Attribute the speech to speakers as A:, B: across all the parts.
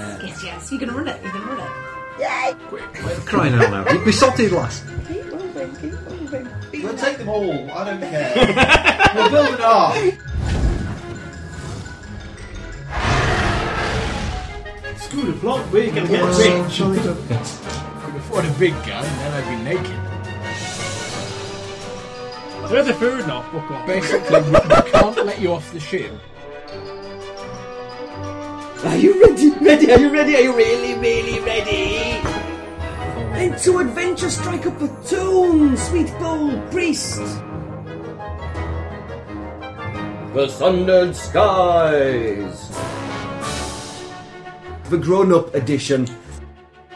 A: yes, you can run it. You can run it.
B: Crying out loud. We- We salted last.
A: Keep moving. Keep moving.
C: We'll take them all. I don't care. we'll build an ark.
D: School of Block, we're gonna get rich. I could afford a big gun, then I'd be naked.
E: Throw the food now, fuck off.
D: Basically, we we can't let you off the ship.
A: Are you ready? Ready? Are you ready? Are you really, really ready? Into adventure, strike a platoon, sweet bold priest.
F: The Sundered Skies! The grown up edition.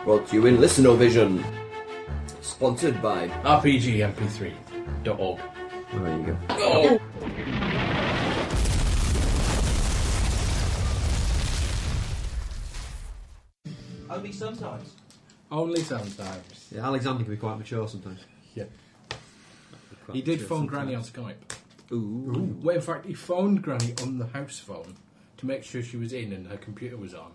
F: Brought to you in Listener-Vision. Sponsored by.
D: RPGMP3.org.
B: Oh, there you go.
C: Only sometimes.
D: Only sometimes.
B: Yeah, Alexander can be quite mature sometimes.
D: Yeah.
B: Quite
D: He did
B: mature
D: phone
B: sometimes.
D: Granny on Skype.
B: Ooh.
D: Well, in fact, he phoned Granny on the house phone to make sure she was in and her computer was on.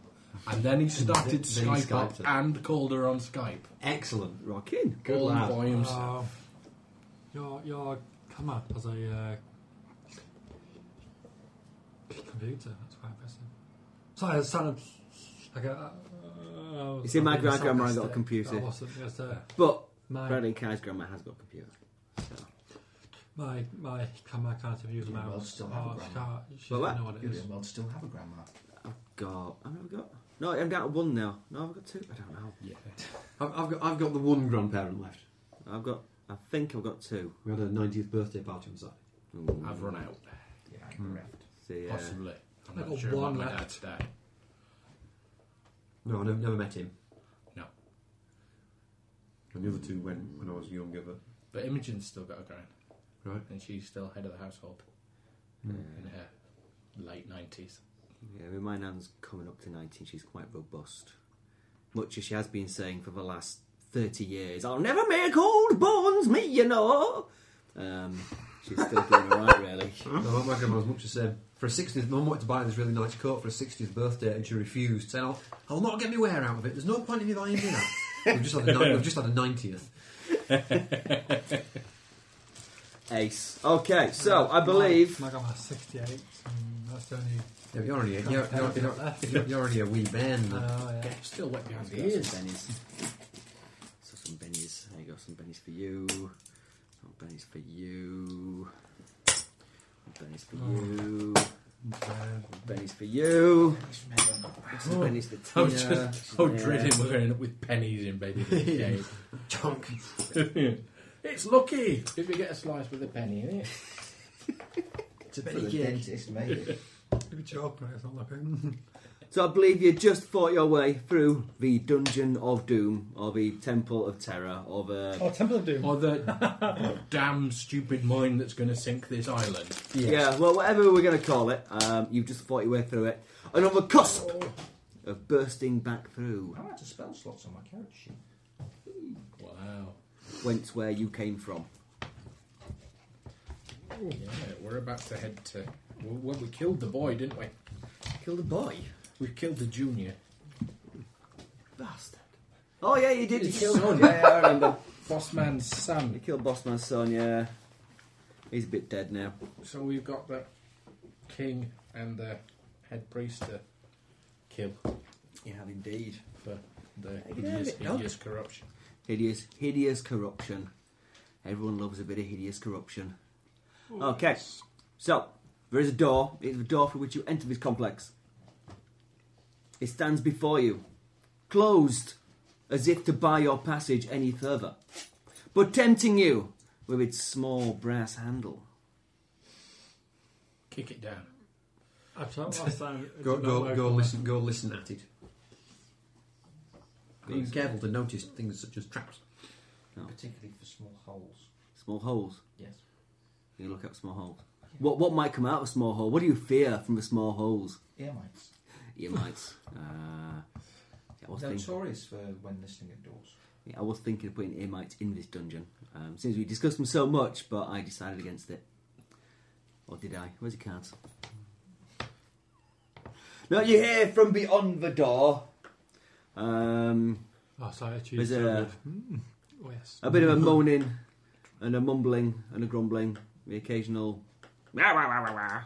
D: And then he started
B: Then he
D: Skype up
B: Skyped her.
D: and called her on Skype.
B: Excellent. Rockin.
D: Good Ah. all
B: lad.
D: by himself.
E: Uh, your your camera has a uh, computer. That's quite impressive. Sorry, it sounded like a. Uh,
F: You see, my grand- grandma ain't got a computer.
E: I wasn't, yes, uh,
F: But
E: my,
F: Bradley and Kai's grandma has got a computer.
E: my my camera can't even use my
C: well,
E: mouse.
C: still have a
E: Oh, she can't. She
F: Well,
E: doesn't
F: that-
E: know what it is.
C: Good. Well, still have a grandma.
F: God, I've never got. No, I'm down to one now. No, I've got two. I don't know.
D: Yeah.
B: I've, I've, got, I've got the one grandparent left.
F: I've got. I think I've got two.
B: We had a 90th birthday party on Saturday.
F: Mm,
D: I've run out.
C: Yeah, I'm bereft.
F: see, uh,
D: Possibly. I'm
E: I've
D: not
E: got
D: sure about
E: one
D: my
E: left.
D: dad's dad.
B: No, I never, never met him.
D: No.
B: And the other two went when I was younger, but.
D: But Imogen's still got a grand.
B: Right.
D: And she's still head of the household in her late 90s.
F: Yeah, I mean, my nan's coming up to 19. She's quite robust. Much as she has been saying for the last 30 years, I'll never make old bones, me, you know. Um, she's still doing alright, really.
B: No, my grandma was much the same. For a 60th, mum wanted to buy this really nice coat for a 60th birthday and she refused, saying, I'll, I'll not get me wear out of it. There's no point in me buying me that. we've, just had a, nine- we've just had a 90th.
F: Ace. Okay, so I believe.
E: my, my grandma's sixty-eight. And that's the only.
B: Yeah, but you're already, you're, you're, you're, you're- you're already a wee
F: Hmm.
B: man.
E: I know, uh, yeah.
D: Still wet behind the
F: Got
D: ears.
F: Some bennies. So some bennies. There you go. Some bennies for you. Some bennies for you. Some bennies for you. Some bennies for you. Some bennies
D: I
F: for
D: was
F: Tina.
D: just, oh,
F: Yeah.
D: dreading we're going up with pennies in baby. cake.
B: Chunk.
D: it's lucky if you get a slice with a penny in it.
B: It's a
C: For the
B: penny cake.
C: dentist, maybe.
E: Maybe joke, but it's not looking.
F: So I believe you just fought your way through the Dungeon of Doom, or the Temple of uh, Terror, or the
G: Oh, Temple of Doom.
D: Or the damn stupid mine that's going to sink this island.
F: Yeah, well, whatever we're going to call it, um, you've just fought your way through it. And on the cusp of bursting back through,
C: I had to spell slots on my character sheet.
D: Wow.
F: whence where you came from.
D: Yeah, we're about to head to. Well, well, we killed the boy, didn't we?
F: Killed a boy?
D: We killed the junior.
F: Bastard. Oh, yeah, you did. You
D: It's
F: killed
D: so
F: him. Yeah, I remember.
D: Boss man's
F: You
D: son.
F: killed Bossman's son, yeah. He's a bit dead now.
D: So we've got the king and the head priest to kill
F: You have indeed.
D: for the hideous,
F: it done.
D: hideous corruption.
F: Hideous, hideous corruption. Everyone loves a bit of hideous corruption. Okay, so there is a door. It is the door through which you enter this complex. It stands before you, closed, as if to bar your passage any further, but tempting you with its small brass handle.
D: Kick it down.
E: I tried last time. it
B: Go,
E: did not
B: go,
E: work
B: go,
E: on my-
B: listen, go listen at it. Being careful to notice things such as traps.
C: Particularly for small holes.
F: Small holes.
C: Yes.
F: You look at small holes. What what might come out of a small hole? What do you fear from the small holes?
C: Ear mites.
F: You might. Uh, yeah, I was thinking-
C: Notorious for when listening at doors.
F: Yeah, I was thinking of putting Emites in this dungeon, um, since we discussed them so much, but I decided against it. Or did I? Where's your cards? Now you hear from beyond the door Um,
E: Oh, sorry, I
F: There's
E: choose.
F: a-
E: Oh, yes.
F: A bit of a moaning and a mumbling and a grumbling, the occasional. "Wah, wah, wah, wah,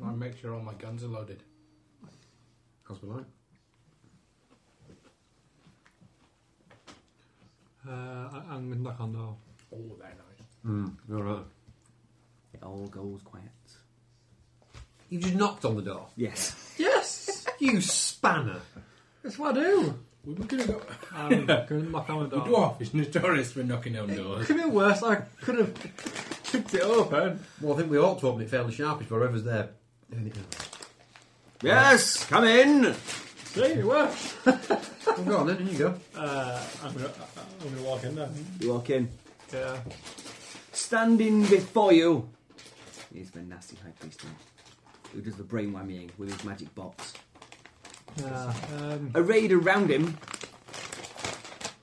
F: wah."
D: I make sure all my guns are loaded.
B: How's my life?
E: Uh, I- I'm going to knock on the door.
D: Oh, they're nice.
B: Mm, all right.
F: It all goes quiet.
B: You just knocked on the door.
F: Yes.
B: Yes, you spanner.
E: That's what I do.
D: We were going to go.
E: I'm going to knock on the
D: The
E: door.
D: dwarf is notorious for knocking down doors.
E: Could have been worse. I could have kicked it open.
B: Well, I think we ought to open it fairly sharpish, but whoever's there.
F: Yes, come in!
E: See, it works.
B: Well, go on then, in you go.
E: Uh, I'm going to I'm gonna walk in there.
F: You walk in.
E: Yeah.
F: Standing before you is the nasty high priest man, who does the brain whammying with his magic box.
E: Yeah. Um,
F: Arrayed around him,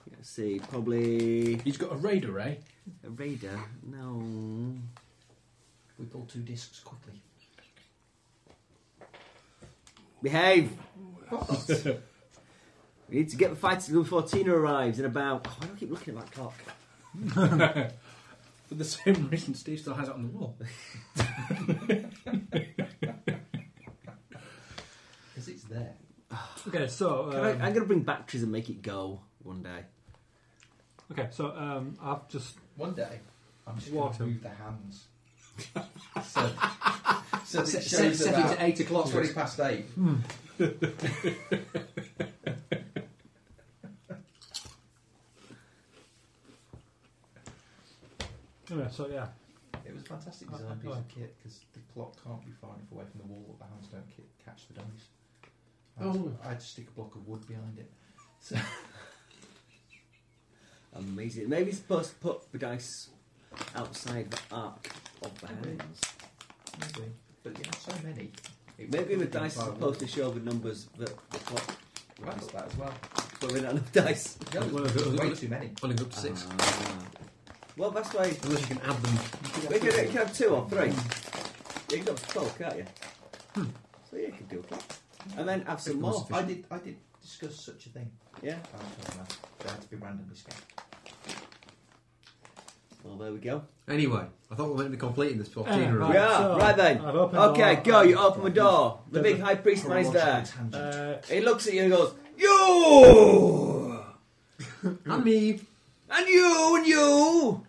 F: let's see, probably
D: He's got a eh? raid array.
F: a raider. No.
B: We pull two discs quickly.
F: Behave! we need to get the fighting before Tina arrives in about. oh, Why do I keep looking at that clock?
D: For the same reason Steve still has it on the wall.
B: Because it's there.
E: okay, so.
F: Can I,
E: Um,
F: I'm going to bring batteries and make it go one day.
E: okay, so um, I've just.
C: One day, I'm just going
E: Walk
C: to
E: him.
C: move the hands. so, so that it
B: Set,
C: shows
B: set
C: about
B: it to 8 o'clock.
C: 20 past 8.
E: Anyway, so yeah.
C: It was a fantastic
E: Oh,
C: design piece
E: oh.
C: of kit because the clock can't be far enough away from the wall that the hands don't ki- catch the dummies.
B: Oh.
C: I'd, I'd stick a block of wood behind it.
F: Amazing. Maybe it's supposed to put the dice outside the arc of the hands.
C: Maybe. But yeah, so many. It
F: Maybe the
C: would
F: dice is
C: imply-
F: supposed to show the numbers that the clock.
C: I thought that as well.
F: But we're not enough dice.
C: Yeah,
B: Well,
C: there's
B: if it was-
C: way too many.
B: Only up to 6.
F: Ah. Well, that's why.
B: Unless you can add them.
F: We can, you can have two or three. You can have 12, can't you?
E: Hmm.
F: So yeah, you can do a clock. And then have some
B: It was
F: more.
C: I did. I did discuss such a thing.
F: Yeah.
C: I don't know. They had to be randomly scanned.
F: Well, there we go.
B: Anyway, I thought we were meant to be completing this before
E: Uh,
B: Tina
E: right.
F: We
B: arrived.
F: are,
E: so,
F: right then.
E: I've opened
F: Okay,
E: the-
F: go, you open the door. The
E: Yeah,
F: big
E: the-
F: high priest man is there.
C: Chronological tangent.
E: Uh,
F: He looks at you and goes, You!
B: And me.
F: And you, and you!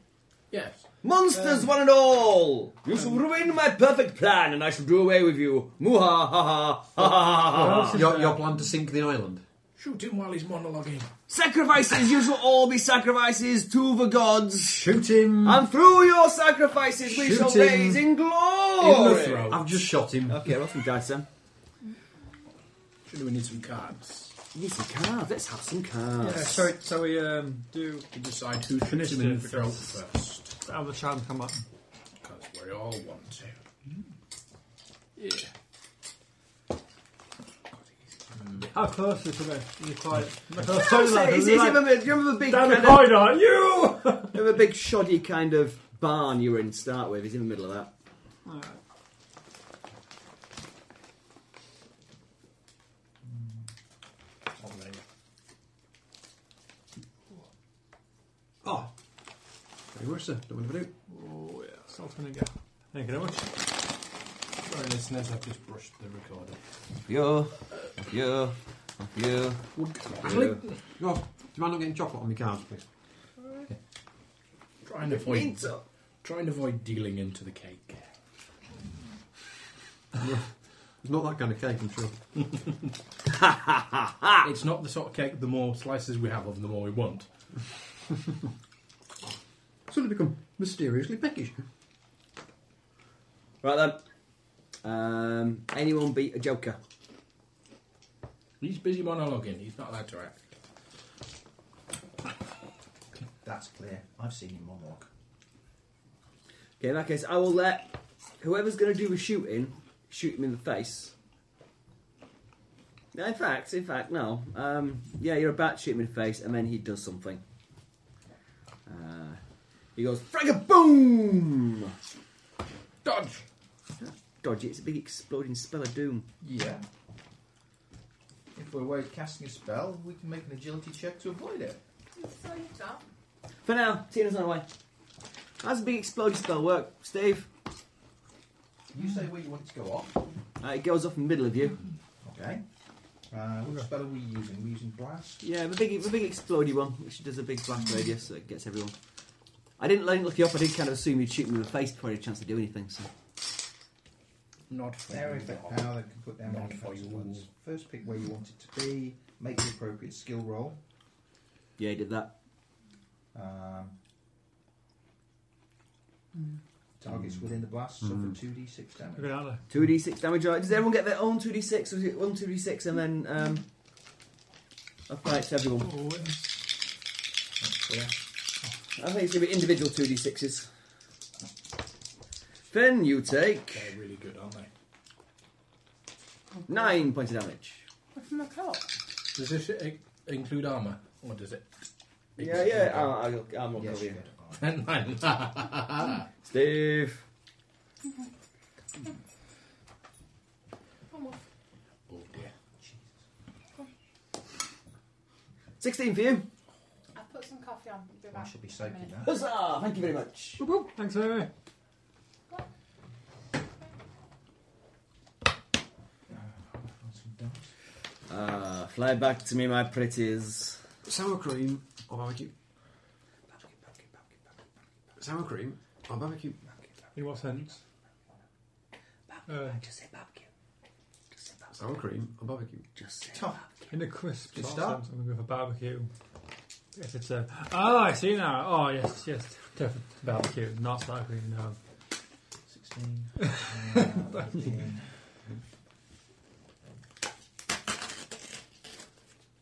D: Yes.
F: Monsters, one and all! You shall ruin my perfect plan and I shall do away with you. Muha ha ha ha ha ha ha.
E: Well,
B: Your, your plan to sink the island.
D: Shoot him while he's monologuing.
F: Sacrifices, you shall all be sacrifices to the gods.
B: Shoot him!
F: And through your sacrifices we shall
B: Shooting
F: raise in
D: In the
F: glory!
D: throat.
B: I've just shot him.
F: okay, roll some dice then.
D: Should we need some cards?
F: We need some cards, let's have some cards.
E: yeah, so, so we um, do.
D: To decide who shoots him in the throat first.
E: Have a chance come up.
D: Because we all want to. Yeah.
E: How close is it? You're quite.
F: Is it- is it- is it- remember- do you remember the big
E: Down the
F: kind of-
E: corridor, you!
F: You have a big shoddy kind of barn you were in to start with. He's in the middle of that.
B: Oh. Very much, sir. Don't want to do.
E: Oh, yeah. Salting again. Thank you very much.
D: Sorry, listeners, I've just brushed the recorder.
F: You, you, you.
B: Actually, go on. Do you mind not getting chocolate on my cards, please?
D: Try and avoid, try and avoid dealing into the cake.
B: It's not that kind of cake, I'm sure.
D: It's not the sort of cake, the more slices we have of, the more we want.
B: Suddenly become mysteriously peckish.
F: Right then. Um, anyone beat a joker?
D: He's busy monologuing, he's not allowed to act.
C: That's clear. I've seen him monologue.
F: Okay, in that case, I will let whoever's going to do the shooting shoot him in the face. No, in fact, in fact, no. Um, yeah, you're about to shoot him in the face, and then he does something. Uh, he goes, fragga boom!
D: Dodge!
F: Dodgy, it's a big exploding spell of doom.
C: Yeah. for a way of casting a spell, we can make an agility check to avoid it.
F: For now, Tina's on her way. How does a big explosion spell work, Steve?
C: You say where you want it to go off.
F: Uh, it goes off in the middle of you.
C: Okay. Uh, which spell are we using? We're using blast.
F: Yeah, the big, the big explodey one, which does a big blast radius, so it gets everyone. I didn't learn- look you up. I did kind of assume you'd shoot me in the face before I had a chance to do anything. So
D: Not for
C: Area
D: you,
C: effect
D: Rob.
C: power that can put down
D: Not
C: on
D: for you.
C: ones. First pick where you want it to be, make the appropriate skill roll.
F: yeah, he did that.
C: Um, Mm. targets within the blast suffer 2d6 damage.
E: Look at that.
F: Two d six damage. Right? Does everyone get their own two d six? Was it one two d six and then um, apply it to everyone?
E: Oh,
C: That's clear.
F: I think it's gonna be individual two d sixes. Finn, you take
D: They're really good, aren't they?
F: nine points of damage.
G: What's in the cup?
D: Does this i- include armour? Or does it?
F: Yeah, yeah. I'll, I'll, I'll
C: Yes,
F: cover
C: you
F: you.
C: get it.
F: Steve.
D: oh dear.
F: 16 for you.
G: I put some coffee on. Be
C: I
G: back.
C: should be soaking that.
F: Huzzah! Thank you very much.
E: whoop, whoop. Thanks very much.
F: Uh, fly back to me, my pretties.
B: Sour cream or barbecue? Sour cream or barbecue?
E: In what sense? Uh,
F: Just say barbecue. Just say barbecue.
B: Sour cream or barbecue?
F: Just say
C: Tough.
E: uh, in a crisp
C: Just
E: sort
C: start.
E: of sense, I'm going to go for barbecue. If it's a... Oh, I see now. Oh, yes, yes. Definitely barbecue. Not slightly, no.
C: 16. uh, 18.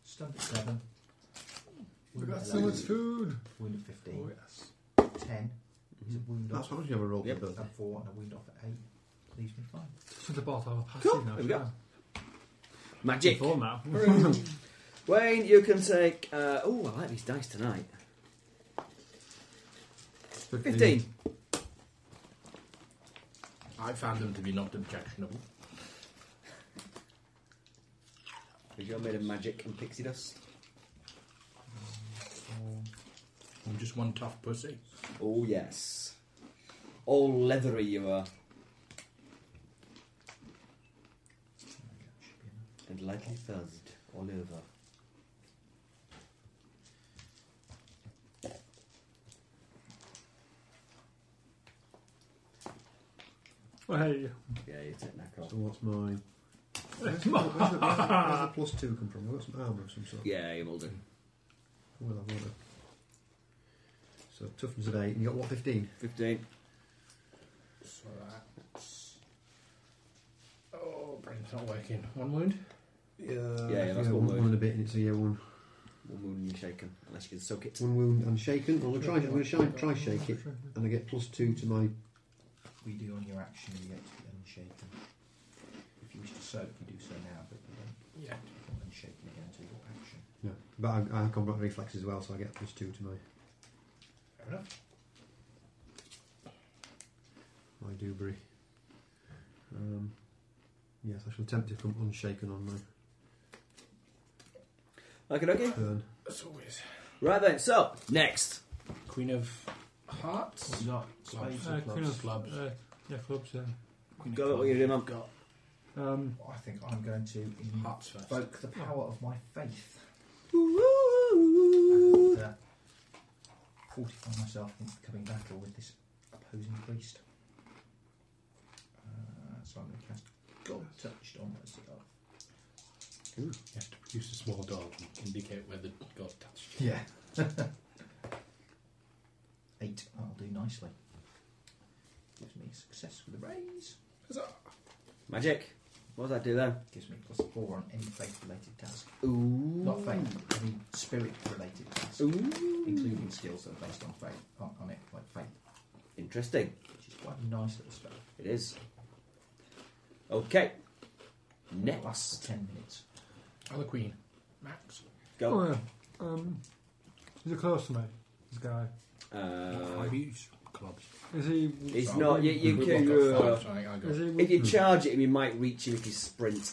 C: Stunned at 7.
E: We've
C: Wound
E: got
C: at
E: so much
C: 11.
E: food.
C: Wound at 15.
E: Oh, yes.
C: 10 is a wound
B: That's
C: off
B: what I was going to roll for
F: Yep.
B: birthday.
C: and 4 and a wound off at 8. Leaves me 5.
E: To the bottle. I'll pass
F: Cool.
E: it now.
F: There we go.
E: shall I?
F: Magic.
E: Before now.
F: Wayne, you can take. Uh, oh, I like these dice tonight. 15.
D: I found them to be not objectionable.
F: Because you're made of magic and pixie dust.
D: I'm just one tough pussy.
F: Oh, yes. All leathery you are. And lightly fuzzed all over.
E: Oh, hey.
F: Yeah, you take that off.
B: So what's my... Where's the, where's the- where's the plus two come from? I've got some armour of some sort.
F: Yeah, you will do.
B: Well, I've got a... So toughness at 8 and you got what, 15?
F: 15.
D: So that's. Oh, brain's not working. One wound?
B: Yeah, yeah,
F: that's one
B: one,
F: wound.
B: one and a bit in it, so yeah, one,
F: One wound and you're shaken, unless you can soak it.
B: one wound and shaken. Well, I'll try, I'm going to try, try shake it, and I get plus two to my
C: We do on your action, you get to be unshaken. If you wish to soak, you do so now, but you don't
D: Yeah.
C: become unshaken again until your action.
B: No, but I, I have combat reflex as well, so I get plus two to my
C: Fair enough.
B: my doobry. Um, yes, I shall attempt to come unshaken on my
F: Okay, okay.
B: turn.
D: As always.
F: Right then, so, next.
D: Queen of Hearts?
C: Not
D: Clubs.
C: spades
E: Uh,
C: or
E: Queen
C: clubs.
E: of Clubs. Uh, yeah, clubs, yeah.
D: Queen
F: Go at what you're doing, Mum.
D: Got
E: Um,
C: I think I'm going to
D: Hearts first.
C: invoke the power of my faith
F: Ooh.
C: and uh, fortify myself against the coming battle with this opposing priest. Uh, so I'm going to cast God Touched on myself.
D: You have to produce a small dog and indicate where the god touched.
C: Yeah. Eight. That'll do nicely. Gives me success with the raise.
F: Magic. What does that do then?
C: Gives me plus four on any faith related task.
F: Ooh.
C: Not faith, any spirit related task.
F: Ooh.
C: Including skills that are based on faith, on, on it, like faith,
F: Interesting.
C: which is quite a nice little spell.
F: It is. Okay.
C: It lasts
F: Next.
C: for ten minutes.
D: Other queen. Max.
E: oh,
F: Go.
E: yeah. Um, he's a close to me, this guy.
F: Uh,
D: use clubs.
E: Is he...
F: it's not. You, you
D: We've
F: can.
D: all got
F: Uh,
D: five, so I- I got-
E: Is he...
F: if you charge at him, you might reach him if you sprint.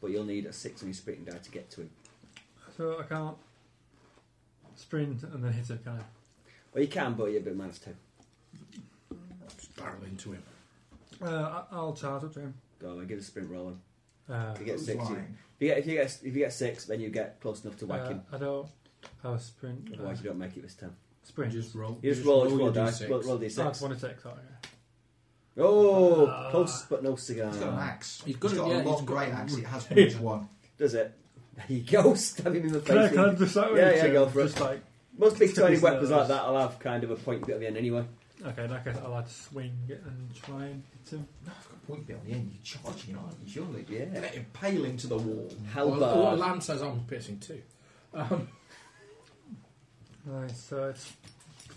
F: but you'll need a six on your sprinting die to get to him.
E: So I can't sprint and then hit it, can I?
F: Well, you can, but you're a bit minus two.
D: Just barrel into him.
E: Uh, I- I'll charge up to him.
F: Go on, give us a sprint roll. If
E: Uh,
F: you get
C: Who's
F: six, you, if
C: lying?
F: you get if you get if you get six, then you get close enough to whack
E: uh,
F: him.
E: I don't. Oh, sprint. Uh,
F: Otherwise, you don't make it this time.
E: sprint.
D: just roll.
F: You just roll, just roll
D: your
F: dice.
D: D6.
F: Roll, roll
E: Oh, it's
F: d6.
E: one attack, sorry.
F: Oh,
E: Ah.
F: close but no cigar.
C: He's got an axe.
D: He's got
C: he's
D: a-
C: got
D: yeah,
C: a long
D: he's got
C: great
D: a-
C: axe. It has been one.
F: Does it? There you go. Stab him in the
E: Can I,
F: face.
E: can I just like,
F: Yeah, yeah,
E: too?
F: go for it.
E: just like
F: Most big
E: Stab
F: tiny
E: his
F: weapons like
E: nose.
F: that, I'll have kind of a point bit of the end anyway.
E: okay, in that case I'll like to swing it and try and hit him.
C: No, I've got a point bit on the end. You're charging, aren't you? Surely.
F: Yeah.
C: Gonna impale into the wall.
F: Halberd.
D: Well, well, Lamb says I'm piercing too. Um,
E: Nice, so it's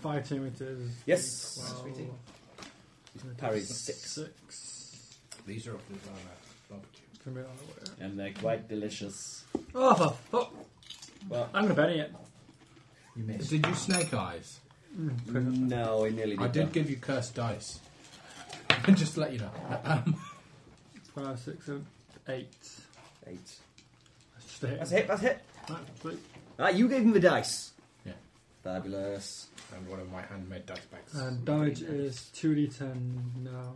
E: five centimeters.
F: Yes.
E: Twelve.
F: Parry's six.
E: Six.
D: these are often on a barbecue.
E: Can be on the way.
H: And they're quite delicious.
E: Oh, for fuck.
F: What?
E: I'm gonna benny it.
C: You missed.
D: Did you snake eyes?
E: Mm,
F: Mm. No, he nearly did.
D: Mm. I did
F: that.
D: give you cursed dice. And just to let you know. Um,
E: Five, six, seven, eight.
F: Eight.
E: That's just a hit.
F: That's a hit. That's a hit.
E: That's three.
F: Ah, you gave him the dice.
D: Yeah.
F: Fabulous.
D: and one of my handmade dice bags.
E: And damage is 2d10 now.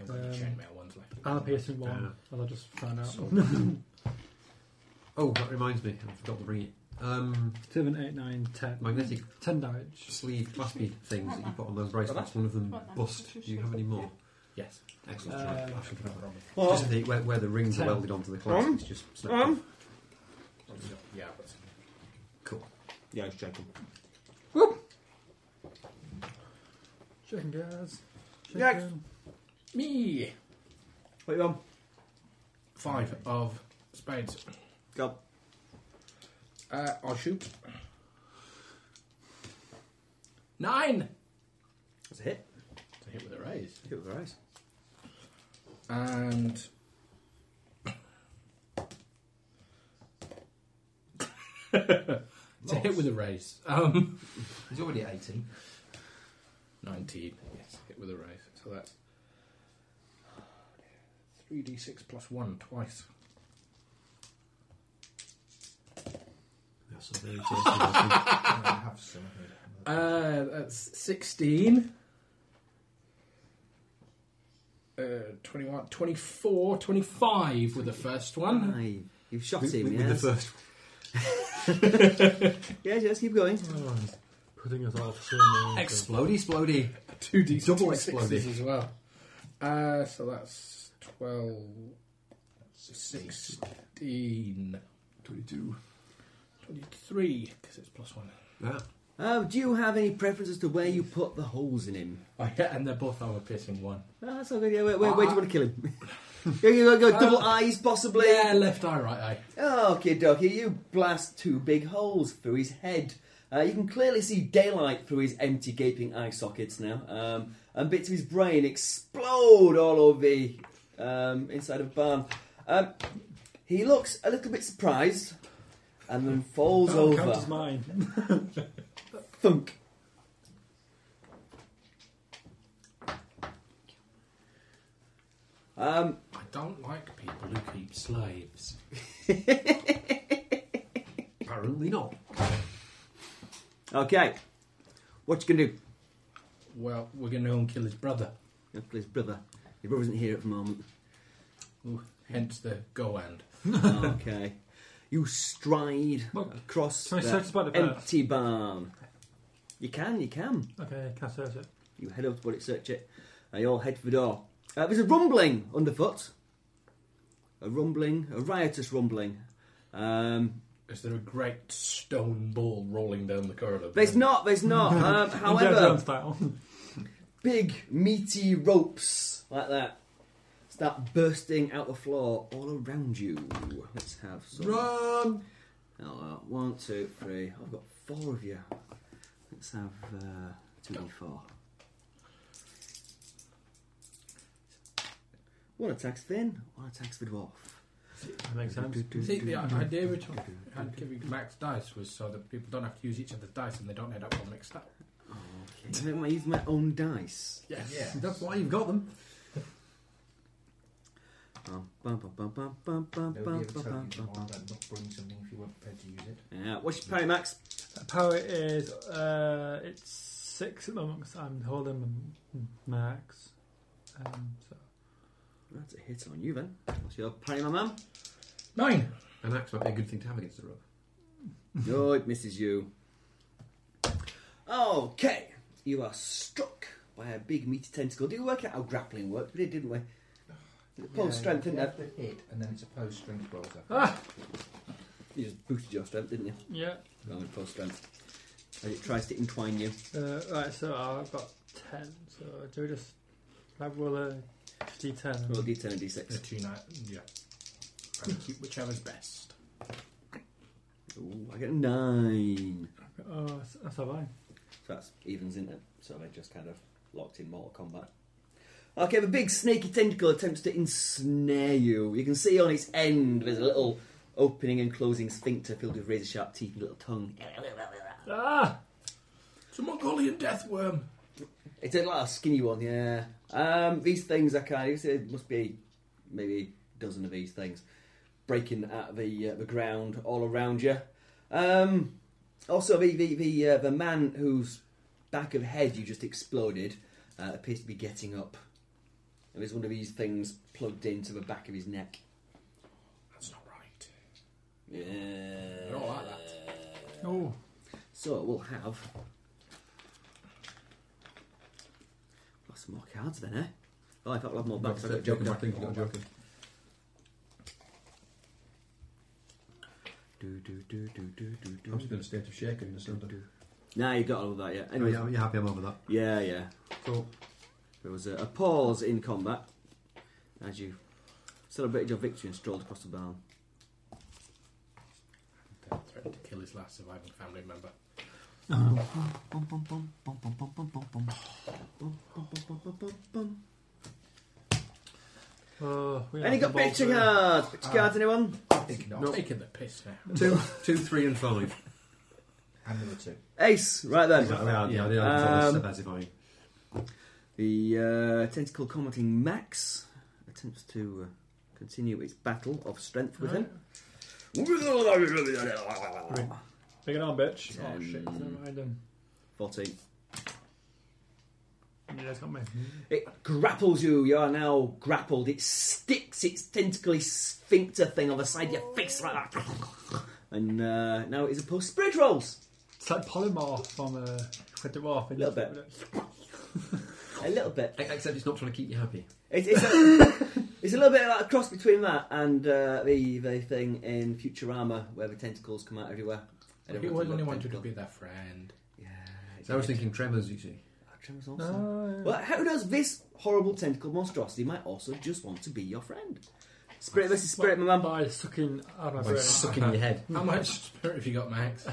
D: I've got the
E: um,
D: chainmail ones left.
E: And a piercing one.
B: Yeah.
E: And I just found out.
B: Oh, that reminds me. I forgot to bring it. Um,
E: Seven, eight, nine, ten.
B: Magnetic.
E: Ten damage.
B: sleeve claspy things that you put on those bracelets. One of them bust. Do you have any more?
D: Yes.
B: Excellent.
E: Uh,
B: I should have that.
F: What? Um,
B: Just the, where, where the rings
E: Ten.
B: are welded onto the clasp. It's just snapped off.
D: Yeah, I've got some.
B: Cool.
F: Yeah, I was joking.
E: Chicken guys.
F: Next.
E: Chicken.
D: Me!
F: Wait, on.
D: Five of spades.
F: Go.
D: Uh, I'll shoot. Nine!
F: That's a hit.
D: It's a hit with a raise.
F: Hit with the eyes.
D: And. it's a hit with a raise. Um,
C: He's already at 18.
D: 19. Yes, hit with a raise. So that's 3d6 plus 1 twice.
B: That's a very tasty lesson.
C: I have some.
D: Uh, that's 16. Uh, 21, 24, 25 with the first one.
F: Five. You've shot
B: With-
F: him,
B: with-
F: yes.
B: with the first
F: Yes, yes, keep going.
E: Oh, he's putting us all to
B: Explodey, explodey.
D: 2d6
B: Double
D: plus sixes
B: exploded.
D: as well. Uh, so that's 12, 16,
B: 22.
D: 23, because it's plus one.
B: Yeah.
F: Uh, do you have any preference as to where you put the holes in him?
D: Oh, yeah, and they're both armor piercing one.
F: Ah, that's all good. Yeah, where, where, where do you
D: Uh,
F: want to kill him? you, you go double eyes, possibly.
D: Yeah, left eye, right eye.
F: Okay, dokie, you blast two big holes through his head. Uh, you can clearly see daylight through his empty, gaping eye sockets now, um, and bits of his brain explode all over the um, inside of Barn. Um, he looks a little bit surprised, and then falls
E: That count as
F: over.
E: mine.
F: Thunk. Um,
D: I don't like people who keep slaves.
B: Apparently not.
F: okay, what you gonna do?
D: Well, we're going to go and kill his brother.
F: Look, His Oh, brother, his brother isn't here at the moment.
D: Ooh, hence the go and.
F: okay. You stride
E: Well,
F: across
E: can I
F: the
E: search by the birth?
F: empty barn. You can, you can.
E: Okay, can I search it?
F: You head up to it, search it, and you all head for the door. Uh, there's a rumbling underfoot. A rumbling, a riotous rumbling. Um,
D: Is there a great stone ball rolling down the corridor?
F: there's not, there's not. Um,
E: Indiana Jones
F: however,
E: style.
F: big, meaty ropes like that start bursting out the floor all around you. Let's have some.
B: Run!
F: Oh, uh, one, two, three. I've got four of you. Let's have uh, two d four. One attacks Finn, one attacks the dwarf.
E: that makes sense.
D: See, the idea which I had giving max dice was so that people don't have to use each other's dice and they don't end up all mixed up.
F: Okay. I use my own dice.
D: Yes.
B: That's why you've got them.
F: Bum, bum, bum, bum, bum, bum, bum, bum,
C: Nobody ever
F: bum,
C: told
F: bum,
C: you to
F: bum, bum.
C: not bring something if you weren't prepared to use it.
F: Yeah, what's your parry max?
E: Power is uh, it's six at the moment 'cause I'm holding m- max. Um, so
F: That's a hit on you then. What's your parry, my man?
D: Nine.
B: An axe might be a good thing to have against the rope.
F: No, it misses you. Okay, you are struck by a big meaty tentacle. Did we work out how grappling worked? We did, didn't we? The pull strength,
C: you
F: didn't it?
C: have to hit, and then it's a post strength rolls after.
E: Ah!
F: You just boosted your strength, didn't you?
E: yeah,
F: Rather than pull strength. As it tries to entwine you.
E: uh, right. So I've got ten. So do we just I roll a d10?
F: Roll a d10 and d6.
D: Yeah, two nine. Yeah. Which- Whichever's best.
F: Ooh, I get a 9.
E: Oh, that's, that's all right.
F: So that's evens, isn't it? So they're just kind of locked in Mortal Kombat. Okay, the big snaky tentacle attempts to ensnare you. You can see on its end there's a little opening and closing sphincter filled with razor sharp teeth and a little tongue.
E: Ah!
D: It's a Mongolian death worm.
F: It's a little skinny one, yeah. Um, these things I can't. It it must be maybe a dozen of these things breaking at the uh, the ground all around you. Um, also, the the the, uh, the man whose back of head you just exploded uh, appears to be getting up. And there's one of these things plugged into the back of his neck.
D: That's not right.
F: Yeah.
D: all like that.
E: Oh,
F: So we'll have. Got some more cards then, eh? Oh, I thought we'll have more backs. I've got Joker
B: I think we've got Joker.
F: Do, do, do, do, do, do, do.
B: I'm just in a state of shaking. Just under.
F: Nah, you got all of that, yeah.
B: Anyway,
F: Anyway,
B: yeah, you're happy I'm over that.
F: yeah, yeah.
B: Cool.
F: There was a, a pause in combat as you celebrated your victory and strolled across the barn.
D: They threatened to kill his last surviving family member.
E: oh we
F: And you
E: have
F: got
E: the ball
F: picture
E: through.
F: cards. Picture cards, anyone?
C: It's not.
D: I'm taking the piss now.
B: Two, two, three, and five.
C: And there were two.
F: Ace, right then.
B: Exactly. Yeah, yeah, yeah. Um,
F: Um, The uh, tentacle commenting Max attempts to uh, continue its battle of strength with him.
E: Bring it on, bitch.
F: Ten.
E: Oh shit! Never mind then.
F: 14.
E: Yeah, it's got me.
F: It grapples you. You are now grappled. It sticks its tentacly sphincter thing on the side of your face like that. And uh, now it is opposed to spread rolls.
E: It's like polymorph from uh, Red Dwarf. A
F: Little bit. A little bit.
B: Except it's not trying to keep you happy.
F: It's, it's, a, it's a little bit like a cross between that and uh, the, the thing in Futurama where the tentacles come out everywhere. I don't
D: He
F: want to
D: only
F: look
D: wanted to
F: tentacle.
D: be their friend.
F: Yeah.
B: So I was thinking tremors, you see.
F: Tremors also.
E: No.
F: Well, how does this horrible tentacle monstrosity might also just want to be your friend? Spirit versus spirit, my man.
E: by sucking out my
B: By
E: brain.
B: sucking your head.
D: How much spirit have you got, Max?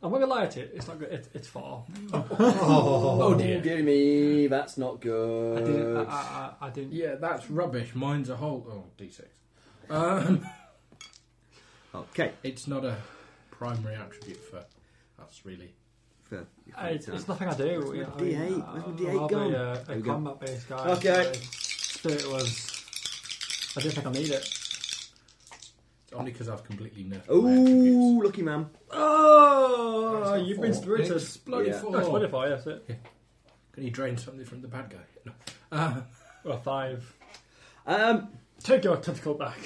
E: I'm not gonna lie to you, it's not good. It, it's four.
D: Oh, dear.
F: Dear me, that's not
E: I uh, didn't. I,
F: good.
E: I, I, I didn't.
D: Yeah, that's rubbish. Mine's a whole. Oh, d6. Um,
F: Okay.
D: it's not a primary attribute for us, really.
F: Fair.
E: I, it's, it's nothing I do.
F: Where's my
E: I mean,
F: D8?
E: I-
F: Where's my
E: I'm
F: D8
E: not
F: gone?
E: A,
F: There
E: a
F: we go.
E: combat based guy.
F: Okay.
E: So it was. I didn't think I need it.
D: It's only because I've completely nerfed my attributes.
F: Ooh, lucky man.
E: Oh,
D: It's not
E: you've
D: four.
E: been spirited.
D: It's bloody
F: Yeah.
D: four.
E: No, it's 25, that's it.
D: Can you drain something from the bad guy? No. Uh,
E: Well, five.
F: Um,
E: Take your tentacle back.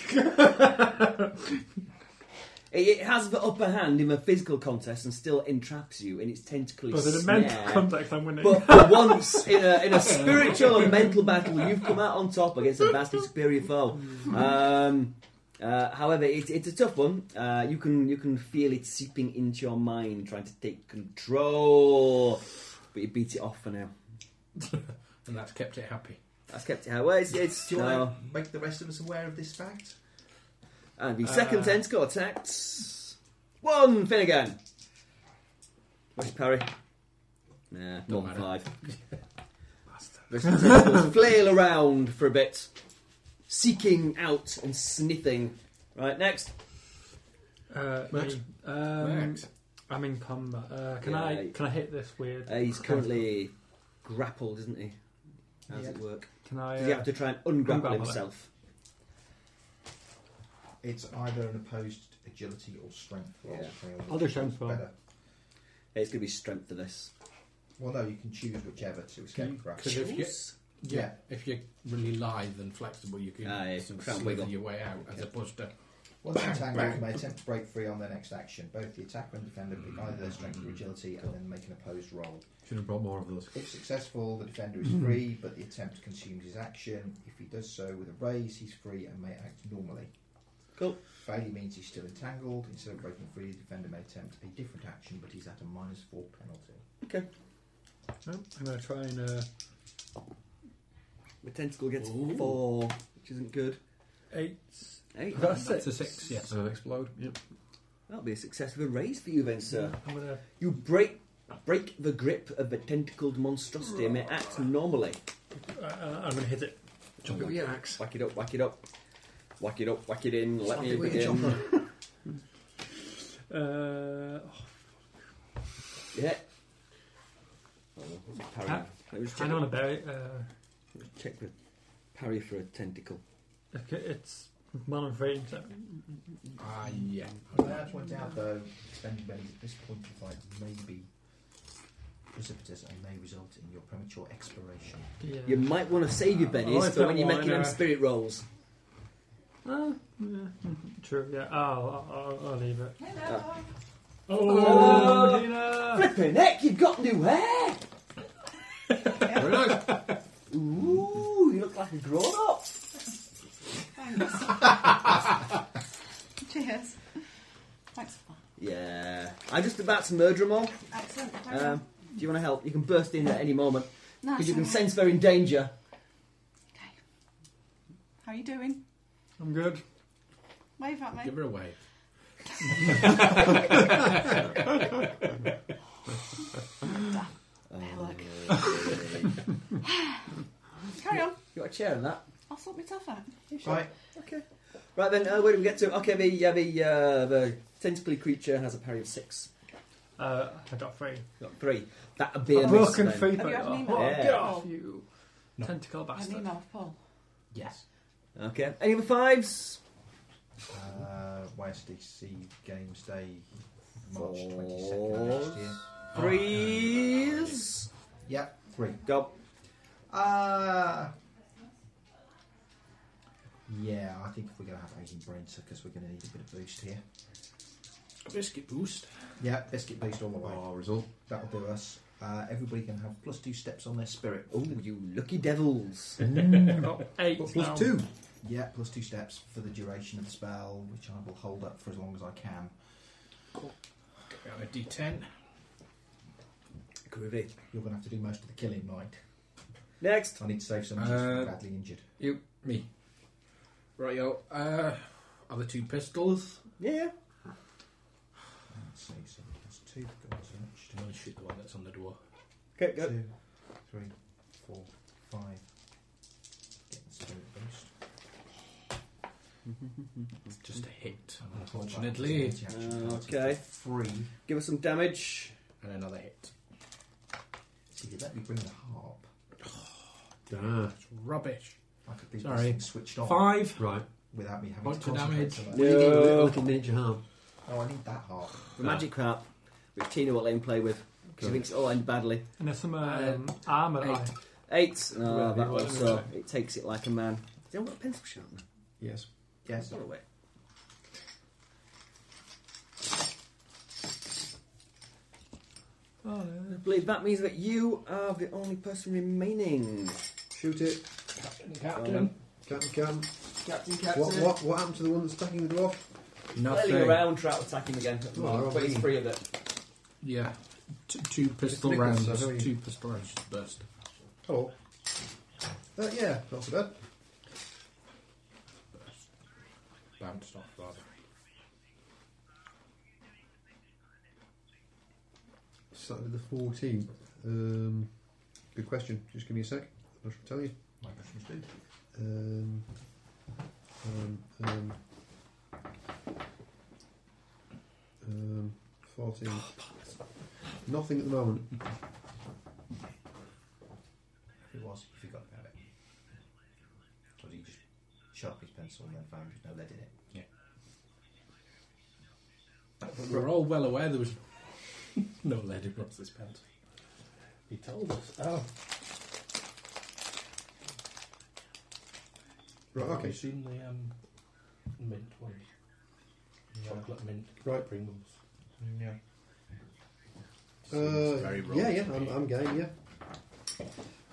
F: it, it has the upper hand in the physical contest and still entraps you in its tentacly
E: but in a
F: snare.
E: mental context, I'm winning.
F: But for once in a, in a spiritual and mental battle, you've come out on top against a vastly superior foe. Um, uh, however, it, it's a tough one. Uh, you can you can feel it seeping into your mind, trying to take control, but you beat it off for now.
D: and that's kept it happy.
F: That's kept it how well, it's, it's
C: Do you
F: no.
C: want to make the rest of us aware of this fact?
F: And
D: Uh,
F: the second tentacle attacks. One Finnegan. What's your parry? Nah, more than
D: matter.
F: five.
D: Bastard.
F: The tentacles flail around for a bit, seeking out and sniffing. Right, next.
E: uh,
D: Max.
E: me. Um,
D: Max.
E: I'm in combat. Uh, can I
F: Yeah.
E: can I hit this weird?
F: Uh, he's currently grappled, isn't he? How does
E: Yeah.
F: it work?
E: Can I?
F: Does he
E: Uh,
F: have to try and ungrapple
E: Ungrapple it.
F: himself?
C: It's either an opposed agility or strength roll.
F: Yeah.
C: Fail.
E: I'll do strength roll.
C: Better.
F: It's going to be strength for this.
C: Well, no, you can choose whichever to
D: Can you-
C: escape
D: could
C: crash.
D: you get-
C: Yeah.
D: If you're really lithe and flexible, you can
F: Ah, yeah,
D: sort of
F: crown
D: slither
F: wiggle.
D: your way out as opposed to.
C: Once entangled,
D: bang.
C: you may attempt to break free on their next action. Both the attacker and defender pick either their strength or agility and then make an opposed roll.
B: Should have brought more of those.
C: If successful, the defender is free, but the attempt consumes his action. If he does so with a raise, he's free and may act normally.
F: Cool.
C: Failure means he's still entangled. Instead of breaking free, the defender may attempt a different action, but he's at a minus four penalty.
E: No, uh, oh, I'm going to try and. Uh,
F: My tentacle gets
D: Ooh.
F: four, which isn't good.
E: eight.
F: Eight.
D: That's a six, yes.
B: And then explode. Yep.
F: That'll be a success of a raise for you then, sir.
E: I'm going to.
F: You break break the grip of the tentacled monstrosity and it acts normally.
E: Uh, uh, I'm going to hit it.
B: Chop it with your axe.
F: Whack it up, whack it up. Whack it up, whack it in, let
C: Slap
F: me
C: it with your
F: begin.
C: chopper.
E: Uh, oh,
F: Yeah. Oh, what's a parry?
E: Ah,
F: Let me just
E: I
F: check,
E: don't want to bury it. Uh,
F: let me check the parry for a tentacle.
E: okay, it's one and uh, three. So
D: Ah, yeah.
C: May I point out, though, expending bennies at this point of the fight may be precipitous and may result in your premature expiration.
E: yeah.
F: You might want to save your
E: I
F: bennies for when
E: don't
F: you're
E: want
F: making them
E: to-
F: spirit rolls.
E: Ah, yeah. mhm, True. Yeah. I'll, I'll, I'll, I'll leave it.
F: Ah.
G: Hello.
E: Oh,
F: Oh.
E: Tina!
F: Flipping heck, you've got new hair!
B: Very nice.
F: Ooh, you look like a grown up.
G: Thanks. Cheers. Thanks for
F: Yeah. I'm just about to murder them all.
G: that. Excellent. Thank
F: Um, do you want to help? You can burst in at any moment
G: you. Nice.
F: because you can
G: alright.
F: sense they're in danger.
G: Okay. How are you doing?
E: I'm good.
G: Wave at me.
D: Give her away.
C: Oh,
G: Look.
F: you
G: Carry on.
F: got a chair on that?
G: I'll sort myself out.
C: Right,
F: Okay. Right then, uh, where do we get to? Okay, the yeah, the uh, the tentacly creature has a parry of six.
E: Uh, I got three.
F: Got three. That would be a miss
E: broken
F: then.
E: free.
G: Have you had an email?
E: Get
F: Yeah.
E: off you, tentacle
G: I had an
E: bastard.
G: email of Paul.
C: yes.
F: Okay. Any of the fives?
C: Uh, YSDC Games Day, March 22nd
F: Fours.
C: next year.
F: Threes.
C: Yep, three.
F: Go.
C: Uh, yeah, I think if we're going to have aging brain suckers, we're going to need a bit of boost here.
D: Biscuit boost.
C: Yeah, biscuit boost all the way.
B: Oh, result.
C: That'll do us. Uh, everybody can have plus two steps on their spirit.
F: Ooh, you lucky devils.
E: I got eight.
B: But
E: now.
B: plus two.
C: Yeah, plus two steps for the duration of the spell, which I will hold up for as long as I can.
D: Got a D10.
F: Groovy.
C: You're going to have to do most of the killing, Mike.
F: Next.
C: I need to save some just for
D: Uh,
C: badly injured.
D: You, me. Right, yo. Uh, are the two pistols?
F: Yeah.
C: Let's see, so that's two. we've got touched.
D: I'm gonna shoot the one that's on the door.
F: Okay. Go.
C: Two, three, four, five. Get the spirit boost.
D: It's just a hit,
C: I'm gonna call that
D: unfortunately,
C: as an anti-action
F: Uh,
C: penalty
F: okay.
C: for Free.
F: Give us some damage.
D: and another hit.
C: See, if you let me bring the harp,
B: Duh.
D: It's rubbish.
C: I could leave
D: Sorry.
C: this thing switched on
D: Five.
B: Right.
C: without me having
D: Bunch
C: to
D: of
C: concentrate
D: damage.
C: so much.
B: We need a little ninja harm.
C: Oh, I need that harp.
F: The magic harp, which Tina will let him play with because she
B: Good.
F: thinks it'll end badly.
E: And there's some um, armor. that I-
F: Eight. No,
D: Well,
F: that
D: well,
F: also
D: well.
F: it takes it like a man. Do you want a pencil sharpener?
B: Yes.
C: Yes.
F: Put it away.
E: Oh,
F: I believe that means that you are the only person remaining.
B: Shoot it.
D: Captain, Captain.
B: Captain Cam.
F: Captain
B: What, what, what happened to the one that's attacking the dwarf?
D: Nothing.
F: Flailing around, try to attack him again.
B: Oh, I'll
F: but he's
B: be-
F: free of it.
D: Yeah. T- two pistol
B: Nicholas,
D: rounds.
B: I know you-
D: Two pistol rounds just burst.
B: Hello. Oh. Uh, yeah, not so bad.
D: Bounced off rather.
B: Saturday the 14th. Um, good question. Just give me a sec. I shall tell you.
C: My questions do.
B: Um, um, um, um, 14. Nothing at the moment.
C: If it was, he forgot about it. Or did he just sharp his pencil and then found there's no lead in it?
D: Yeah. But we were all well aware there was no lead across this pants.
B: He told us. Oh. Right,
D: Have you
B: okay.
D: seen the um, mint one? Chocolate mint.
B: Right.
D: Pringles.
C: Yeah.
B: Uh,
D: very raw.
B: yeah, yeah, I'm, I'm game, yeah. Yeah.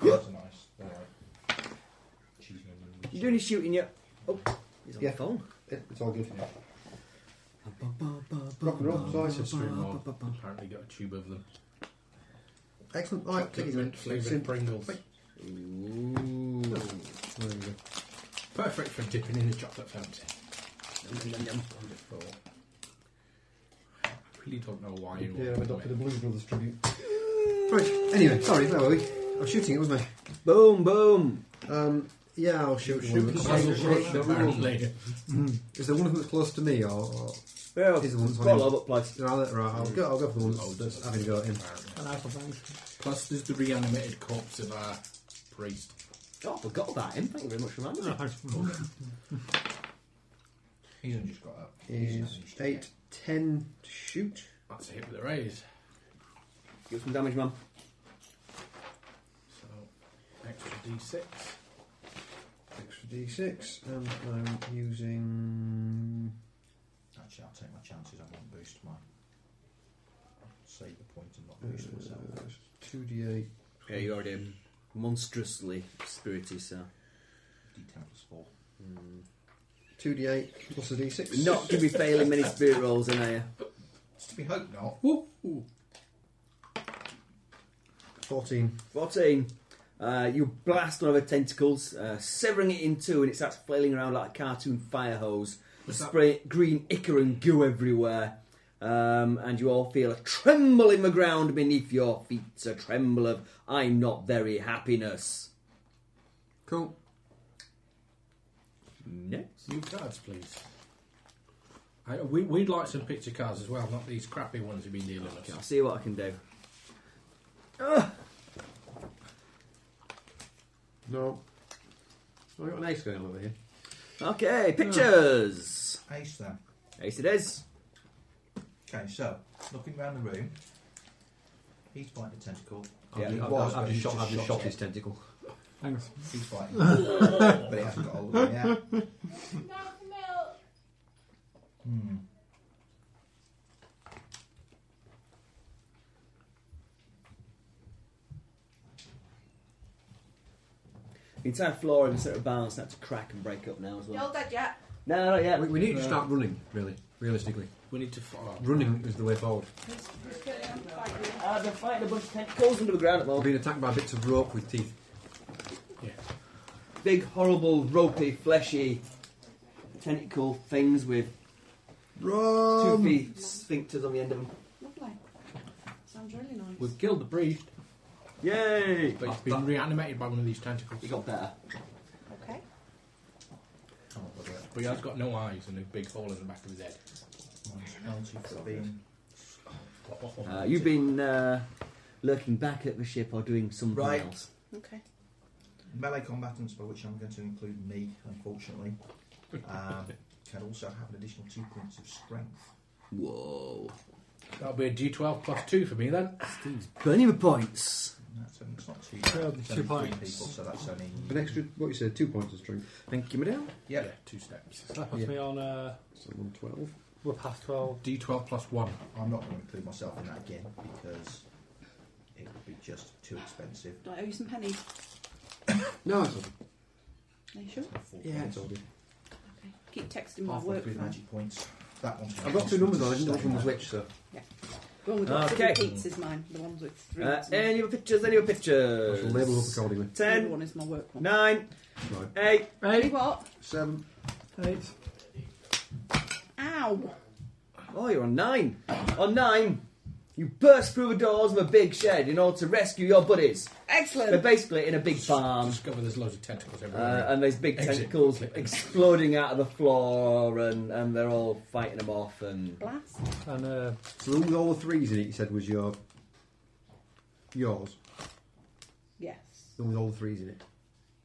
C: Those are nice. They're like cheese and onion rings.
F: You doing any shooting yet? Oh, he's on
B: Yeah.
F: the phone.
B: It- It's all good.
F: Rock
B: Rock and roll, so I said
D: Stream mob apparently got a tube of them.
B: Excellent. All right, take
D: Chocolate
B: it easy.
D: mint flavoured
B: Sim-
D: Pringles.
B: Wait.
I: Ooh. There we go.
D: Perfect for dipping in a chocolate fountain. I really don't know why you
B: Yeah, I
D: want
B: went up
D: to
B: for
D: do
B: the
D: it.
B: Blues Brothers tribute. Right, anyway, sorry, where were we? I was shooting it, wasn't
F: Boom, boom.
B: I? Um, yeah, I'll shoot,
D: Shoot
B: shoot
D: the
B: one.
D: puzzle
B: Is
D: shape, apparently.
B: there one of them that's close to me, or, or
F: Well,
B: is there one that's
F: got a lot of
B: on him?
F: uploads.
B: No, I'll, let- right, I'll go, I'll go for the one
D: Oh,
B: that's, that's having a go at him.
E: An apple bang.
D: Plus, there's the reanimated corpse of our priest.
F: Oh, I forgot about him. Thank you very much for reminding me.
E: Oh, thanks.
C: He's only just got up. He's
B: Is
C: not used to it.
B: 8, 10 to shoot.
D: That's a hit with a raise.
F: Give some damage, man.
D: So, extra d6.
B: Extra d6, and I'm using.
C: Actually, I'll take my chances. I won't boost mine. I'll save the point and not boost myself.
D: Uh,
B: 2d8.
F: Yeah, you already monstrously spirity, sir.
C: D10 plus 4.
B: 2d8 plus a d6.
F: Not to be failing many spirit rolls, in here.
C: It's to be hoped not.
D: Woo!
B: 14.
F: 14. Uh, you blast one of her tentacles, uh, severing it in two, and it starts flailing around like a cartoon fire hose.
D: What's that?
F: Spray green ichor and goo everywhere. Um, and you all feel a tremble in the ground beneath your feet, a tremble of I'm not very happiness.
I: Cool.
F: Next.
D: New cards, please. I, we, we'd like some picture cards as well, not these crappy ones you've been dealing with.
F: Okay, I'll see what I can do.
B: No. Oh, I got an ace going on over here.
F: Okay, pictures.
C: Ace then.
F: Ace it is.
C: Okay, so, looking around the room, he's fighting a tentacle.
I: I've,
F: Yeah,
I: just-
F: it
I: I've,
C: was,
I: I've
C: but
I: just
C: you
I: shot,
C: just
I: I've just
C: shot
I: shot
C: it.
I: his tentacle.
E: Thanks.
C: He's fighting. but he hasn't got all the way out. Hmm.
F: The entire floor in the centre of balance starts to crack and break up now as
G: You're
F: well.
G: all dead yet?
F: No, not yet.
I: We, we need to
B: Uh,
D: Yeah.
I: start running, really, realistically.
D: We need to uh, follow.
I: Running is the way forward.
F: I've been fighting a bunch of tentacles under the ground at the
I: We're
F: moment.
I: being attacked by bits of rope with teeth.
D: Yeah.
F: big, horrible, ropey, fleshy tentacle things with
B: Run!
F: toothy sphincters on the end of them.
G: Lovely. Sounds really nice.
D: We've killed the priest,
F: Yay!
D: but he's
I: That-
D: been
I: that-
D: reanimated by one of these tentacles.
F: It got better.
G: Okay.
C: Come on, brother.
D: Oh, But he has got no eyes and a big hole in the back of his head.
C: Minus penalty for being.
F: Uh, you've been uh, lurking back at the ship or doing something
C: Right.
F: else.
G: Okay.
C: Melee combatants, by which I'm going to include me, unfortunately, um, can also have an additional two points of strength.
F: Whoa.
D: That'll be a d12 plus 2 for me then.
F: Steve's burning the points.
C: And that's only, it's not too bad.
E: Well,
C: It's
E: two
C: only three
E: points.
C: people, so that's only.
B: An extra, what you said, two points of strength.
F: Thank you, madam.
C: Yeah,
D: two steps.
E: That puts
B: Yeah.
E: me on, uh,
B: So 112.
E: we're past 12.
D: d12 plus 1.
C: I'm not going to include myself in that again because it would be just too expensive.
G: Do I owe you some pennies?
B: No, it's all
G: Are you sure?
C: Full
B: Yeah,
C: points.
B: it's all good.
G: Okay. Keep texting my
C: Half
G: work
C: with
G: phone.
C: magic points. That one's gonna
B: I've got
C: cost
B: two
C: me
B: numbers
C: to
B: on, I didn't know
C: sustain
B: which one was
C: that.
B: which, so.
G: The one with lots
F: Okay.
G: of repeats is mine. The ones with three.
F: Uh,
G: is mine.
F: any other pictures? Any other
B: I shall label up
F: pictures?
B: accordingly.
G: The other
F: Ten,
G: one is my work one.
F: nine,
B: Right.
F: eight.
G: Ready
E: Eight.
G: what?
B: Seven.
E: Eight.
G: Ow!
F: Oh, you're on nine. On nine, you burst through the doors of a big shed in order to rescue your buddies. They're
G: Excellent.
F: basically in a big
G: Um,
F: barn.
D: Discover there's loads of tentacles
F: Uh,
D: everywhere.
F: and there's big
D: Exit
F: tentacles
D: quickly.
F: exploding out of the floor, and, and they're all fighting them off. And
G: Blast.
E: And uh,
B: So the one with all the threes in it, you said, was your. Yours.
G: Yes.
B: The one with all the threes in it.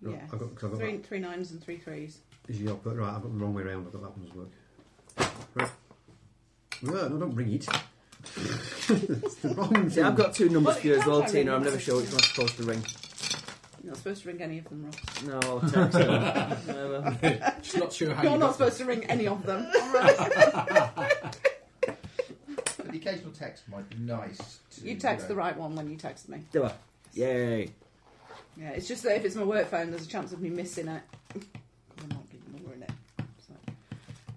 B: Right,
G: Yeah.
B: I've got, 'cause I've got
G: Three, three nines and three threes.
B: that. Is your, but right, I've got the wrong way round. I've got that one as well. Right. No, no, don't bring it. it's the wrong
F: See,
B: thing.
F: I've got two numbers
G: Well,
F: for you as
G: you
F: well,
G: can
F: Tina. I'm
G: ring
F: never
G: it.
F: sure which one's supposed to ring.
G: You're not supposed to ring any of them, Ross.
F: No, I'll text her. Never.
D: Just not
B: Ah,
D: sure how
G: uh, You're
D: you
G: not
D: got
G: supposed to ring any of them.
C: But the occasional text might be nice. To,
G: You text
C: uh,
G: the right one when you text me.
F: Do I? Yay.
G: Yeah, it's just that if it's my work phone, there's a chance of me missing it. 'Cause I'm not good at numbering it. So,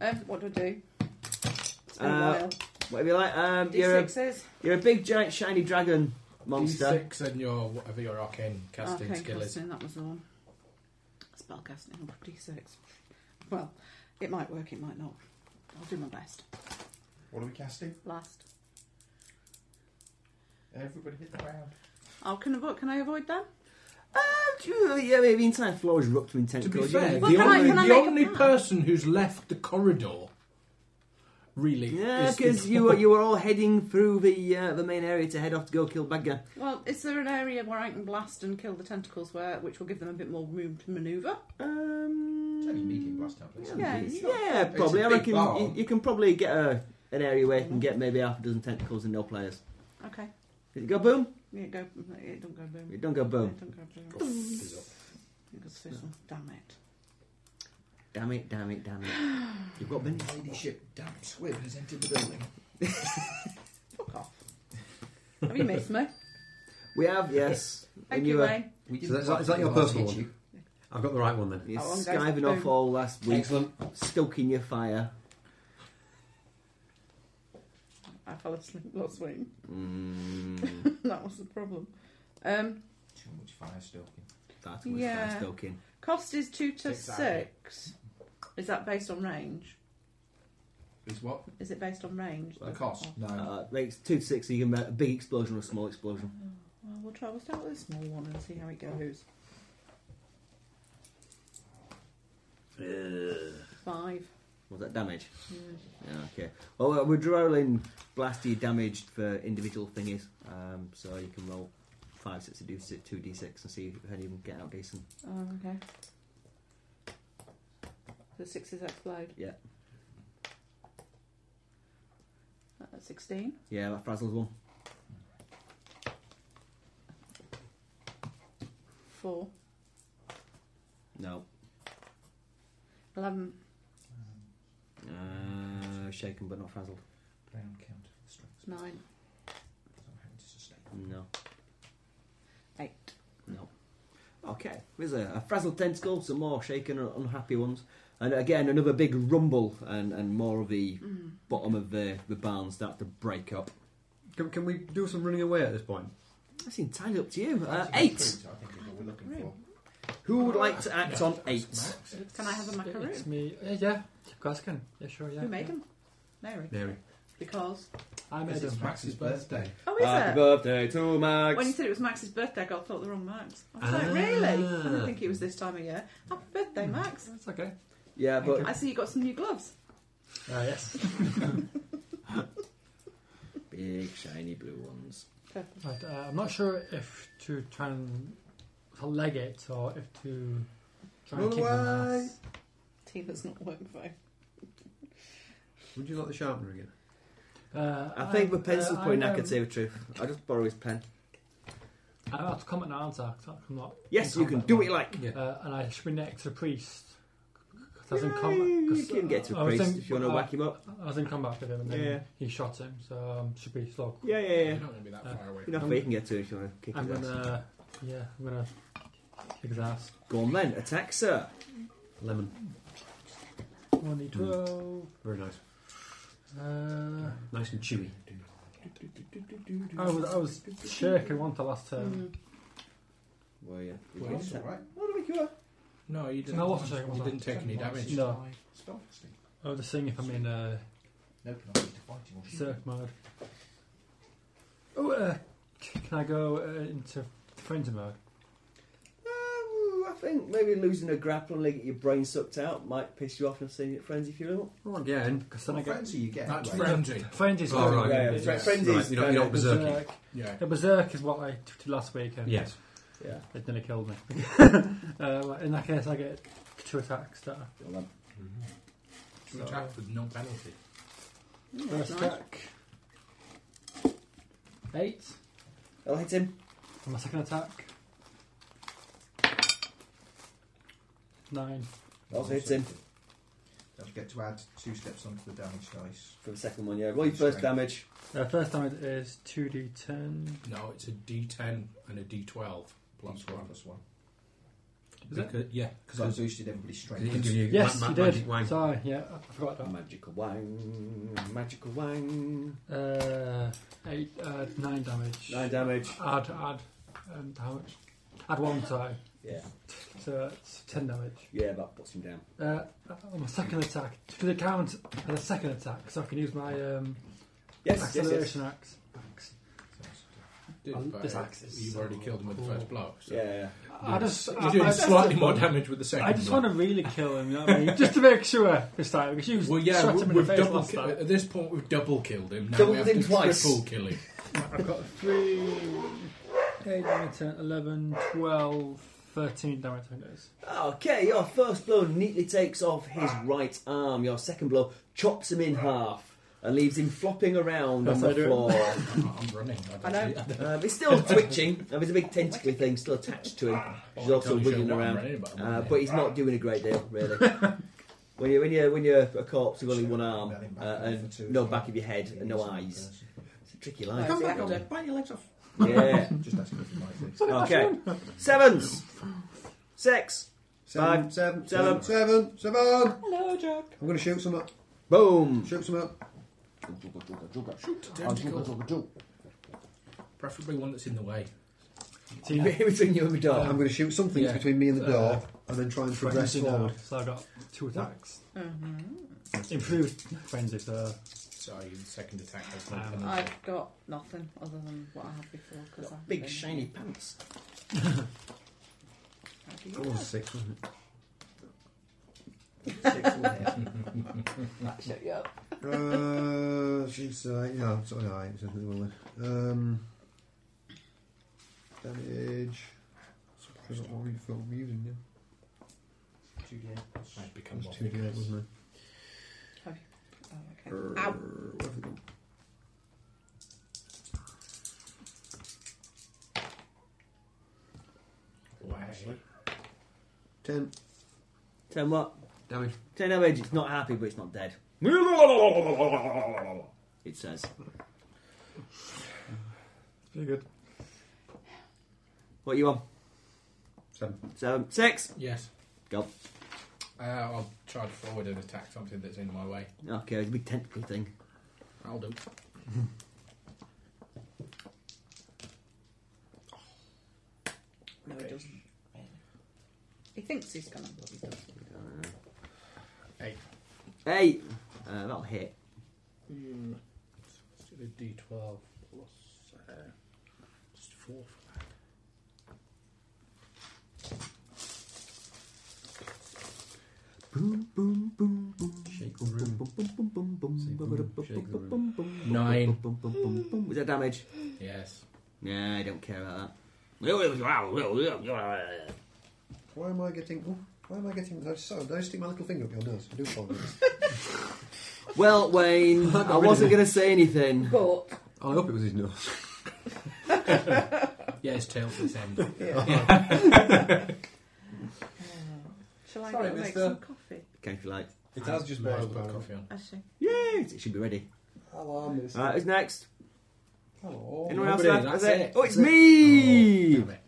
G: um, what do I do? It's been
F: Uh,
G: a while.
F: Whatever you like. Um, you're, a,
G: D6s.
F: you're a big, giant, shiny dragon monster.
D: D6 and your whatever your arcane casting
G: Arcane
D: skill is.
G: casting, Ah, that was the one. Spell casting, D6. Well, it might work, it might not. I'll do my best.
C: What are we casting?
G: Last.
C: Everybody hit the ground.
G: Oh, can, I avo- can I avoid that?
F: Uh, yeah, maybe the entire floor is rubbed to intense
D: To be
F: colours,
D: fair,
F: yeah.
D: the
G: Well, can I-
D: only,
G: can I
D: the
G: make a
D: only
G: plan?
D: person who's left the corridor really
F: Yeah,
D: is the
F: because you were you were all heading through the uh, the main area to head off to go kill bad guy.
G: Well, is there an area where I can blast and kill the tentacles, where which will give them a bit more room to manoeuvre?
F: Um,
C: It's only medium last time, please.
G: Yeah,
F: yeah,
G: it's not-
F: yeah, probably.
C: a
F: I
C: big
F: reckon
C: bar.
F: you, you can probably get a, an area where you can get maybe half a dozen tentacles and no players.
G: Okay.
F: Did it go boom?
G: Yeah, go. It don't go boom.
F: It don't go boom.
G: It don't go boom.
D: Fizzle.
G: It goes fizzle. Damn it.
F: Damn it! Damn it! Damn it! You've got minutes.
C: Ladyship damn squib has entered the building.
G: Fuck off. Have you missed me?
F: We have yes.
G: Thank
F: And
G: you,
F: were-
G: Wayne.
C: We
B: So that's- is that your personal one? I've got the right one then.
F: You're
G: How long goes
F: skiving
G: boom?
F: off all last week,
B: Excellent.
F: stoking your fire.
G: I fell asleep last week.
F: Mm,
G: that was the problem. Um,
C: Too much fire stalking.
F: that was
G: Yeah.
F: fire stoking.
G: cost is two to
D: Exactly.
G: six. Is that based on range?
D: Is what?
G: Is it based on range?
C: The cost? No.
F: Uh, makes two to six. So you can make a big explosion or a small explosion.
G: Well, we'll try. We'll start with a small one and see how it goes. Five.
F: Was that damage?
G: Yeah.
F: Yeah, okay. Well, uh, we're rolling blasty damage for individual thingies, um, so you can roll five sets of d6, two d6 and see if any of them get out decent.
G: Oh, okay. The sixes explode.
F: Yeah.
G: That's 16.
F: Yeah, that frazzles one.
G: Four.
F: No.
G: 11.
F: Uh, shaken but not frazzled.
C: Round count for the strength. So
G: 9.
C: I'm having to sustain.
F: No.
G: 8.
F: No. Okay, there's a, a frazzled tentacle, some more shaken and unhappy ones, and again another big rumble, and, and more of the bottom of the, the barn start to break up.
B: Can, can we do some running away at this point?
F: That's entirely up to you. Uh,
C: Actually,
F: eight!
C: that's what I think is what we're looking for.
F: Who would like to act on eight?
G: Can I have a macaroon?
E: It's me. Uh, yeah. Glaskin. Yeah, sure, yeah.
G: Who made them? Mary.
B: Mary.
G: Because.
E: I made
C: Because
E: them.
C: it's Max's birthday.
G: Oh, is
F: Happy
G: it?
F: birthday to Max.
G: When you said it was Max's birthday, I got thought the wrong Max. Oh, I was like, really?
B: Ah.
G: I didn't think it was this time of year. Happy birthday, Max.
E: That's okay.
F: yeah, but
G: I see you got some new gloves.
E: Ah, yes.
F: big shiny blue ones.
G: Purple.
E: But, uh, I'm not sure if to try and to leg it or if to try and
B: Run
E: keep them
B: away.
E: as-
G: Tina's not working for it.
B: Would you like the sharpener again?
E: Uh,
F: I think the pencil's
E: uh,
F: probably
E: I'm,
F: not going
E: um,
F: to say the truth. I'll just borrow his pen.
E: I'm out to comment and answer 'cause I'm not.
F: Yes,
E: in
F: you can
E: combat
F: do
E: now.
F: what you like.
E: Uh, and I should be next to the priest. 'Cause I was in
F: Yeah,
E: combat.
F: you
E: 'cause,
F: can get to
E: uh, I
F: a
E: was
F: priest
E: in-
F: if you want to
E: uh,
F: whack him up.
E: I was in combat with him and then
F: Yeah.
E: he shot him, so um, should be slow.
F: Yeah, yeah, yeah.
D: You're not going to be that
E: Uh,
D: far away.
F: Enough where you can get to if you want to kick
E: I'm
F: his ass.
E: gonna. Yeah, I'm gonna kick his ass.
F: Go on then, attack, sir.
B: Lemon.
E: 1d12.
B: Very nice.
E: Uh,
B: Nice and chewy.
E: I was, I was shaking one to last term.
F: Well, yeah.
D: Well,
C: It's all right.
D: No, you didn't.
E: No, I wasn't shaking, was
D: you
E: I?
D: didn't take any
F: Mm.
D: damage.
E: No.
C: Stop, Steve.
E: I was just seeing Oh, if I'm in uh,
C: No penalty to fighting or shooting.
E: circ mode. Oh, uh, c- can I go uh, into frenzy mode?
F: Uh, I think maybe losing a grapple and get your brain sucked out might piss you off and seeing it friends if you don't.
B: Well, again.
E: Because then I
C: What
E: get.
C: friends are you getting?
D: That's
C: right?
D: frenzy.
E: Frenzy's
B: Oh,
E: good.
B: right,
F: yeah,
E: It's-
F: yeah.
E: it's
F: Frenzies,
B: Right, you don't, you don't berserk it.
E: berserk.
D: Yeah.
E: The berserk is what I t- did last weekend.
B: Yes.
F: Yeah.
E: It nearly killed me. uh, well, in that case, I get two attacks that are
D: To attack with no penalty.
H: First attack.
E: Eight.
F: I'll hit him.
E: And my second attack. Nine.
F: I'll hit him
C: Don't forget to add two steps onto the damage dice.
F: for the second one, yeah. Roll your first
C: Strength.
F: damage.
E: Uh, first damage is 2d10.
D: No, it's a D10 and a D12 plus
C: Plus one,
D: one.
C: plus one.
E: Is it?
D: Because- yeah,
C: Because I boosted everybody's
B: It can
C: strength.
B: give you
E: Yes,
B: ma- ma-
E: you did.
B: magic wang.
E: Sorry, yeah, I forgot that.
F: Magical wang, magical wang.
E: Uh, eight, uh, nine damage.
F: Nine damage.
E: Add, add, um, how much? Add one die,
F: Yeah,
E: so it's ten damage.
F: yeah, that puts him down.
E: Uh, on my second attack, does it count as a second attack? So I can use my um,
F: Yes, yes, yes.
E: acceleration axe. axe.
D: did, but
E: This axe is
D: you've already
E: so
D: killed him with the
E: cool.
D: first blow. So
F: Yeah,
E: Oh. I just, I,
D: You're doing
E: I-
D: slightly more damage with the second
E: I just
D: blow.
E: want to really kill him, you know what I mean? just to make sure this time, because you
D: Well, yeah,
E: shot
D: we,
E: him in the
D: we've
E: face
D: double
E: last
D: ki-
E: time.
D: at this point we've double killed him. Now
F: Doubled
D: we have
F: him
D: to
F: twice.
D: triple kill him.
E: I've got three, eight, nine, 10, 11, 12, 13 damage, I think it is.
F: Okay, your first blow neatly takes off his right arm. Your second blow chops him in half and leaves him flopping around on
E: Yes,
F: the
E: I do.
F: floor.
D: I'm running. I,
G: I
D: don't
G: know.
D: see-
F: um, he's still twitching. Um, there's a big tentacly thing still attached to him, which is
D: I
F: also
D: totally
F: wiggling
D: shouldn't
F: around.
D: want him running, but I'm
F: Uh,
D: running.
F: but he's not doing a great deal, really. when you're when you're when you're a corpse with only one arm uh, and no back of your head and no eyes, it's a tricky life.
G: Come back on it.
B: Bite your legs off.
F: Yeah.
C: Just asking for my things.
F: Okay. Sevens. Six.
H: Seven,
F: Five,
H: seven,
F: seven.
H: seven, seven, seven.
G: Hello, Jack.
H: I'm going to shoot some up.
F: Boom.
H: Shoot some up.
D: Shoot the tentacle. Preferably one that's in the way.
F: Between you and the
B: Oh.
F: dog.
H: I'm going to shoot something
D: Yeah.
H: between me and the
D: Uh,
H: door and then try and progress
E: Frenzy now,
H: forward.
E: So I got two attacks.
F: Mm-hmm.
E: Improved frenzy, so
D: So your second attack has
E: Um,
D: not um,
G: I've got nothing other than what I had before. Cause I
F: Big shiny pants.
B: That was a six, wasn't it?
G: Shut you up.
H: Uh, she's uh, yeah, sort of alright. Um, damage. Surprised that one you felt using now.
D: I've become
H: That's
D: more
H: two D eight,
D: vigorous.
H: wasn't
G: Oh,
H: it?
G: okay. Ow.
H: Where's it gone?
D: Way.
H: Ten.
F: Ten what?
B: Damage.
F: Ten damage. It's not happy, but it's not dead. It says.
E: pretty good.
F: What you on?
H: Seven.
F: Seven. Six.
D: Yes.
F: Go.
D: Uh, I'll charge forward and attack something that's in my way.
F: Okay, it's a big tentacle thing.
D: I'll do.
G: No, he doesn't. He thinks he's gonna. but he doesn't.
D: Eight.
F: Eight. Uh, that'll hit.
D: Hmm. Let's do the D12 plus uh, just four for that.
F: Boom, boom, boom, boom.
B: Shake the room.
F: Boom, boom, boom, boom, boom.
B: Say boom, shake the room.
D: Nine.
F: Boom, boom, boom, boom. Was that damage?
D: Yes.
F: Nah, I don't care about that.
H: Why am I getting? Oh, why am I getting? I so did I stick my little finger up your nose? I do apologise.
F: Well, Wayne, I wasn't going to say anything.
G: But
B: Oh, I hope it was his nose.
D: Yeah, his tail for his end.
G: shall I
D: Sorry,
G: go make
D: mister.
G: some coffee?
F: Okay, if you like.
H: it has just
D: No,
H: boiled
D: I've got
H: down.
D: coffee on.
G: I see.
F: Yes, it should be ready.
H: Hello, miss.
F: Alright, who's next?
H: Hello.
F: Anyone else?
D: nobody,
F: left?
D: that's
F: That's
D: it.
F: Oh, it's
D: That's it.
F: me!
D: Damn it.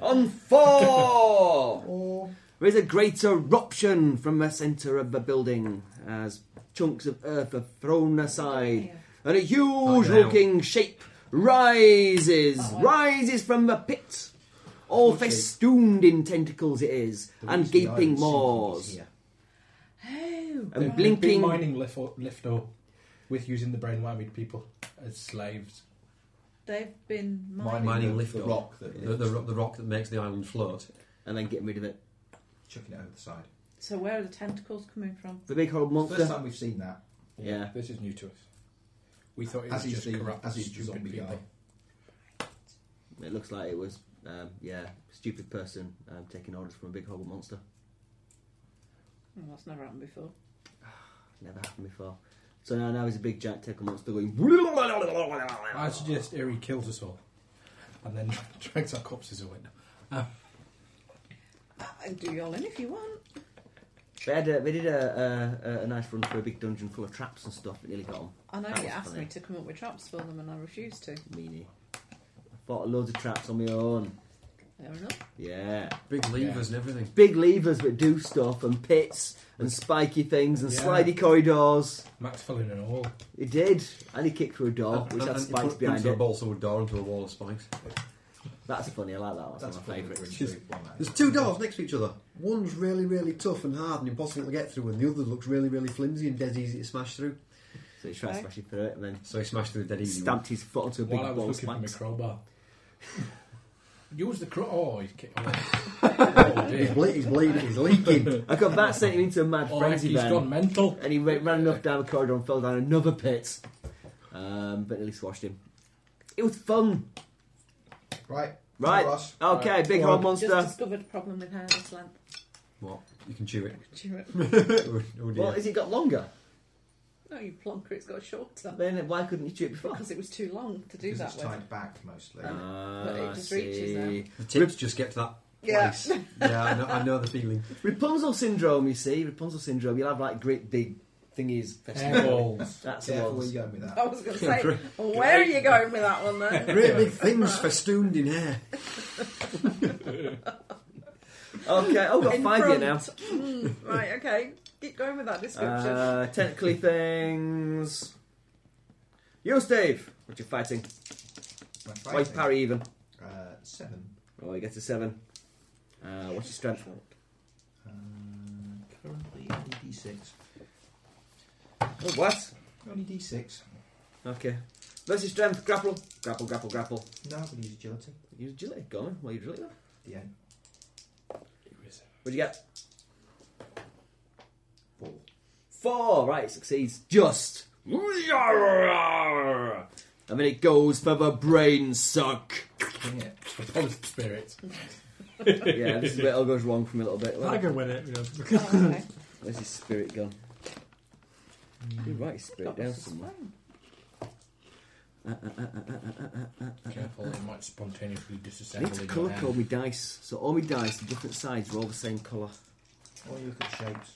F: On four!
H: Oh,
F: There is a great eruption from the centre of the building as chunks of earth are thrown aside and a huge
B: Fucking hell.
F: looking shape rises,
G: Oh, wow.
F: rises from the pit. All
H: What's it?
F: festooned in tentacles it is,
C: The
F: and
C: reason the
F: gaping
C: iron sinking is
F: maws,
C: here.
G: Oh,
F: and
D: They've been
F: blinking.
D: mining lift or, lift or with using the brain whammied people as slaves.
G: they've been mining.
B: Mining.
C: the-
B: lift
C: the
B: off.
C: rock that
B: The, the, ro- the rock that makes the island float.
F: and then getting rid of it.
C: chucking it over the side.
G: So where are the tentacles coming from?
F: The big horrible
C: First
F: monster.
C: time we've seen that.
F: Yeah.
D: This is new to us. We thought it
C: As
D: was
C: he's
D: just
C: the-
D: corrupt,
C: as he's
D: stupid
C: zombie
D: people.
C: guy.
F: It looks like it was, um, yeah, stupid person um, taking orders from a big horrible monster.
G: Oh, that's never happened before.
F: Never happened before. So now, now he's a big giant tickle monster going.
D: I suggest Eri kills us all and then drags our corpses away.
G: I can do y'all in if you want.
F: They, had a, they did a, a, a, a nice run through a big dungeon full of traps and stuff. It nearly got them.
G: I know
F: That
G: you
F: was
G: asked
F: funny.
G: me to come up with traps for them and I refused to.
F: Meanie. I fought loads of traps on my own.
G: Fair enough.
F: Yeah.
B: Big levers and everything.
F: Big levers that do stuff and pits and spiky things and
D: Yeah.
F: slidey corridors.
D: Max fell in an all.
F: He did. And he kicked through a door,
B: And-
F: which
B: and-
F: had
B: and
F: spikes
B: put-
F: behind
B: into a
F: it.
B: bolster with a door into a wall of spikes.
F: That's funny. I like that one. That's, my favourite.
B: There's
C: Just
B: two doors next to each other. One's really, really tough and hard and impossible to get through, and the other looks really, really flimsy and dead easy to smash through.
F: So he tried
G: Okay.
F: smashing through it and then
B: So he smashed through the dead easy one.
F: stamped his foot onto a big
D: While I
F: ball of
D: was looking for my
F: spikes.
D: crowbar. Use the crowbar. Oh, he's kicked. Oh, oh
H: He's,
D: dear.
H: ble- he's bleeding, he's leaking.
F: I got that sent him into a mad
D: Oh, he's
F: frenzy then.
D: gone mental.
F: And he ra- ran enough down the corridor and fell down another pit. Um, but nearly swashed him. It was fun.
C: right.
F: Right.
C: Ross.
F: Okay,
D: Right.
F: big
D: Well,
F: hole monster.
G: Just discovered a problem with how this lamp.
B: What? You can chew it.
G: Chew it.
B: oh dear.
F: Well, has it got longer?
G: No, you plonker, it's got shorter.
F: Then why couldn't you chew it before?
G: Because it was too long to do
C: Because
G: that
C: it's
G: with.
C: tied back mostly.
F: Ah,
G: it
F: I
G: just reaches
F: see.
B: the tips just get to that
G: Yeah.
B: place. yeah, I know, I know the feeling.
F: Rapunzel syndrome, you see. Rapunzel syndrome. You'll have like great big thingies.
D: Hairballs.
F: That's the
C: Careful where
F: ones.
C: you're going with that.
G: I was going to say, where are you going with that one then?
B: Great big things festooned in hair.
F: Okay, oh, we've got
G: In
F: five here
G: front.
F: now.
G: Mm, right, okay. Keep going with that description.
F: Uh, technically things. You, Steve. What you fighting?
C: My
F: Why is
C: fighting,
F: parry even?
C: uh, seven.
F: Oh, you get to seven. Uh, what's your strength?
C: Uh, currently only D6.
F: Oh, what?
C: Only D6.
F: Okay. Versus strength, grapple. Grapple, grapple, grapple.
C: No, I'm going to use agility.
F: Use agility. Go on. Well, you agility then.
C: The end.
F: What'd you get?
C: Four.
F: Four. Right, it succeeds. Just. And then it goes for the brain suck.
C: Bring it.
D: The positive spirit.
F: yeah, this is where it all goes wrong for me a little bit.
E: I
F: Like,
E: go win it, you know.
G: oh, okay.
F: where's his spirit gone? You're right, his spirit
G: Got
F: down
G: lots of
F: somewhere.
G: phone.
D: Careful, it might spontaneously
F: I
D: disassemble.
F: need to
D: in
F: colour
D: your
F: code
D: hand.
F: my dice. So all my dice, different sides, are all the same colour.
C: Or you look at shapes.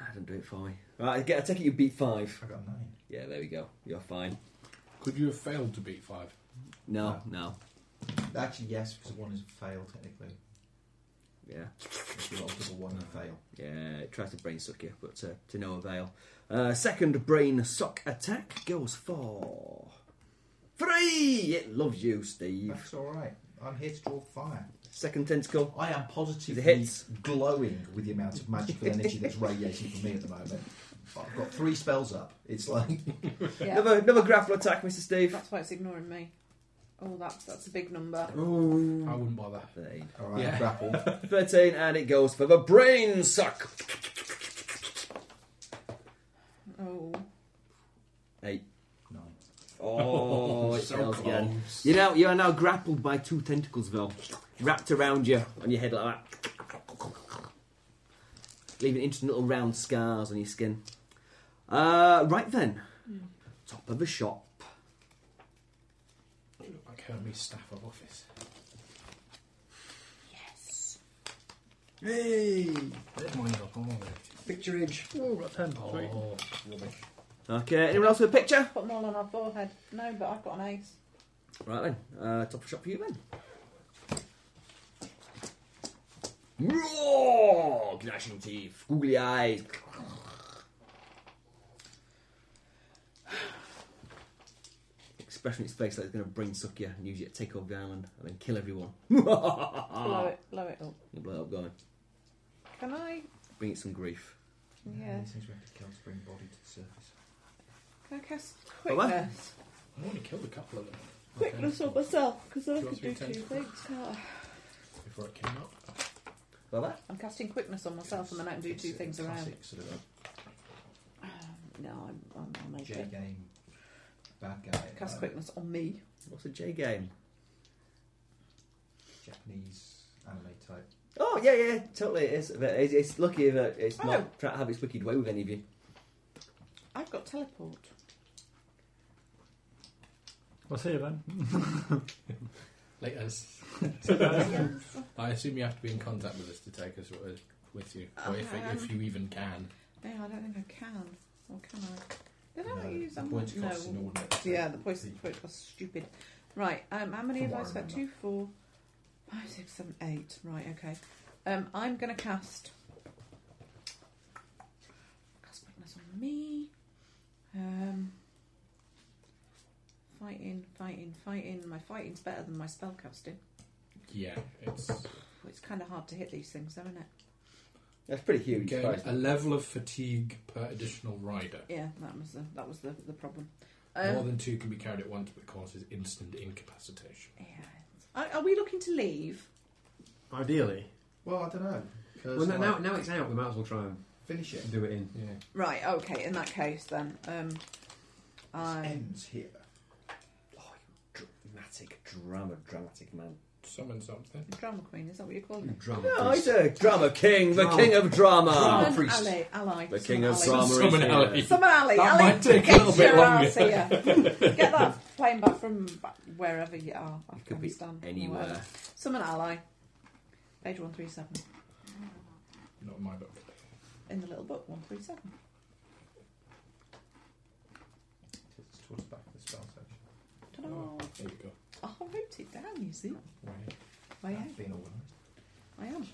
F: Ah, don't do it for me. Right, I get- I take it you beat five.
C: I got a nine.
F: Yeah, there we go. You're fine.
D: Could you have failed to beat five?
F: No, no.
C: Actually, yes, because one is a fail technically.
F: Yeah,
C: If you roll double one and fail.
F: yeah. It tries to brain suck you, but uh, to no avail. Uh, second brain suck attack goes for three. It loves you, Steve.
C: That's all right. I'm here to draw fire.
F: Second tentacle.
C: I am
F: The
C: positively
F: hits.
C: glowing with the amount of magical energy that's radiating from me at the moment. I've got three spells up. It's like
G: Yeah.
F: Another another grapple attack, Mr. Steve.
G: That's why it's ignoring me. Oh, that's that's a big number.
D: I wouldn't bother.
F: Thirteen.
C: all right,
D: Yeah.
C: grapple.
F: 13 and it goes for the brain suck.
G: Oh,
F: Eight.
C: Nine.
F: Oh, it
D: So
F: fails again.
D: close.
F: You know, you are now grappled by two tentacles, Vel, wrapped around you on your head like that, leaving interesting little round scars on your skin. Uh, right then, top of the shop.
D: You look like Hermes' staff of office.
G: yes.
B: Hey!
D: Let mine up. Oh, there it
B: Picture edge.
E: Oh, we've got 10.
D: is.
E: Sweet.
D: Oh, rubbish.
F: Okay, anyone else with a picture?
G: Put them all on our forehead. No, but I've got an ace.
F: Right then, uh, top of the shop for you then. Roar! Gnashing teeth, googly eyes. Expression on its face like it's going to brain suck you and use you to take over the island and then kill everyone.
G: Blow
F: Blow
G: it, blow it up.
F: Blow it up, going.
G: Can I?
F: Bring it some grief.
C: Mm.
G: Yeah.
C: These things we have to kill to bring body to the surface.
G: Can I cast
F: Oh, what?
G: quickness?
D: I only killed a couple of them.
G: Quickness on myself because I
D: Two or
G: could
D: three
G: do two things.
D: tentacles.
G: can't I?
D: Before it came up.
F: Well, that?
G: I'm casting quickness on myself and then I can do
C: It's
G: two
C: a
G: things around.
C: classic Sort of
G: No, I'm, I'm, I'll make
C: J
G: it.
C: game, bad guy.
G: Cast
C: uh,
G: quickness on me.
F: What's a J game?
C: Japanese anime type.
F: Oh, yeah, yeah, totally. It is. But It's, it's lucky that it's
G: Oh.
F: not trying to have its wicked way with any of you.
G: I've got teleport.
E: We'll see you then.
D: Like us. I assume you have to be in contact with us to take us wi- with you, or if, if you even can.
G: Yeah, I don't think I can. Or can I? Did I
C: No,
G: not use
C: the
G: them?
C: points
G: no.
C: cost an ordinate.
G: Yeah, the points point cost stupid. Right, um, how many
C: From
G: have I
C: what I
G: spent? Two,
C: remember.
G: four, five, six, seven, eight. Right, okay. Um, I'm going to cast. Cast brightness on me. Um, fighting, fighting, fighting. My fighting's better than my spell casting.
D: Yeah, it's
G: Well, It's kind of hard to hit these things, though, isn't it?
F: That's pretty huge.
D: gain
F: prize.
D: a level of fatigue per additional rider.
G: Yeah, that was the that was the, the problem.
D: More
G: Um,
D: than two can be carried at once, but causes instant incapacitation.
G: yeah. Are, are we looking to leave?
H: Ideally.
C: Well, I don't know.
B: Well, now, now, now it's out, we might as well try and
C: finish it.
B: do it in.
D: Yeah.
G: Right, okay, in that case then. Um I
C: ends here.
F: Dramatic drama, dramatic man.
D: Summon something.
G: drama queen, is that what you're calling it?
B: Drama.
F: No, he's a drama king, the king of drama.
G: Summon ally, ally.
F: The
G: Summon
F: king of
G: ally.
F: drama. is
D: Summon
F: here.
D: ally.
G: Summon ally,
D: That
G: ally.
D: might take a
G: get
D: little bit
G: your
D: longer.
G: ass here. get that plane back from back wherever you are,
F: It could be
G: Afghanistan. or
F: anywhere.
G: whatever. Summon ally. Page one three seven.
D: Not my book.
G: In the little book, one three seven.
C: It's towards the back of the spell section.
G: Ta-da.
D: There you go.
G: Oh, I wrote it down, you see.
D: Right.
G: I am.
C: That's been organised.
G: I am.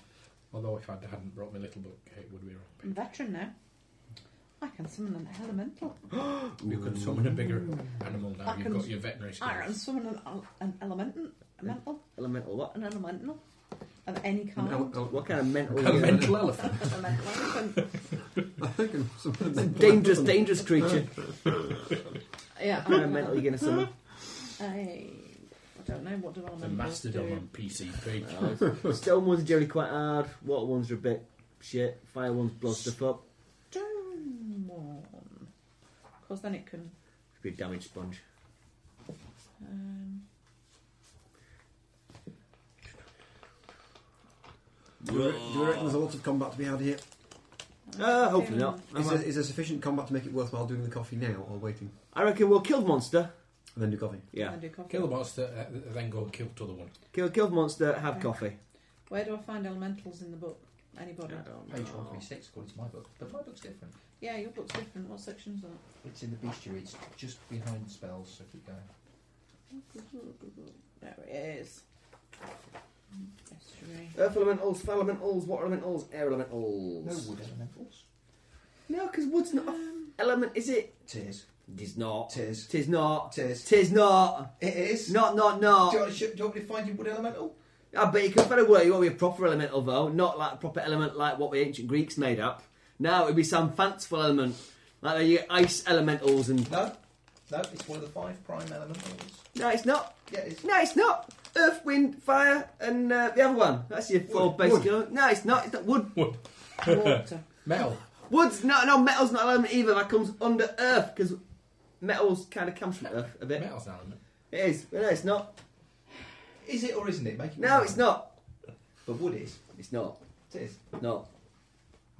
D: Although if I hadn't brought my little book, it would be
G: I'm a
D: wrong.
G: veteran now. I can summon an elemental.
D: You could summon a bigger animal now.
G: I
D: You've
G: can-
D: got your veterinary
G: I can
D: skills.
G: summon an, el- an elemental, elemental,
F: Elemental what?
G: an elemental of any kind.
B: I'll- I'll-
F: What kind of mental?
D: A mental elephant.
G: elemental.
B: I think I'm some of
F: It's a
B: them-
F: dangerous, dangerous creature.
G: Yeah,
F: What kind of mental are you going to summon?
G: I, I don't know what do I
D: The
G: numbers
D: mastodon
G: do?
D: on PCP.
F: Stone ones are generally quite hard. Water ones are a bit shit. Fire ones blow stuff up.
G: Stone one. Because then it can.
F: Could be a damage sponge.
G: Um,
H: Do you, re- do you reckon there's a lot of combat to be had here?
F: Uh, hopefully not.
B: Is there, is there sufficient combat to make it worthwhile doing the coffee now or waiting
F: I reckon we'll kill the monster.
B: and then do coffee?
F: Yeah,
G: Do coffee.
D: Kill the monster, uh, then go and kill the other one.
F: kill, kill the monster. Have coffee.
G: Where do I find elementals in the book? Anybody?
C: Page 136, according to my book. But my book's different.
G: Yeah, your book's different. What section's that?
C: It's in the bestiary, it's just behind spells, so keep going.
G: There it is. Estuary.
F: Earth elementals, fire elementals, water elementals, air elementals.
C: No wood elementals.
F: No, because wood's not a f- element, is it?
C: Tears.
F: Tis not.
C: Tears.
F: Tis not.
C: Tis.
F: Tis not.
C: It is.
F: Not, not,
C: Do you,
F: not.
C: want to, sh- do you want me to find you wood elemental?
F: I bet you could better work. You want to be a proper elemental, though. Not like a proper element like what the ancient Greeks made up. Now it'd be some fanciful element. Like the ice elementals and.
C: No. No, it's one of the five prime elementals.
F: No, it's not.
C: Yeah, it's.
F: No, it's not. Earth, wind, fire, and uh, the other one. That's your four
B: Wood,
F: basic
B: wood.
F: elements. No, it's not. It's not wood.
G: Water.
D: Metal.
F: Wood's no, no. Metal's not an element either. That comes under earth because metal's kind of comes from earth a bit.
D: Metal's an element.
F: It is. But no, it's not.
C: Is it or isn't it? Make it
F: No, it's not.
C: But wood is.
F: It's not.
C: It is.
F: No.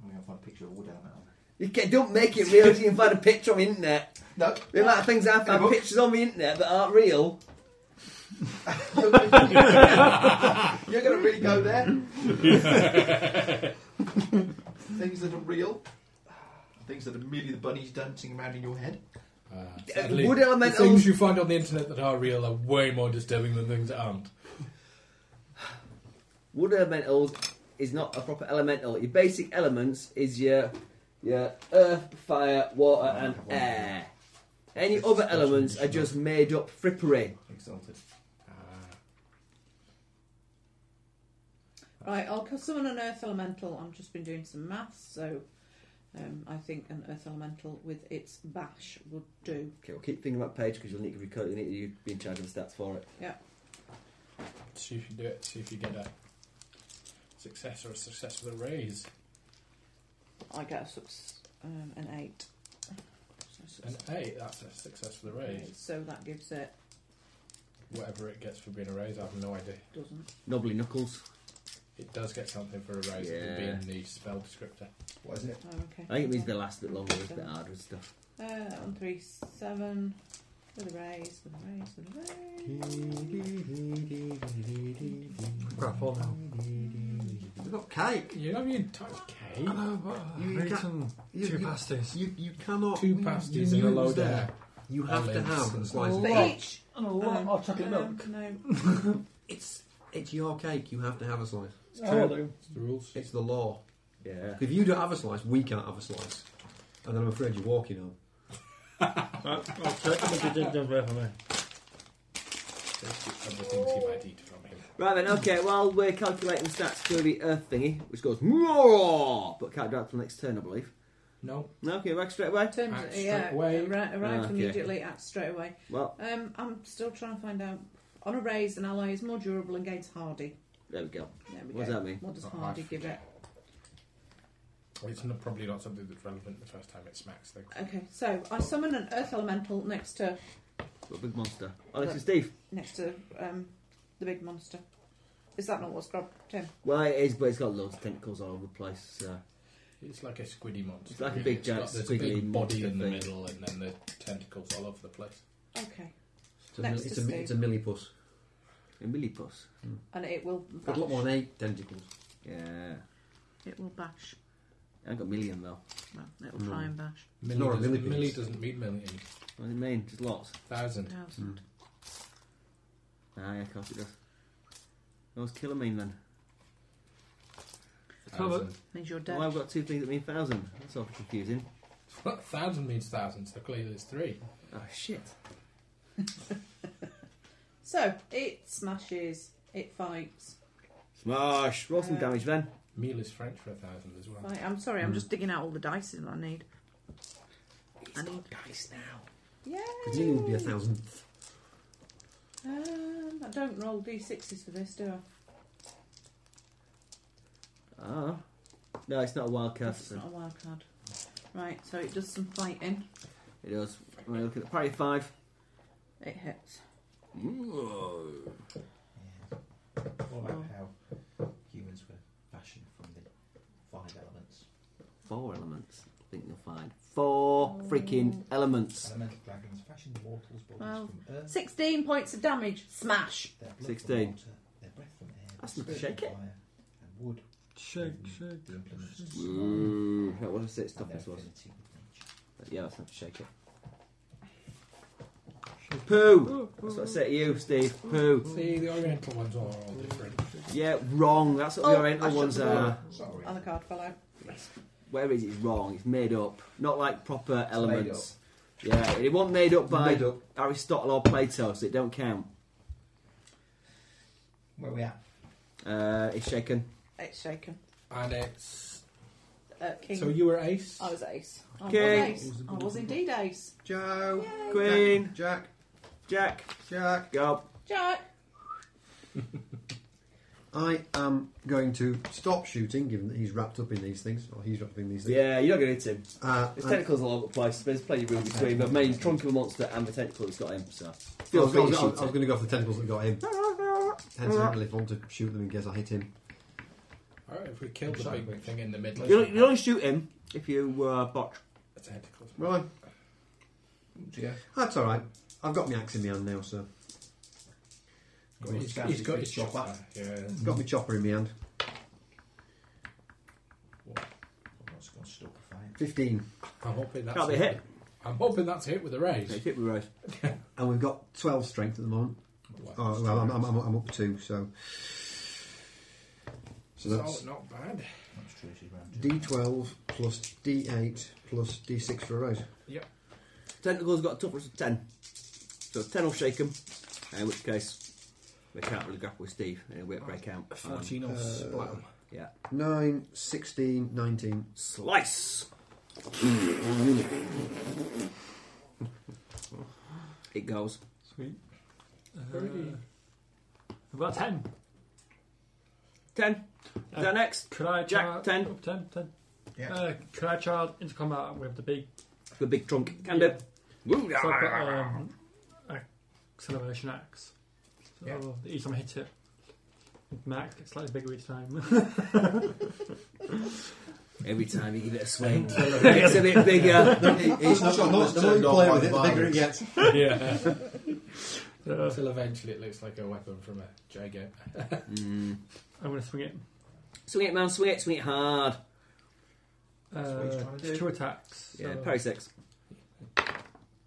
C: I'm going to find a picture of a wood elemental.
F: You can, don't make it real. You can find a picture on the internet.
C: No.
F: The amount of things I found
C: book.
F: pictures on the internet that aren't real.
C: You're going to really go there? Things that are real. Things that are merely the bunnies dancing around in your head.
D: Uh,
F: Uh, wood
D: the
F: elementals-
D: things you find on the internet that are real are way more disturbing than things that aren't.
F: Wood elementals is not a proper elemental. Your basic elements is your your earth, fire, water, and air. Any other elements are just made up frippery.
C: Exalted.
G: Right, I'll call someone an earth elemental. I've just been doing some maths, so um, I think an earth elemental with its bash would do.
F: Okay, well keep thinking about page because you'll need to record. You need to be in charge of the stats for it.
D: See if you do it. See if you get a success or a success with a raise.
G: I get a success, um, an eight. So,
D: An
G: success-
D: eight, that's a success with a raise.
G: so that gives it
D: Whatever it gets for being a raise, I have no idea.
G: doesn't.
F: Knobbly knuckles.
D: It does get something for a raise. It could be
F: Yeah.
D: in the spell descriptor.
C: What is it?
G: Oh, okay.
F: I think it means they last a bit longer, it's a bit harder and stuff.
G: Uh, that one, three, seven. With a raise, with a raise, with a raise.
E: Crap, all now.
B: We've got cake.
D: You have you touched cake?
E: Hello, but
B: You
E: I've
B: got-
E: eaten
B: you-
E: two
B: you-
E: pasties.
B: You, you cannot.
D: Two
B: you-
D: pasties and
B: you
D: a
B: use
D: load of
B: that.
D: hair.
B: You have to
D: Olives.
B: have a slice of
G: But
B: cake.
G: each.
E: And a lot
G: um,
E: of chocolate
G: um,
E: milk.
G: No.
B: It's it's your cake. You have to have a slice.
E: Oh, I do.
D: It's the rules.
B: It's the law.
F: Yeah.
B: If you don't have a slice, we can't have a slice. And then I'm afraid you're walking home.
D: It's the other things you might eat from him.
F: Right then, okay, while we're calculating stats for the Earth thingy, which goes more, but can't do that till next turn, I believe.
D: No.
F: No, okay, back straight away.
G: Terms,
D: Act
G: yeah,
D: straight away.
G: arri- arrived
F: Ah, Okay.
G: immediately, act straight away.
F: Well,
G: Um, I'm still trying to find out. On a raise, an ally is more durable and gains hardy.
F: there we go.
G: There we
F: What
G: go.
F: does that mean?
G: What does
D: Not
G: hardy
D: life.
G: give it?
D: It's not, probably not something that's relevant the first time it smacks things.
G: Okay, so I summon an earth elemental next to
F: What a big monster. Oh, this is Steve.
G: next to um, the big monster. Is that not what's grabbed him?
F: Well, it is, but it's got loads of tentacles all over the place. So.
D: It's like a squiddy monster.
F: It's like a
D: really.
F: big giant
D: got this
F: squiggly
D: big body
F: monster
D: in the
F: thing.
D: middle, and then the tentacles all over the place.
G: Okay,
B: It's a,
G: Next
B: it's
G: to
B: a,
G: Steve.
B: it's a millipus.
F: A millipus.
G: and it will
B: Got
G: bash.
B: a lot more than eight tentacles.
F: Yeah.
G: It will bash.
F: I ain't got a million, though.
G: Well, it will try and bash.
D: Millie,
B: not a
D: doesn't,
B: millipede.
D: Millie doesn't mean million.
F: What do you mean? Just lots.
D: Thousand.
G: Thousand.
F: Ah, yeah, of course it does. What's killer mean then?
D: Thousand.
G: Means you're
F: Why
G: dead.
F: Well, I've got two things that mean thousand. That's all confusing.
D: What? Thousand means thousand, so clearly there's three.
F: Oh, shit.
G: So it smashes. It fights.
F: Smash! Roll some
G: Uh,
F: damage then.
D: Meal is French for a thousand as well.
G: Fight. I'm sorry, I'm just digging out all the dice that I need. I need
F: Dice now.
G: Yeah.
B: Because you would be a thousandth.
G: Um, I don't roll d6s for this, do I?
F: Ah. No, it's not a wild cast.
G: It's not a wild card. Right, so it does some fighting.
F: It does. Right, look at the party five.
G: It hits.
C: What about
G: Oh.
C: how humans were fashioned from the five elements?
F: Four elements. I think you'll find. Four
G: Mm.
F: freaking elements.
C: Elemental dragons fashioned mortals' bodies
G: Well,
C: from earth,
G: 16 points of damage. Smash.
C: their blood
F: 16.
C: from water, their breath from air, their
F: That's not
C: spirit
F: shake
C: from
F: it.
C: fire, and wood.
E: Shake,
C: giving
E: shake.
C: The implements of survival
F: Ooh, that was a sit
C: and
F: stop
C: their
F: as well.
C: affinity with nature.
F: Yeah, that's not to shake it. Poo! That's what I said to you, Steve. Poo.
D: See, the Oriental ones are all different.
F: Yeah, wrong. That's what
G: Oh,
F: the Oriental
G: I shut
F: ones
G: the door.
F: are.
C: Sorry.
G: Other card fell out.
F: Where is it? It's wrong. It's made up. Not like proper
C: made
F: elements. Yeah, it wasn't made up by
B: Made up.
F: Aristotle or Plato, so it don't count.
C: Where we at?
F: Uh, it's shaken.
G: It's shaken.
D: And it's.
G: Uh, king.
D: So you were ace?
G: I was ace. I
F: King.
G: was ace. I was indeed ace.
H: Joe.
F: Queen.
H: Jack.
F: Jack.
H: Jack.
F: Go.
G: Jack.
B: I am going to stop shooting, given that he's wrapped up in these things, or he's wrapped up in these things.
F: Yeah, you're not going to hit him.
B: Uh,
F: His
B: and-
F: tentacles all over the place. There's plenty of room between. But main trunk of a monster and the tentacle that's got him. So
B: I
F: feel
B: was, I
F: free to
B: was, I was
F: shoot. it.
B: going to go for the tentacles that got him. Hence, I didn't really want to shoot them in case I hit him.
D: Alright, if we kill the big thing in the middle.
F: You'll, you'll only shoot him if you uh, botch.
D: It's a tentacles.
B: Right,
C: Yeah.
B: that's all right. I've got my axe in my hand now, so
D: Got his- he's got his shot back. Yeah.
B: I've got my chopper in my hand.
C: What's gone stuck a fire?
B: Fifteen,
D: I'm hoping that's
F: Can't be hit.
D: I'm hoping that's a hit with a
F: Okay,
D: raise.
F: hit with raise.
B: and we've got twelve strength at the moment. Oh, well, I'm, I'm, I'm, I'm up two, so so
D: So
B: that's
D: Oh, not bad.
C: That's true, she's round two.
B: D12 plus D8 plus D6 for a raise.
D: Yep.
F: Tentacles got a toughness of 10. So 10 will shake him, uh, in which case they can't really grapple with Steve and he'll be at breakout. Um,
D: 14
B: Uh,
D: or splat 'em.
F: yeah.
B: 9, 16, 19.
F: Slice! it goes.
E: Sweet. Uh, about 10.
F: 10. Is that next?
E: Could I
F: Jack,
E: charge-
F: 10.
E: oh, 10, 10.
C: Yeah.
E: Uh, could I charge into combat with the big?
F: The big trunk. Can do. Woo,
E: So I've got
F: ah.
E: um, acceleration axe. So
D: Yeah.
E: each time I hit it, Mac gets slightly bigger each time.
F: Every time you give it a swing, it gets a bit bigger.
H: It's not
C: Sean was
H: the more
C: turned
H: you
C: on
H: play
C: by
H: with
C: the
H: it, the bigger it
C: violence.
H: gets.
D: yeah.
E: so,
D: Until eventually it looks like a weapon from a Jago.
F: Mm.
E: I'm going to swing it.
F: Swing it, man, swing it, swing it hard.
E: Uh,
B: what he's trying to
E: it's
B: do.
E: two attacks.
F: Yeah,
E: so-
F: parry six.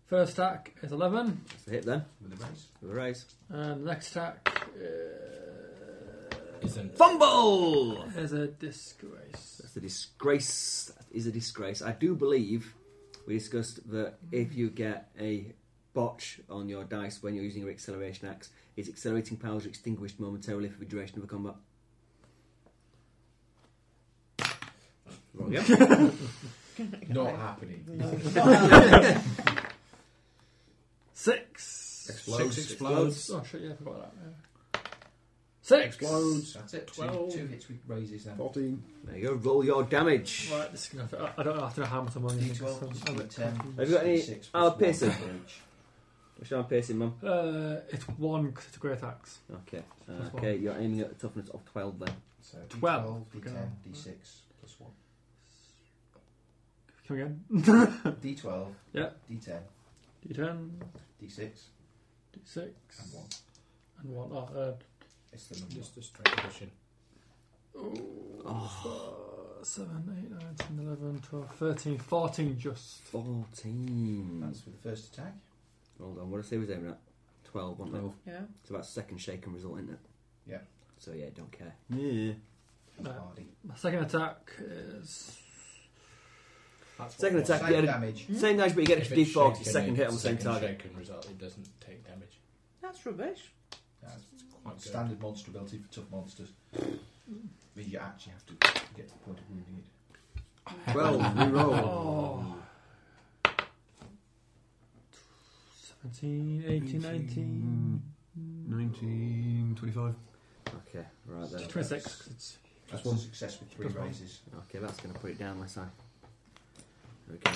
E: First attack is 11,
F: That's the hit then.
C: With the race.
F: With a raise.
E: and the next attack uh,
F: Uh,
D: Isn't
F: Fumble!
E: is a disgrace.
F: That's a disgrace. That is a disgrace. I do believe we discussed that if you get a botch on your dice when you're using your acceleration axe, its accelerating powers are extinguished momentarily for the duration of a combat. Wrong again.
D: not happening.
E: Six.
B: Explodes.
D: Six explodes.
E: Oh shit! Yeah, I forgot that. Yeah. Six.
B: Explodes.
C: That's it. Two,
D: Twelve.
C: two hits with raises then.
H: 14.
F: There you go. Roll your damage.
E: Right, this is gonna. fit. I- I don't. I don't know how much I'm on.
C: D12,
E: I'm
C: D10,
E: at ten.
F: Have you got any
C: D6 plus
F: Al
C: one
F: Pearson?
C: for each.
F: What's your piercing, mum?
E: Uh, it's one because it's a great axe.
F: Okay.
E: That's
F: Okay, you're aiming at a toughness of 12 then.
C: So
E: Twelve.
C: D12, D10, D6 plus one.
E: Come again.
C: D12.
E: Yeah.
C: D10,
E: D10,
C: D6, and
E: D6,
C: one.
E: and one. Oh, uh,
C: It's the number.
D: Just a straight addition.
E: oh. 7, 8, 9, 10, 11, 12, 13, 14 just.
F: 14.
C: That's for the first attack.
F: Hold on, what did I say was aiming at? 12, wasn't it?
G: Yeah.
F: It's about second shaken result, isn't it?
C: Yeah.
F: So yeah, don't care. Yeah.
C: That's
E: No.
C: hardy.
E: My second attack is.
D: That's what
F: Second
D: it was.
F: attack,
C: Same
F: you had
C: damage.
F: a, Hmm? same damage, but you get
D: If
F: extra
D: it's
F: default
D: shaken,
F: second hit on the
D: it's
F: same
D: second
F: target.
D: Shaken result, it doesn't take damage.
G: That's rubbish.
C: That's
D: Quite good.
C: standard monster ability for tough monsters. Means you actually have to get to the point of wounding it.
H: 12. We roll.
E: Oh. 17, 18, 19.
B: 19, 25.
F: Okay, right then.
E: 26. 'cause it's-
C: That's
B: one.
C: one success with three
E: Just one.
C: raises.
F: Okay, that's going to put it down my side. Okay.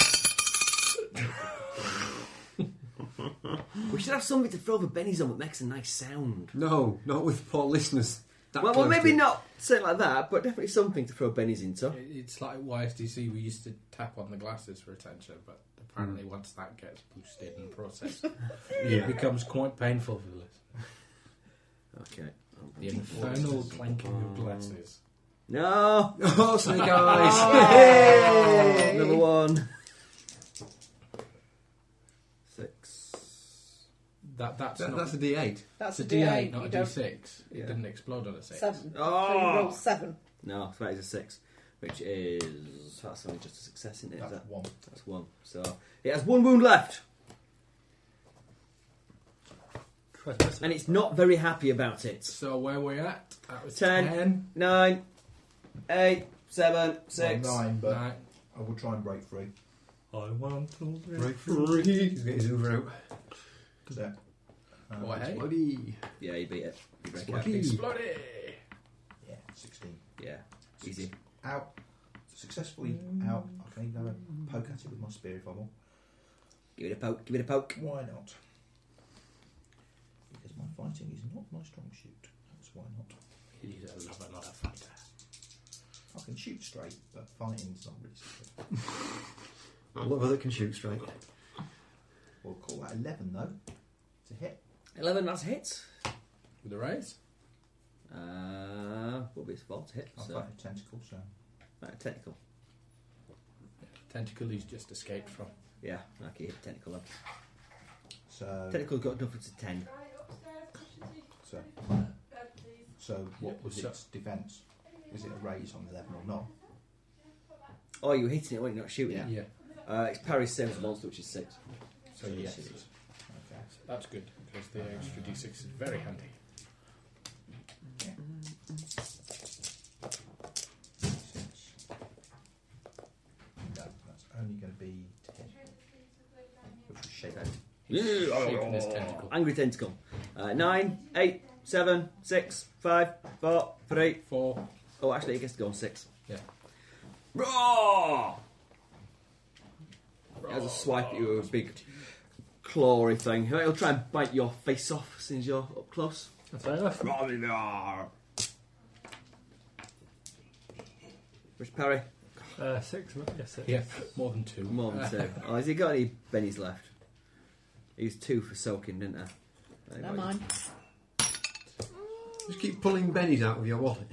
F: we should have something to throw the bennies on that makes a nice sound.
B: No, not with poor listeners. That
F: well, well,
B: close to
F: maybe
B: it.
F: not say it like that, but definitely something to throw bennies into.
D: It- It's like YSDC, we used to tap on the glasses for attention, but apparently once that gets boosted and processed, it
B: Hmm. Yeah.
D: becomes quite painful for the list.
F: Okay.
D: The infernal clanking
B: Uh,
D: of glasses.
F: No!
B: oh, snake eyes.
F: Yay! Number one. Six.
D: That, that's
B: That-
D: not,
B: that's a D8.
D: it's
G: That's
D: a
G: a D8,
D: not a
G: you don't-
D: D6.
B: Yeah.
D: It didn't explode on a 6.
G: Seven. So you
F: Oh!
G: roll seven.
F: No, so that is a six, which is that's only just a success, isn't it?
C: That's
F: That-
C: one.
F: that's one. So it has one wound left,
E: quite a bit.
F: and it's not very happy about it.
D: So where we at? That was
F: Ten.
D: 10.
F: Nine, eight, seven, six.
C: Well, nine, but
D: Nine.
C: I will try and break free.
D: I want to
B: Break free. He's getting his hoover out.
C: So, um,
D: Why, Oh, hey?
B: Bloody.
F: Yeah, you beat it. You break
B: Lucky.
F: it.
D: Explode
C: Yeah, 16.
F: Yeah, easy.
C: Out. Successfully out. I can even have a poke at it with my spear if I want.
F: Give it a poke. Give it a poke.
C: Why not? Because my fighting is not my strong suit. That's why not.
D: He's a lover, not a fighter.
C: I can shoot straight, but fighting's not really straight.
B: A lot of other can shoot straight.
C: We'll call that 11 though. It's a hit.
F: Eleven. That's a hit.
D: With the raise?
F: Uh, will be his fault. Hit.
C: I'm
F: So
C: fighting a tentacle, so.
F: right, technical.
D: Tentacle he's just escaped from.
F: Yeah, okay, hit technical. Then.
C: So,
F: Technical got nothing to ten.
C: so, so what
D: Yeah,
C: was
D: so-
C: its defence? Is it a raise on 11 or not?
F: Oh, you were hitting it when you're not shooting
C: Yeah.
F: it. Uh, it's parry same as monster, which is six.
D: So yes.
C: it is. Okay.
D: That's good, because the extra d6 is very handy.
C: Six. No, that's only going to be 10. Which was shaken.
D: He's
F: Yeah. Oh,
D: shaking his tentacle.
F: Angry tentacle. Uh, nine, eight, seven, six, five, four, three.
D: Four.
F: Oh, actually, it gets to go on six.
D: Yeah.
F: Roar! It has a swipe at you with a big clawy thing. It'll try and bite your face off since you're up close.
E: That's fair enough.
F: Roar! Which parry?
E: Uh, six. am I- Yes, six.
D: Yeah, more than two.
F: More than two. oh, has he got any bennies left? He was two for soaking, didn't he?
G: Never mind.
B: Just keep pulling bennies out of your wallet.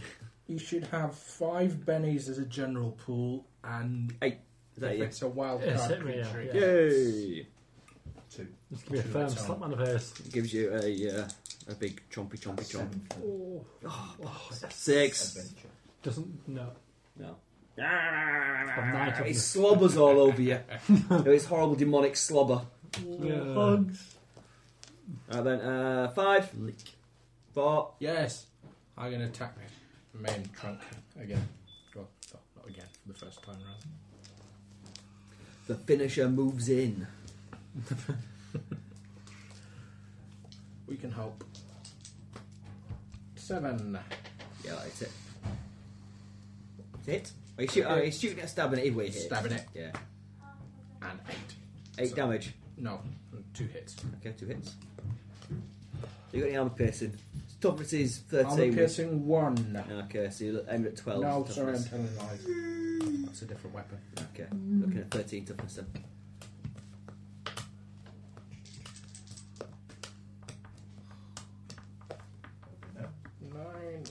D: You should have five bennies as a general pool, and
F: Is that
D: if
F: you?
D: it's a wild
E: Yes,
D: card
E: hit me, yeah,
D: creature, it
E: yeah.
D: gets
F: Yay!
C: Two.
E: Just give me a firm slap on the face.
F: Gives you a uh, a big chompy chompy chomp.
C: Seven for
E: Oh,
F: Six.
C: adventure.
E: doesn't no.
F: No.
E: night of
F: It
E: the-
F: slobbers all over you. it's horrible demonic slobber.
E: Yeah.
F: Right then, uh, five, four,
D: Yes, I'm going to attack my main trunk again. Well, not- not again, for the first time round.
F: the finisher moves in.
D: We can help. Seven.
F: Yeah, it's it. It's it. Are you, shoot, are you shooting at stabbing it if we hit?
D: Stabbing it.
F: Yeah.
D: And eight.
F: Eight
D: So-
F: damage.
D: No, two hits.
F: Okay, two hits. You got any armor piercing? His Toughness is 13.
D: Armor
F: with-
D: piercing one.
F: Okay, so you aimed at 12.
D: No,
F: toughness.
D: sorry, I'm telling lies. That's a different weapon.
F: Okay, looking at 13 toughness then.
D: Nine.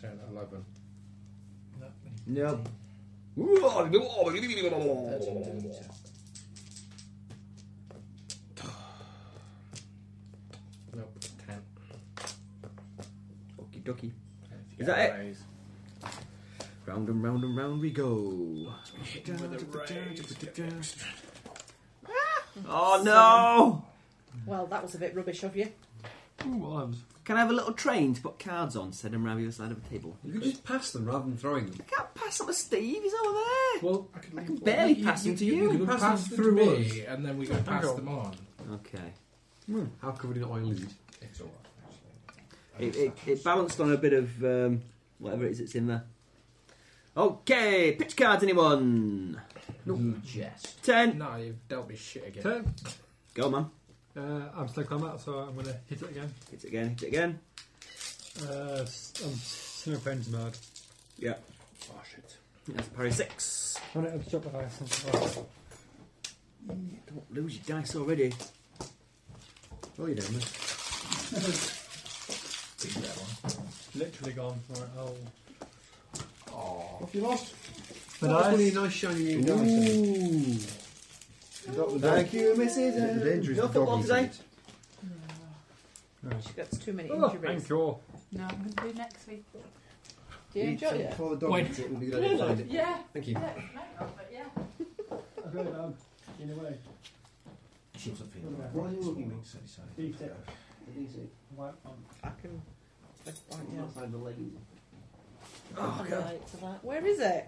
D: Ten, eleven.
F: No.
D: Nope, ten.
F: Okie dokie.
D: If you
F: Is
D: get
F: that it?
D: a raise-
F: Round and round and round we go.
D: hit him with a raise, get the extra.
F: Oh no!
G: Well, that was a bit rubbish of you.
F: Can I have a little train to put cards on? Said him round the other side of the table.
B: You could just pass them rather than throwing them.
F: I can't pass up to Steve, he's over there!
D: Well, I can,
F: I can barely pass them to you.
D: You can
B: Pass
D: pass,
B: them
D: them
B: through
D: through me, and then we can pass
E: on.
D: them on.
F: Okay.
B: How covered in oil is it?
D: It's all right.
F: It, it, it balanced on a bit of um, whatever it is that's in there. Okay, pitch cards, anyone?
C: You jest.
F: Ten.
D: No, you've dealt me shit again.
E: Ten.
F: Go on, man.
E: Uh, I'm still combat, so I'm gonna hit it again.
F: Hit it again, hit it again.
E: Uh, s- I'm still friends mode.
F: Yeah.
D: Oh shit.
F: That's parry six.
E: I'm gonna obstruct my eyes. Oh,
F: Don't lose your dice already.
B: Oh, you don't. know.
E: literally gone for it. Oh.
B: Off you lost.
E: The
B: Oh, That's one of
E: dice.
B: your nice shiny new dice.
H: Ooh.
B: Thank you, Mrs.
H: The danger is
F: No
H: the
F: football
H: doggies
F: today?
H: in it.
G: She got too many
E: Oh,
G: injuries.
E: thank you.
J: No, I'm going to do it next week.
G: Do you
B: Eat
G: enjoy
B: some
G: it?
B: Before the dog eats it, it would be a good idea to find it.
J: Yeah.
B: Thank you.
J: Yeah, it might not, but yeah.
E: I got it down. In a way.
C: She wasn't feeling right.
E: Why are you
C: this
E: looking
C: morning, so decided
E: Eat
C: to
E: it.
C: go.
E: White one.
G: I can. That's fine, yeah.
F: Oh,
G: I'll
F: God.
G: relate to that. Where is it?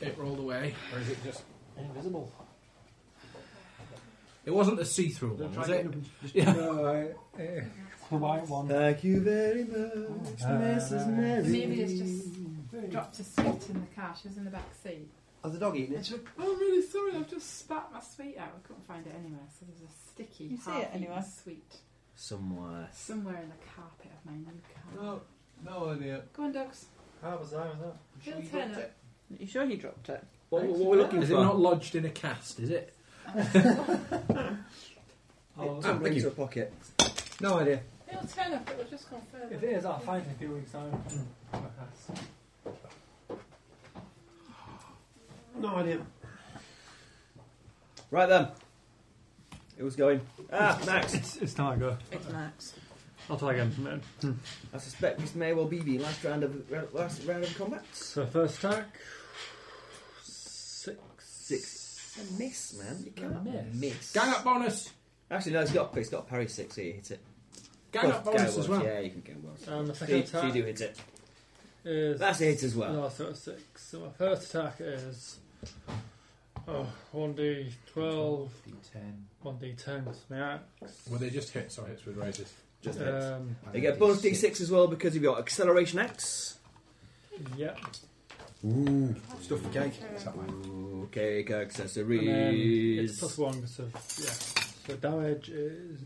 D: It rolled away, or is it just invisible? It wasn't a see-through one, was it? Yeah.
E: No, uh, it's the white one.
F: Thank you very much,
E: Uh,
F: Mrs. Mary.
J: Maybe it's just dropped a sweet in the car. She was in the back seat.
B: Has the dog eaten
J: And she went, oh, I'm really sorry, I've just spat my sweet out. I couldn't find it anywhere, so there's a sticky
G: You see it
J: half-eaten
G: anywhere?
J: sweet
F: Somewhere.
J: somewhere in the carpet of my new car.
D: No, no idea.
J: Go on, dogs.
D: How bizarre is that?
J: Sure It'll you turn dropped
G: Are
J: up.
G: you sure you dropped it?
F: What, what we're looking
D: Is it
F: for?
D: not lodged in a cast? Is it?
E: Oh,
B: Ah,
F: Don't bring it to a pocket.
B: No idea.
J: It'll turn up, it'll just go further.
E: If it is, I'll find it in a few weeks' time. Mm.
B: No idea.
F: Right then. It was going. Ah, Max.
E: It's, it's time I go.
G: It's Max.
E: I'll try again. No.
F: I suspect this may well be the last round of ra- last round of combat.
E: So first attack. Six.
F: Six. It's a miss, man. You can't
D: miss.
F: miss.
D: Gang up bonus.
F: Actually, no. It's got it's got a parry six. So you hit it.
D: Gang
F: Well,
D: up bonus
F: go
D: as
F: Welsh,
D: well.
F: Yeah, you can go well.
E: And the second
F: So you, so you do
E: attack
F: hit it.
E: is.
F: That's a hit as well.
E: No, so it's six. So my first attack is. Oh, 1d12,
C: D10.
E: 1d10 is my axe.
D: Were they just hits or hits with raises?
F: Just hits.
E: Um,
F: You get bonus d6 as well because you've got acceleration axe.
E: yeah.
B: Ooh, stuff for cake.
F: Okay,
E: And then it's
F: accessories.
E: plus one, so yeah. So damage is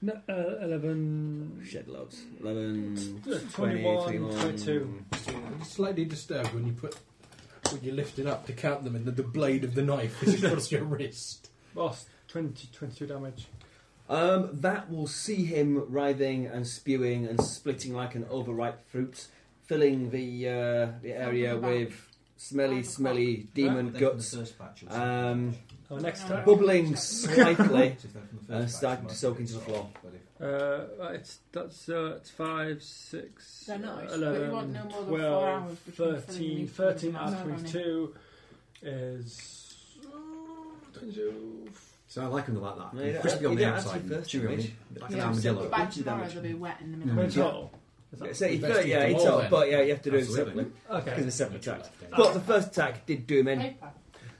E: No, uh, 11.
F: Shed loads. 11,
E: Uh,
F: 20,
E: 21,
F: 21.
E: 22.
D: I'm slightly disturbed when you put when you lift it up to count them, and the, the blade of the knife is across your wrist.
E: Boss, 20, 22 damage.
F: Um, that will see him writhing and spewing and splitting like an overripe fruit, filling the uh, the area with smelly, smelly demon
C: They're
F: guts,
C: From the first batch, you'll see.
F: um,
E: Our next attack.
F: bubbling slightly.
C: So if they're from the first
F: and starting
C: batch, you
F: to
C: might
F: soak
C: be
F: into the floor.
C: But if
E: Uh, it's that's uh, it's five, six,
J: They're not,
E: uh,
J: but you
E: 11,
J: want no more than four
E: 12,
J: hours
E: 13,
J: between filling
E: 13
J: the
E: out of
J: amount on it.
E: 22 is. Twenty-two.
B: So I like them like that.
F: No,
B: They
F: you don't-
B: crispy on
F: you
B: the
F: don't
B: outside,
F: actually first
B: chewy on
F: damage.
B: the- like
J: Yeah,
B: an
J: so
B: armadillo.
J: by
F: Bunch of
J: tomorrow
F: damage.
J: they'll be wet in the
E: In
J: middle.
E: total. Is that-
F: So you've
D: Best
F: got, yeah,
D: you do
F: Mm. it's
D: all
F: all,
D: then.
F: but yeah, you have to do it
B: Absolutely.
F: separately because
E: Okay.
F: they're separate attacks.
D: Left
F: But the first attack did do him in.
J: Paper.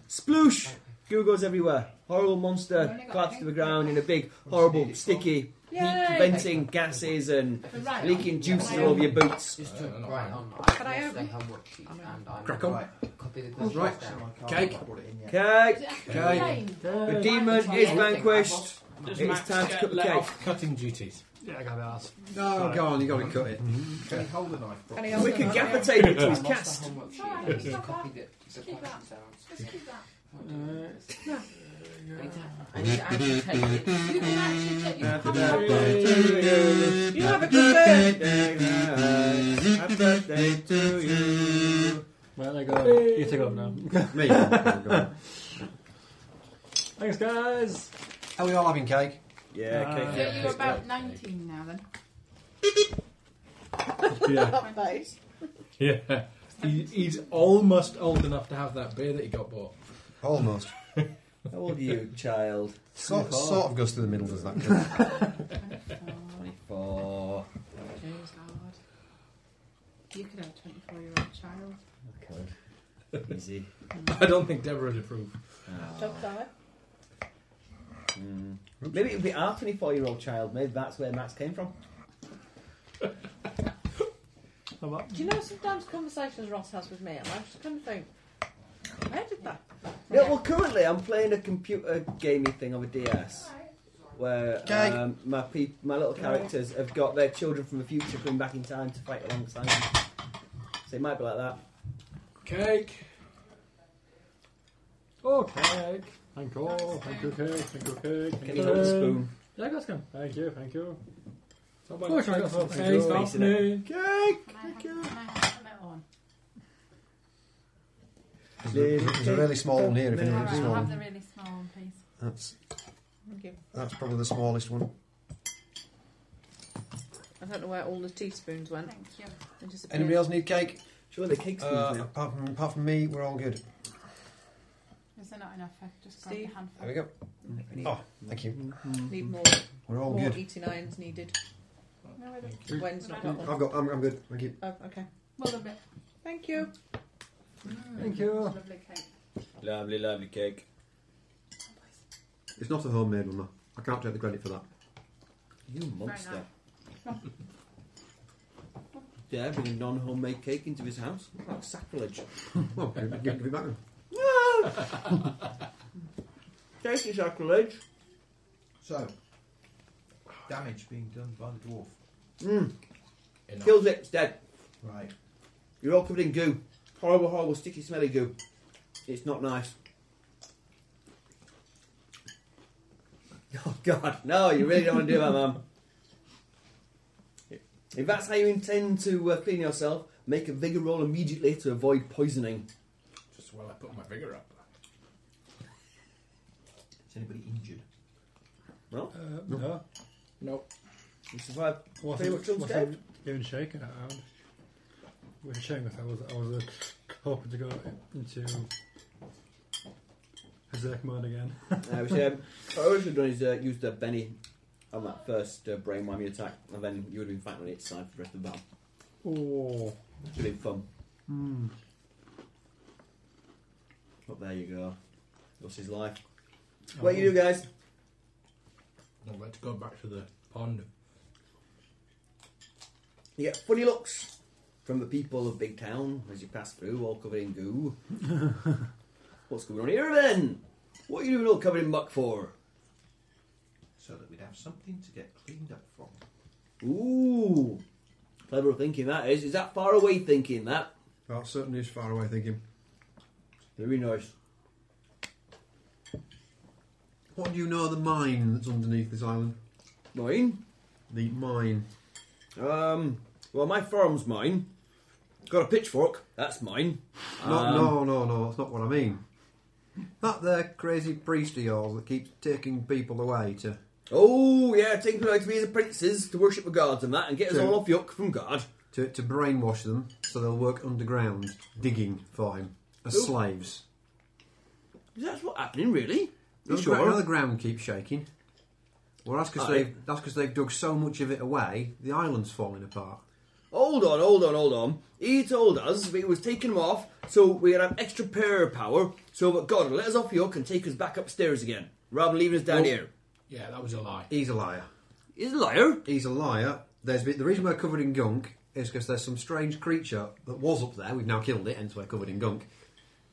F: Sploosh! Goo goes everywhere. Horrible monster
J: only got
F: collapsed to
J: pink
F: the ground in a big, horrible, sticky heap,
G: Yay.
F: venting gases and
J: The right
F: leaking juices
J: Yeah.
F: all over your boots.
K: Just
D: I
K: to
D: don't know.
K: write on my
G: But I
K: yes, they
G: open-
K: have worksheet
J: I mean-
K: and I
B: Crack on.
K: Right. copy the
J: Oh,
K: questions
B: right.
K: down.
C: I can't
B: Cake.
C: put it in yet.
J: Is
F: Okay,
J: it actually
B: Okay.
J: plain?
F: the
E: Uh,
F: demon
K: Yeah,
F: is
K: I think
F: vanquished.
K: I've
F: It
K: lost-
F: is time to cut the cake.
D: Cutting duties.
E: yeah, I got my ass.
B: No, go on, you got to cut it.
C: Can he hold the knife?
G: Can
C: properly?
G: he hold
F: We could
G: Yeah.
F: gaffer tape it to his
K: I've lost
F: cast.
K: the homework sheet
J: Right,
K: and
J: stop
K: copy
J: that.
K: the- the
J: Keep that.
K: questions
J: Just keep that.
K: down. I need to actually take it.
J: You can actually check your
F: Happy
J: camera.
F: birthday
G: You have a good day.
F: to you.
E: Well, I go. You take over now.
B: Me. Go on.
E: Thanks, guys.
B: Are we all having cake?
F: Yeah,
E: Uh,
J: So
F: okay.
J: you're about 19 now then.
D: Yeah,
G: That face.
D: yeah. He, he's almost old enough to have that beer that he got bought.
H: Almost.
F: How old are you, child?
H: Sort, sort of goes through the middle, does that? count?
F: 24.
J: James Howard. You could have a 24 year old child.
F: Easy.
D: I don't think Deborah would approve.
G: Dog collar.
F: Mm. Maybe it would be our 24 year old child. Maybe that's where Max came from.
E: How about-
G: Do you know sometimes conversations Ross has with me, and I just kind of think, where did that?
F: Yeah, well, currently I'm playing a computer gaming thing on a DS where um, my peop my little characters have got their children from the future coming back in time to fight alongside them. So it might be like that.
D: Cake.
E: Oh, cake. Thank you. Thank you, cake. Thank you, cake. Thank
F: Can you hold the spoon?
E: Yeah, I got some. Thank you. Thank you.
D: Of
E: course I got some.
F: Thank you.
E: Thanks, Daphne.
J: Can I have, can I have the metal one?
H: There's a- there's a really small one here, if
J: All
H: anyone
J: right,
H: wants
J: I'll have
H: one.
J: the really small one, please.
H: That's,
G: Thank you.
H: that's probably the smallest one.
G: I don't know where all the teaspoons went.
J: Thank you.
G: They disappeared.
H: Anybody else need cake?
F: Surely the cake's
H: Uh,
F: spoons now.
H: apart, from, apart from me, we're all good.
J: Is there not enough? I just grabbed a
G: Steve?
J: handful.
H: There we go.
G: Need,
H: Oh, thank you.
G: need more,
H: We're
B: Oh,
H: all
G: more
H: good.
G: eating irons needed.
J: No, wait,
D: Thank
G: When's not
B: Mm-hmm.
G: got one.
H: I've got. I'm, I'm good. Thank you.
G: Oh, okay.
J: Well, a bit.
G: Thank you.
E: Thank you.
J: Lovely cake.
F: Lovely, lovely cake.
B: It's not a homemade one, though. I can't take the credit for that.
F: You monster.
J: now.
F: Yeah, bringing non homemade cake into his house? That's sacrilege.
B: Well, give, give it back then.
F: Cake is sacrilege.
C: So, damage being done by the dwarf.
F: Mm.
D: Enough.
F: Kills it, it's dead.
C: Right.
F: You're all covered in goo. Horrible, horrible, sticky, smelly goo. It's not nice. Oh, God. No, you really don't want to do that, Mum. If that's how you intend to uh, clean yourself, make a vigour roll immediately to avoid poisoning.
D: Just while I put my finger up.
C: Is anybody injured?
E: Uh, no.
D: Nope.
F: You survive. Tell you what, John's
E: wasn't even shaking it around. We were shaking this. I was, I was uh, hoping to go into berserk mode again.
F: Uh, which, um, what I always have done is uh, used a Benny on that first uh, brainwhammy attack, and then you would have been fighting on its side for the rest of the battle.
E: Oh.
F: It would have been fun.
B: Hmm.
E: Mm.
F: But there you go. Lost his life.
B: Oh.
F: What you do, guys?
D: I'd like to go back to the pond.
F: You get funny looks from the people of Big Town as you pass through, all covered in goo. What's going on here then? What are you doing all covered in muck for?
C: so that we'd have something to get cleaned up from.
F: Ooh, clever thinking that is. Is that far away thinking that?
H: That certainly is far away thinking.
F: Very nice.
B: What do you know of the mine that's underneath this island?
F: Mine?
B: The mine.
F: Um, well, my farm's mine. Got a pitchfork. That's mine.
B: No,
F: Um,
B: no, no, no, that's not what I mean. That there crazy priest of yours that keeps taking people away to.
F: Oh yeah, take me to be the princes to worship the gods and that, and get us
B: True.
F: all off yuck from God.
B: To, to brainwash them so they'll work underground digging for him as
F: Who?
B: slaves.
F: That's what's happening, really. You
B: Another,
F: sure?
B: gra- another ground keeps shaking. Well, that's because
F: Aye.
B: they've, that's 'cause they've dug so much of it away, the island's falling apart.
F: Hold on, hold on, hold on. He told us we was taking him off so we had an extra prayer power so that God would let us off yuck and take us back upstairs again, rather than leaving us down
B: Well-
F: here.
D: Yeah, that was a lie.
B: He's a liar.
F: He's a liar.
B: He's a liar. There's been, the reason we're covered in gunk is because there's some strange creature that was up there. We've now killed it, hence we're covered in gunk.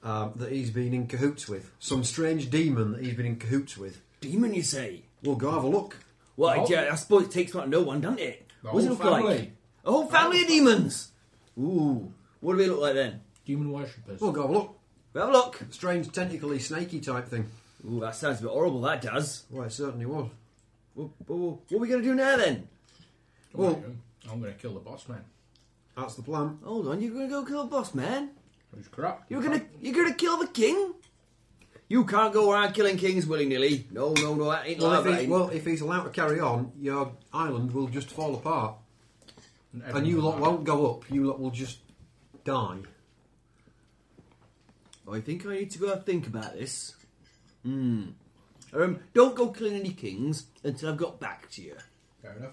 B: Um, that he's been in cahoots with. Some strange demon that he's been in cahoots with.
F: Demon, you say?
B: We'll go have a look.
F: Well,
D: No.
F: yeah, I suppose it takes not no one, doesn't it?
D: The
F: What's it
D: whole
F: look like?
D: family.
F: A whole family of demons. Ooh, what do they look like then?
D: Demon worshippers.
B: We'll go have a look.
F: We have a look.
B: Strange, tentacly, snaky type thing.
F: Ooh, that sounds a bit horrible. That does.
B: Well, it certainly was.
F: Well, well, what are we gonna do now then?
D: Don't
B: well-
D: like them. I'm going to kill the boss man.
B: That's the plan.
F: Hold on, you're gonna go kill the boss man.
D: Who's crap?
F: You're gonna you're gonna kill the king. You can't go around killing kings willy nilly. No, no, no, that ain't
B: Well
F: like
B: if,
F: that.
B: he,
F: ain't-
B: well, if he's allowed to carry on, your island will just fall apart. And you lot won't go up. You lot will just die.
F: I think I need to go and think about this. Hmm. Um, don't go killing any kings until I've got back to you.
D: Fair enough.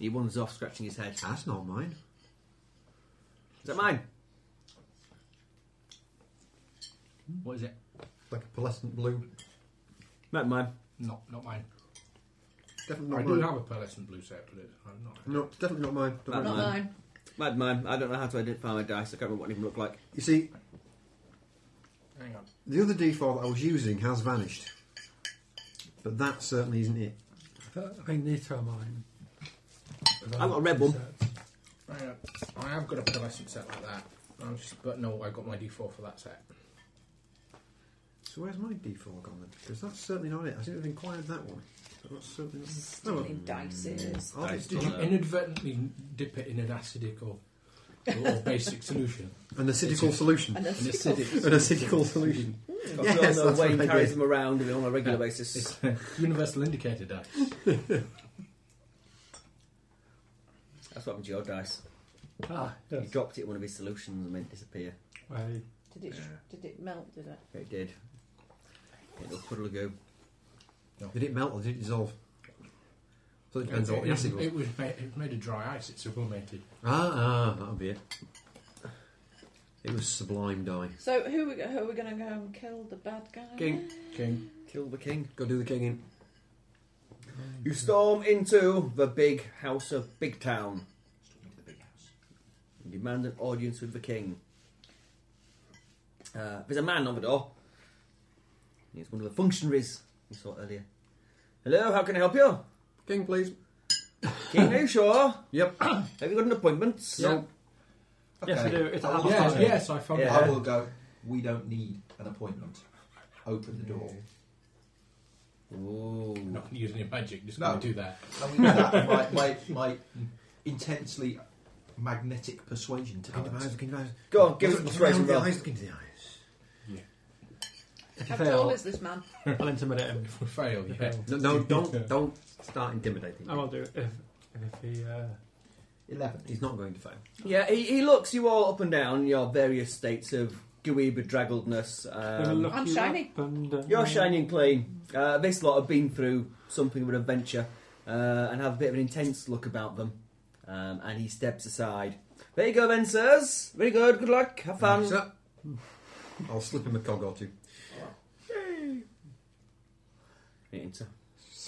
F: He wanders off, scratching his head. Is
B: That's not mine.
F: that mine?
D: What is it?
B: Like a pearlescent blue.
F: Not mine.
D: No, not mine.
B: Definitely
D: I
B: not
D: do
B: mine.
D: have a pearlescent blue circlet. I'm not.
B: No, definitely not mine.
F: Not
B: Don't worry.
G: Not
F: mine.
G: mine.
F: Mad man, I don't know how to identify my dice. I can't remember what they even look like.
B: You see,
D: Hang on.
B: The other D4 that I was using has vanished. But that certainly isn't it.
E: I think these two are mine.
F: I've got a red one.
D: Hang on. I have got a pearlescent set like that. I'm just, but no, I got my D4 for that set.
B: So where's my D4 gone then? Because that's certainly not it. I shouldn't have inquired that one. So that's certainly not it.
G: Stealing dices.
B: Oh, I'll just-
D: Did you inadvertently dip it in an acidic or, or basic solution?
B: An acidical solution.
G: And
B: An
G: a
D: An acidic.
B: acidical solution.
F: Got
B: Yes,
F: yes,
B: that's
F: Wayne
B: what I
F: carries
B: did.
F: them around with him on a regular basis.
D: It's a universal indicator die.
F: That's what happened to your dice.
E: Ah,
F: He
E: yes.
F: dropped it in one of his solutions and made it disappear.
E: Right.
G: Did it, did it melt, did it?
F: It did. It'll puddle of goo.
B: Did it melt or did it dissolve? So it depends on what the
D: it,
B: acid
D: it,
B: was.
D: was made, it made a dry ice. It's sublimated.
B: Ah, ah, that'll be it. It was sublime dye.
G: So who are we, go- who are we going to go and kill? The bad guy?
F: King.
D: King.
F: Kill the king.
B: Go do the king in.
F: You storm into the big house of Big Town
C: Storm into the big house.
F: and demand an audience with the king. Uh, there's a man on the door. He's one of the functionaries we saw earlier. Hello, how can I help you?
B: King, please.
F: King, are you sure?
B: Yep.
F: Have you got an appointment?
B: No.
E: Yes, I do. It's a
C: I'll
E: half
C: look
E: past
D: Yes,
C: Yeah.
E: eight.
D: yes, I found
F: Yeah.
D: that.
C: I will go. We don't need an appointment. Open the door.
F: Ooh.
D: I'm not going to use any magic. Just
C: No.
D: going to do that.
C: I mean, that, my, my, my intensely magnetic persuasion
B: Look into the eyes,
C: talent.
B: look into the eyes.
F: Go on, give us
B: Look
F: a
B: into
F: persuasion
B: the
F: roll.
B: eyes, look into the eyes.
G: How
E: Fail.
G: tall is this man?
F: Hmm.
E: I'll intimidate him.
D: If we fail, yeah.
E: Fail.
B: No, no don't, don't start intimidating.
E: I will do it if, if he. Uh,
C: 11.
B: He's not going to fail.
F: Yeah, he, he looks you all up and down, your various states of gooey bedraggledness.
E: will
F: Um,
E: look
G: I'm
E: you
G: shiny.
E: up and, uh,
F: you're shining clean. Uh, this lot have been through something of an adventure uh, and have a bit of an intense look about them. Um, and he steps aside. There you go, then, sirs. Very good. Good luck. Have fun.
B: Sir, I'll slip him a cog or two.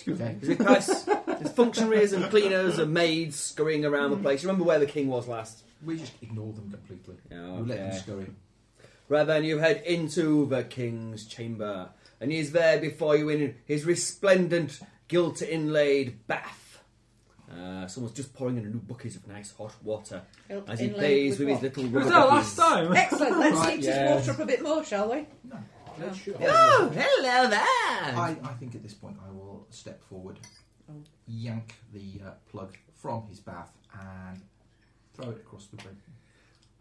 C: Okay.
F: There's a place- there's functionaries and cleaners and maids scurrying around the place. You remember where the king was last?
C: We just ignore them completely.
F: Yeah,
C: We let them
F: okay.
C: scurry.
F: Right then, you head into the king's chamber, and he is there before you in his resplendent gilt inlaid bath. Uh, someone's just pouring in a new bucket of nice hot water
G: Gilt
F: as he
G: inlaid
F: plays
G: with
F: with,
G: what?
F: his little
E: Was
F: rubber
E: that
F: duckies.
E: last time?
G: Excellent. Let's
C: Right,
G: heat
F: yeah.
G: his water up a bit more, shall we?
F: Oh, hello there!
C: I, I think at this point I will step forward,
G: Oh.
C: yank the uh, plug from his bath, and throw it across the room.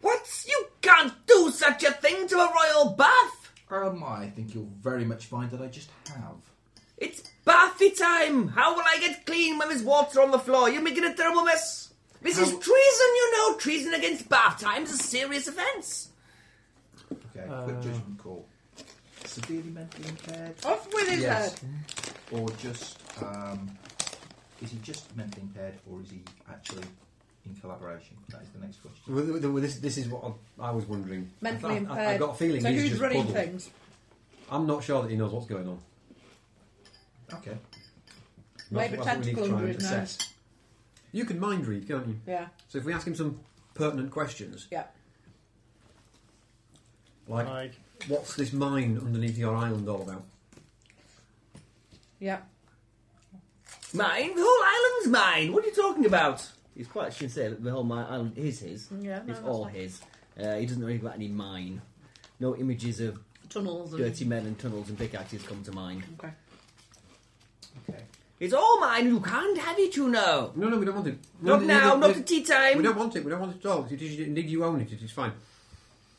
F: What? You can't do such a thing to a royal bath!
C: Um, I think you'll very much find that I just have.
F: It's bathy time! How will I get clean when there's water on the floor? You're making a terrible mess! This is
C: How-
F: treason, you know! Treason against bath time is a serious offence!
C: Okay, quick
E: Uh.
C: judgment call. Severely mentally impaired,
G: Off with his
C: Yes.
G: head.
C: or just um, is he just mentally impaired, or is he actually in collaboration? That is the next question.
B: Well, th- th- this, this is what I- I was wondering.
G: Mentally
B: I, I, I
G: impaired.
B: got a feeling
G: So
B: he's
G: who's
B: just
G: running
B: puzzled.
G: things?
B: I'm not sure that he knows what's going on.
C: Okay,
B: That's what- that's what we
G: Maybe
B: need to try
G: tactical
B: and
G: injuries, no.
B: assess. You can mind read, can't you?
G: Yeah.
B: So if we ask him some pertinent questions,
G: Yeah.
B: like
E: Like,
B: what's this mine underneath your island all about?
G: Yeah.
F: Mine? The whole island's mine! What are you talking about? He's quite sincere that the whole mi- island is his.
G: Yeah. No,
F: It's
G: that's
F: all
G: fine.
F: his. Uh, he doesn't know anything about any mine. No images of
G: Tunnels and.
F: dirty men and tunnels and pickaxes come to mind.
G: Okay.
C: okay.
F: It's all mine, you can't have it, you know!
B: No, no, we don't want it.
F: Not
B: no,
F: now,
B: no,
F: not
B: no,
F: at tea
B: We
F: time!
B: don't want it. We don't want it at all. It is, indeed, you own it. It is fine.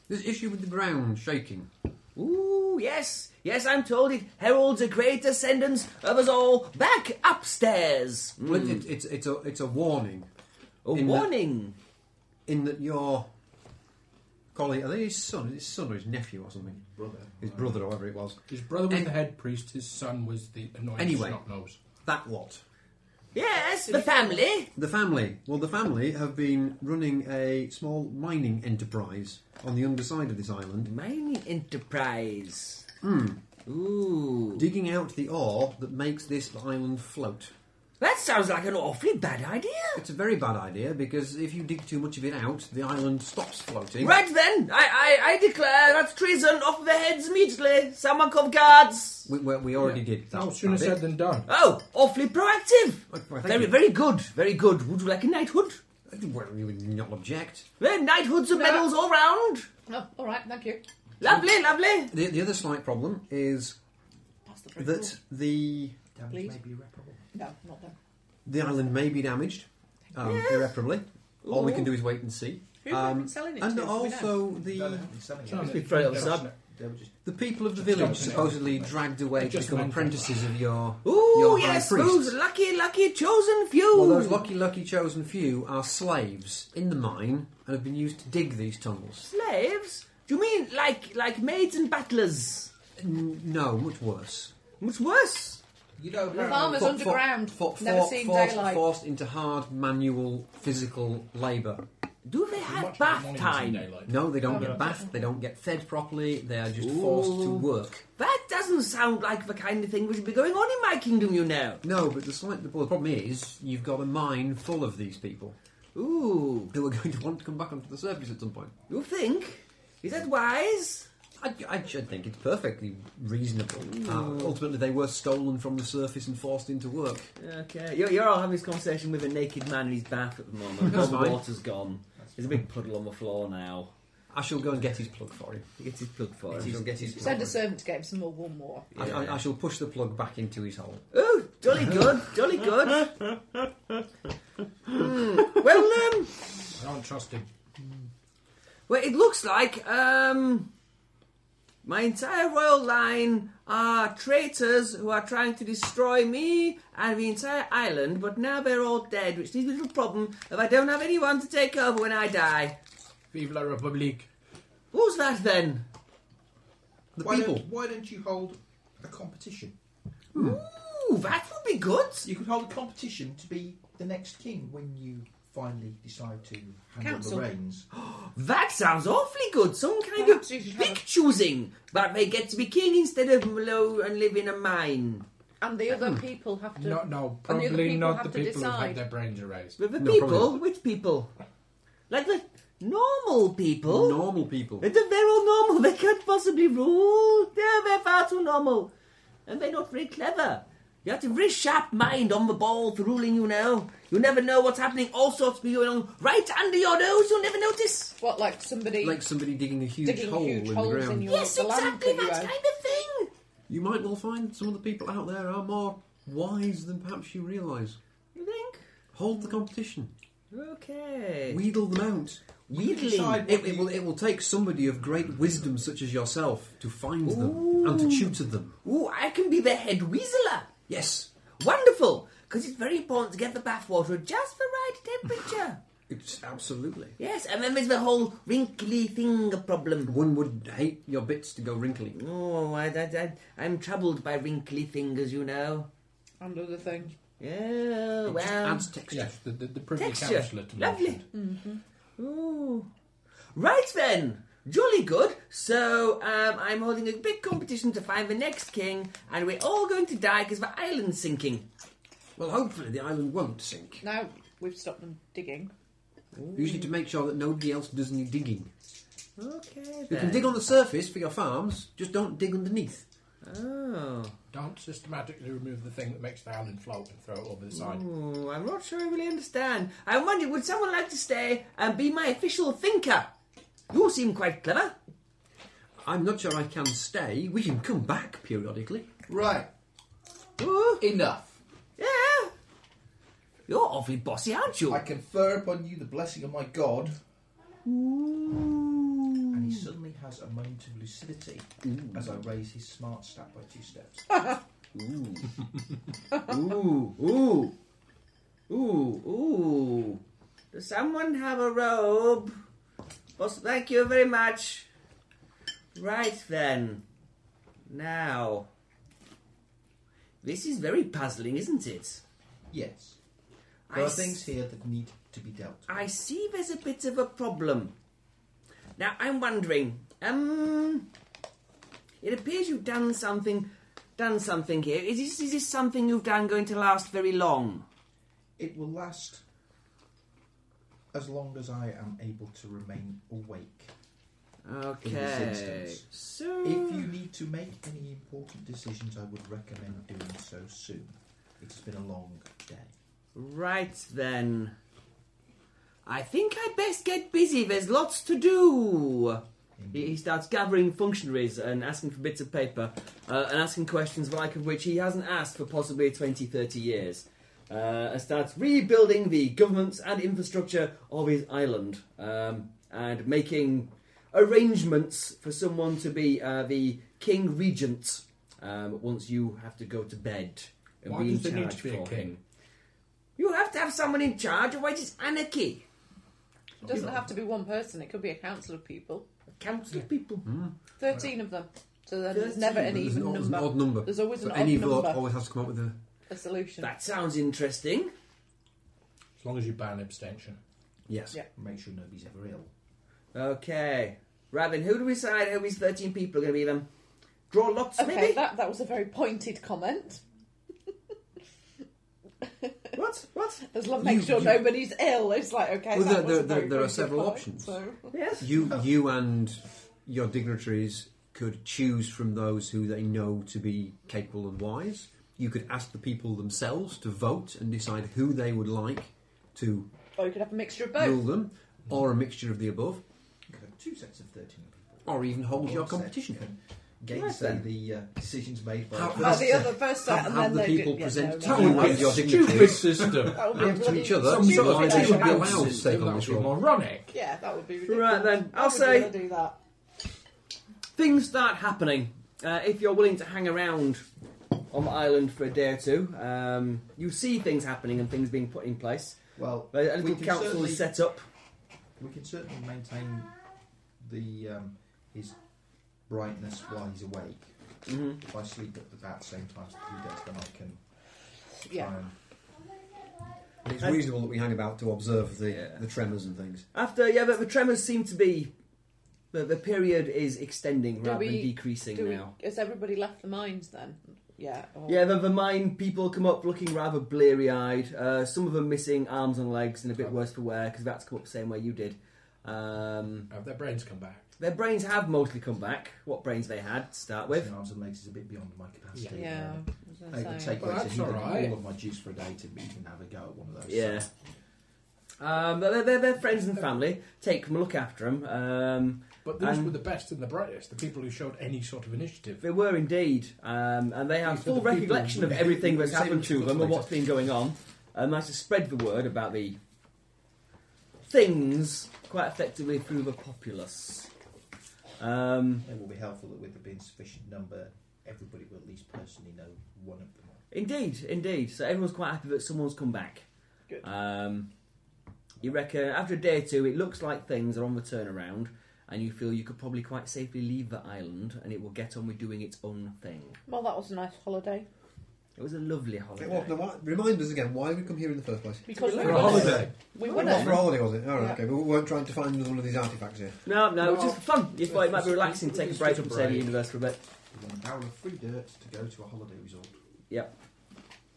B: There's issue with the brown shaking.
F: Ooh, yes, yes, I'm told it heralds a great ascendance of us all back upstairs.
B: Well, Mm. it, it's it's a it's a warning
F: A
B: In the-
F: warning.
B: in that your colleague, I think his son, his son or his nephew or something,
C: Brother,
B: his brother or whatever it was,
D: His brother was
B: And-
D: the head priest. His son was the annoying
B: Anyway.
D: snot nose.
B: that lot.
F: Yes, the family.
B: The family. Well, the family have been running a small mining enterprise on the underside of this island,
F: Mining enterprise.
B: Hmm.
F: Ooh.
B: digging out the ore that makes this island float.
F: That sounds like an awfully bad idea.
B: It's a very bad idea because if you dig too much of it out, the island stops floating.
F: Right then, I, I, I declare that's treason. Off their heads immediately. Someone call guards.
B: We, we, we already did that.
D: No, sooner
B: that
D: said
B: bit.
D: than done.
F: Oh, awfully proactive.
B: Well, thank
F: Very,
B: you.
F: very good. Very good. Would you like a knighthood?
B: Well, you would not object.
F: Then knighthoods and
G: No.
F: medals all round.
G: Oh, all right. Thank you.
F: Lovely, lovely.
B: The, the other slight problem is
G: That's the brick
B: that the
C: damage
G: Please.
C: may be irreparable.
G: wall. No, not them.
B: the island may be damaged um, irreparably. All we can do is wait and see.
G: Who have we been selling it to?
B: um, and
G: Do we know?
B: also
C: No, they
B: the
C: haven't been selling it.
D: Charlie,
F: be straight up, sir.
C: They were just
B: the people of the
D: Just
B: village
D: don't know.
B: supposedly dragged away to
D: Just
B: become
D: mental.
B: apprentices of your
F: Ooh,
B: your high
F: yes,
B: priests.
F: those lucky, lucky chosen few.
B: Well, those lucky, lucky chosen few are slaves in the mine and have been used to dig these tunnels.
F: Slaves? Do you mean like like maids and butlers?
B: N- no, much worse.
F: Much worse.
C: You know,
B: uh,
G: The farmers
B: For- for-
G: underground,
B: for-
G: never
B: for-
G: seen
B: forced,
G: daylight.
B: forced into hard manual physical labour.
F: Do they
D: Much
F: have
D: like
F: bath
D: mornings in
F: time?
D: daylight.
B: No, they don't
G: Oh,
B: get
G: no.
B: bathed. They don't get fed properly. They are just forced to
F: Ooh.
B: work.
F: That doesn't sound like the kind of thing which would be going on in my kingdom, you know.
B: No, but the slight the problem is you've got a mine full of these people
F: Ooh,
B: who are going to want to come back onto the surface at some point.
F: you think? Is that wise?
B: I, I should think it's perfectly reasonable. Uh, ultimately, they were stolen from the surface and forced into work.
F: Okay, you're, you're all having this conversation with a naked man in his bath at the moment.
B: That's
F: all the
B: fine.
F: water's gone. There's a big puddle on the floor now.
B: I shall go and get his plug for him.
F: He gets his plug for
B: I
F: it.
B: shall get his plug.
G: Send a servant to get him some more warm water.
B: I, I, I shall push the plug back into his hole.
F: Oh, jolly good, jolly good. Hmm, Well, um,
D: I don't trust him.
F: well, it looks like um, my entire royal line are uh, traitors who are trying to destroy me and the entire island. But now they're all dead, which leaves me to a problem if I don't have anyone to take over when I die.
D: Vive la République.
F: Who's that then?
B: The
C: why
B: people.
C: Don't, why don't you hold a competition?
F: Ooh, that would be good.
C: You could hold a competition to be the next king when you finally decide to handle
G: Council.
C: the reins.
F: That sounds awfully good. Some kind of
G: Perhaps you should have
F: pick choosing, but they get to be king instead of low and live in a mine.
G: And the other people have to.
D: No, no,
G: And the other
D: probably
G: people
D: not
G: have
D: the
G: to
D: people who've
G: decide.
D: had their brains erased.
F: But the
B: No,
F: people?
B: probably not.
F: Which people? Like the normal people?
B: Normal people.
F: They're they're all normal. They can't possibly rule. They're, they're far too normal. And they're not very clever. You have to have a very sharp mind on the ball for ruling, you know. You never know what's happening. All sorts be going on right under your nose. You'll never notice.
G: What, like somebody
B: Like somebody digging a huge
G: digging
B: hole
G: huge
B: in
G: holes
B: the ground.
G: in your
F: Yes,
G: the land
F: exactly
G: that you
F: that
G: own?
F: kind of thing.
B: You might well find some of the people out there are more wise than perhaps you realise.
F: You think?
B: Hold the competition.
F: Okay.
B: Wheedle them out.
F: Wheedling.
B: It, it will, it will take somebody of great wisdom, such as yourself, to find them and to tutor them.
F: Ooh, I can be the head weaseler.
B: Yes,
F: Wonderful. Because it's very important to get the bathwater just the right temperature.
B: it's absolutely.
F: yes, and then there's the whole wrinkly finger problem.
B: One would hate your bits to go wrinkly.
F: Oh, I, I, I, am troubled by wrinkly fingers, you know.
G: And other things.
F: Yeah,
B: It just
F: well.
B: adds texture.
D: Yes, the, the, the privy
F: Texture.
D: councillor to
F: Lovely.
D: mention.
F: Ooh. Right then. Jolly good. So, um, I'm holding a big competition to find the next king, and we're all going to die because the island's sinking.
B: Well, hopefully the island won't sink.
G: Now we've stopped them digging.
B: Usually to make sure that nobody else does any digging.
F: Okay. Then.
B: You can dig on the surface for your farms, just don't dig underneath.
F: Oh.
D: Don't systematically remove the thing that makes the island float and throw it over the side.
F: Ooh, I'm not sure I really understand. I'm wondering, would someone like to stay and be my official thinker? You seem quite clever.
B: I'm not sure I can stay. We can come back periodically.
C: Right,
F: Ooh,
C: enough.
F: yeah. You're awfully bossy, aren't you?
C: I confer upon you the blessing of my god. And he suddenly has a moment of lucidity as I raise his smart stat by two steps.
F: ooh, ooh, ooh, ooh. Does someone have a robe? Boss, thank you very much. Right then. Now. This is very puzzling, isn't it?
C: Yes. There are
F: s-
C: things here that need to be dealt with.
F: I see there's a bit of a problem. Now, I'm wondering, um, it appears you've done something, done something here. Is this, is this something you've done going to last very long?
C: It will last as long as I am able to remain awake.
F: Okay.
C: instance.
F: So,
C: If you need to make any important decisions, I would recommend doing so soon. It's been a long day.
F: right then. I think I best get busy. There's lots to do. He, he starts gathering functionaries and asking for bits of paper uh, and asking questions the like of which he hasn't asked for possibly 20, 30 years. Uh, and starts rebuilding the governments and infrastructure of his island um, and making arrangements for someone to be uh, the king regent um, once you have to go to bed. and
D: Why
F: be in
D: does there need
F: charge
D: to be a
F: for him.
D: king?
F: You have to have someone in charge, otherwise it's anarchy.
G: It doesn't have to be one person, it could be a council of people.
F: Council of people.
D: Hmm.
G: 13 of them. So then there's never an
B: There's
G: even
B: an, odd, there's an
G: number.
B: odd number.
G: There's always
B: so
G: an
B: any
G: odd
B: vote
G: number.
B: always has to come up with a.
G: A solution.
F: That sounds interesting.
D: As long as you ban abstention.
B: Yes.
G: Yeah.
C: Make sure nobody's ever ill.
F: Okay. Robin, who do we decide who these 13 people are going to be then? Draw lots,
G: Okay,
F: maybe?
G: that, that was a very pointed comment.
F: What? What?
G: As long make
B: You-
G: sure
B: you-
G: nobody's ill. It's like okay.
B: Well,
G: that
B: there-
G: was a
B: there-
G: very
B: there are
G: pointed
B: several
G: comment,
B: options.
G: So.
F: Yes.
B: You,
G: Oh.
B: you and your dignitaries could choose from those who they know to be capable and wise. You could ask the people themselves to vote and decide who they would like to
G: Or you could have a mixture of
B: rule
G: both.
B: them, or a mixture of the above,
C: You could have two sets of 13 people.
B: or even hold your
C: One set
B: competition.
C: can Gainsay the uh, decisions made by
B: How-
G: Oh, the
B: Yes.
G: other first set,
B: Have,
G: and
B: have
G: then
B: the
G: they
B: people
G: do, yeah,
B: present
G: no,
B: to
G: no,
B: you
G: no.
B: and your
D: Stupid
B: dignitaries
D: system.
G: That would be a
B: and to
G: bloody
B: each other.
G: stupid
B: So I
G: idea.
B: should be allowed to take
D: That
B: on
D: would
B: this
D: be
B: role.
D: moronic.
G: Yeah, that would be ridiculous.
F: Right then, I'll
G: Why would
F: say-
G: you do that?
F: Things start happening. Uh, if you're willing to hang around on the island for a day or two, um, you see things happening and things being put in place.
C: Well,
F: A
C: we
F: little
C: can
F: council
C: certainly-
F: is set up.
C: We can certainly maintain the um, his brightness while he's awake.
F: hmm
C: If I sleep at about the same time as he does, then I can.
G: Yeah.
C: try and-
B: It's reasonable that we hang about to observe the, uh,
F: Yeah.
B: the tremors and things.
F: After, yeah, but the tremors seem to be. The, the period is extending
G: Do
F: rather than
G: we-
F: decreasing
G: Do
F: now.
G: we, has everybody left the mines then? Yeah. Or,
F: Yeah, the, the mine people come up looking rather bleary eyed. Uh, some of them missing arms and legs and a bit worse for wear because that's come up the same way you did. Um,
D: Have their brains come back?
F: their brains have mostly come back. What brains they had to start with.
C: My arms and legs is a bit beyond my capacity.
G: Yeah.
C: Uh,
G: as
C: I
G: I
C: could
G: say.
C: take
D: Well,
C: later
D: that's
C: healing
D: all right.
C: all of my juice for a day to even have a go at one of those.
F: Yeah. Um, their, their, their friends and family take them, look after them. Um,
D: But those
F: And-
D: were the best and the brightest, the people who showed any sort of initiative.
F: they were indeed, um, and they have
D: These were
F: full
D: the people
F: recollection of
D: who-
F: everything
D: who
F: that's
D: saved
F: happened
D: us
F: to them and
D: later.
F: what's been going on. And managed to spread the word about the things quite effectively through the populace. Um,
C: It will be helpful that with there being sufficient number, everybody will at least personally know one of them.
F: Indeed, indeed. So everyone's quite happy that someone's come back.
C: Good.
F: Um, you reckon after a day or two, it looks like things are on the turnaround, and you feel you could probably quite safely leave the island, and it will get on with doing its own thing.
G: Well, that was a nice holiday.
F: It was a lovely holiday.
B: It was, now, why- remind us again why we come here in the first place.
G: Because we
B: For
G: won
B: a
G: it.
B: holiday.
G: We
B: It
G: won
B: was
G: it.
B: for a holiday, was it? All right,
G: Yeah.
B: okay. We weren't trying to find another one of these artifacts here.
F: No, no, it was
D: No.
F: just for fun. You thought it might be relaxing to take a
D: It's
F: break
D: just a
F: from Sailing
D: break.
F: Universe for a bit.
C: We want an hour of free dirt to go to a holiday resort.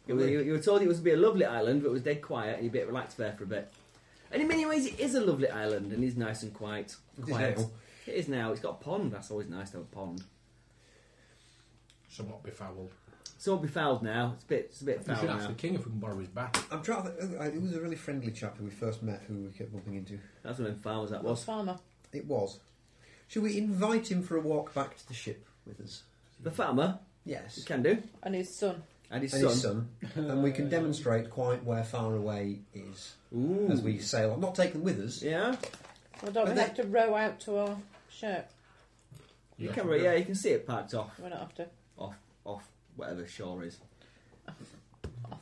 F: You were, you were told it was to be a lovely island, but it was dead quiet, and you're a bit relaxed there for a bit. And in many ways, it is a lovely island, and is nice and quiet.
B: It is
F: quiet.
B: now.
F: It is now. It's got a pond. That's always nice to have a pond.
D: Somewhat befouled.
F: So it'll be fouled now. It's a bit, it's a bit
D: We
F: fouled
D: should ask
F: now.
D: the king if we can borrow his bat.
B: I'm trying to think. uh, It was a really friendly chap who we first met who we kept bumping into.
F: That's one of them farmers that was.
G: Farmer.
B: It was. Should we invite him for a walk back to the ship with us?
F: The farmer, you
B: Yes.
F: can do,
G: And his son.
F: and his
B: And
F: son.
B: his son. and we can demonstrate quite where far away is
F: Ooh.
B: as we sail. Not take them with us.
F: Yeah,
G: Well, don't
B: But
G: we
B: that-
G: have to row out to our ship?
F: you can. Re- yeah, you can see it parked off,
G: We don't have to.
F: off, off whatever shore is,
G: Off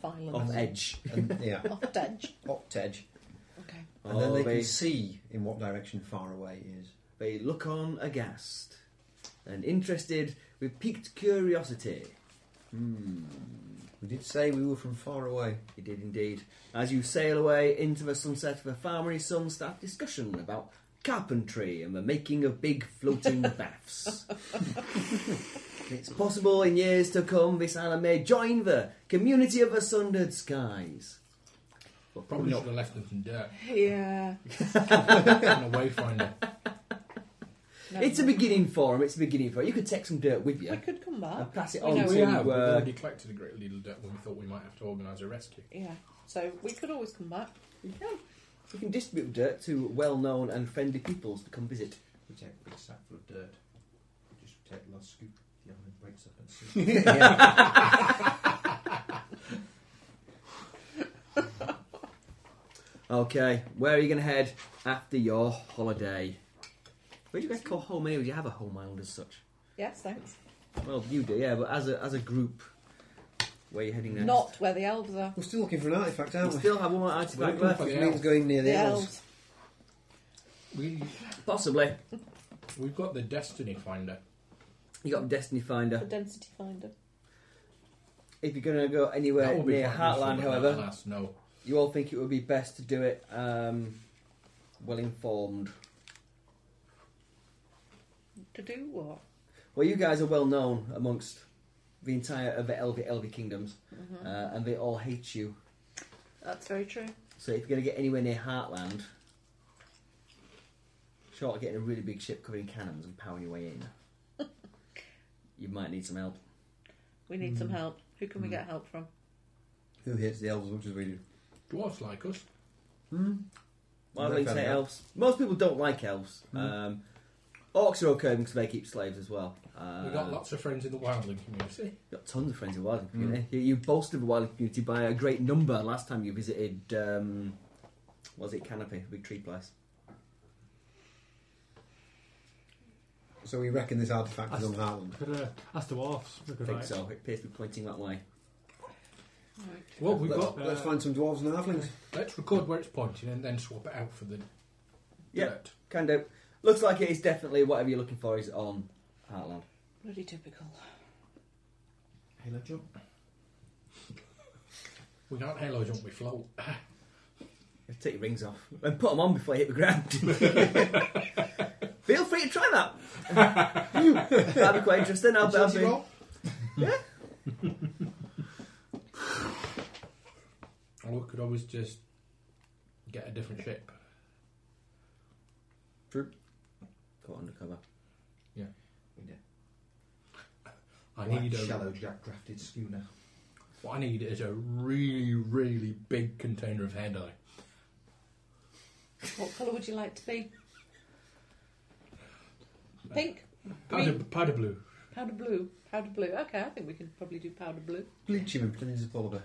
D: Oh,
G: island.
B: Oh.
F: off edge.
B: And, yeah.
G: Off edge.
B: Opt edge.
G: Okay.
B: And then they
F: Oh,
B: can see in what direction far away is.
F: They look on aghast and interested with piqued curiosity. Hmm,
B: We did say we were from far away.
F: you did indeed. As you sail away into the sunset, the farmer and his son start discussion about carpentry and the making of big floating baths. it's possible in years to come this island may join the community of asundered skies. Well,
D: Probably should have left them some dirt.
G: Yeah.
D: and a wayfinder.
G: No,
F: It's a
G: no.
F: beginning for 'em, It's a beginning for 'em. You could take some dirt with
G: We
F: you
G: could come back.
F: and pass it
G: We
F: on
G: know
F: to.
D: We have. We've
F: uh,
D: already collected a great deal of dirt when we thought we might have to organise a rescue.
G: Yeah. So we could always come back.
F: We can distribute dirt to well-known and friendly peoples to come visit.
C: We take a big sack full of dirt. Just take the last scoop. The oven breaks up and see.
B: yeah.
F: Okay, where are you going to head after your holiday? Where do you guys call home anyway? Do you have a home island as such?
G: Yes, thanks.
F: Well, you do, yeah. But as a as a group, where are you heading next?
G: Not where the elves are.
B: We're still looking for an artifact,
F: You
B: aren't we?
F: still have one more artifact
D: We're looking
F: left,
D: for
B: Which
D: the
B: means
D: elves.
B: going near the,
G: the
B: elves.
G: elves.
D: We,
F: possibly.
D: we've got the Destiny Finder.
F: You got Destiny
G: The
F: Finder.
G: density finder.
F: If you're going to go
D: That
F: anywhere
D: will be
F: near
D: quite useful,
F: Heartland,
D: but
F: however,
D: nonetheless, no.
F: you all think it would be best to do it um, well informed.
G: To do what?
F: Well, you guys are well known amongst the entire of the Elvi, Elvi kingdoms, uh, and they all hate you.
G: That's very true.
F: So if you're going to get anywhere near Heartland, short of getting a really big ship covered in cannons and powering your way in, you might need some help.
G: We need
F: Hmm.
G: some help. Who can we get help from?
B: Who hits the elves as much as we do?
D: Dwarves like us.
F: Why
B: No
F: don't you
B: fair
F: say
B: enough.
F: elves? Most people don't like elves. Um, orcs are okay because they keep slaves as well. Uh,
D: We've got lots of friends in the wildling community.
F: got tons of friends in the wildling community. You, you bolstered the wildling community by a great number last time you visited. Um, was it Canopy, big tree place?
B: So we reckon this artifact is on Heartland.
E: Could, uh, ask the dwarfs.
F: I think so. It appears to be pointing that way.
D: Well, we've
B: let's,
D: got.
B: let's find some dwarves and halflings.
D: Let's record where it's pointing and then swap it out for the
F: Yeah.
D: dirt.
F: Kind of looks like it is definitely whatever you're looking for is on Heartland.
G: Bloody typical.
C: Halo jump.
D: We can't halo jump, we float.
F: Take your rings off and put them on before you hit the ground. Feel free to try that. That'd be quite interesting. I'll, I'll
C: Agility
F: be,
C: roll.
D: Or we could always just get a different ship.
F: True. Go undercover.
C: We do.
D: I
C: Black
D: need a
C: shallow jack drafted schooner.
D: What I need is a really, really big container of hair dye.
G: What colour would you like to be? Pink,
D: Powder, powder blue.
G: powder blue, powder blue. Okay, I think we could probably do powder blue.
B: Bleach him and pretend he's a polar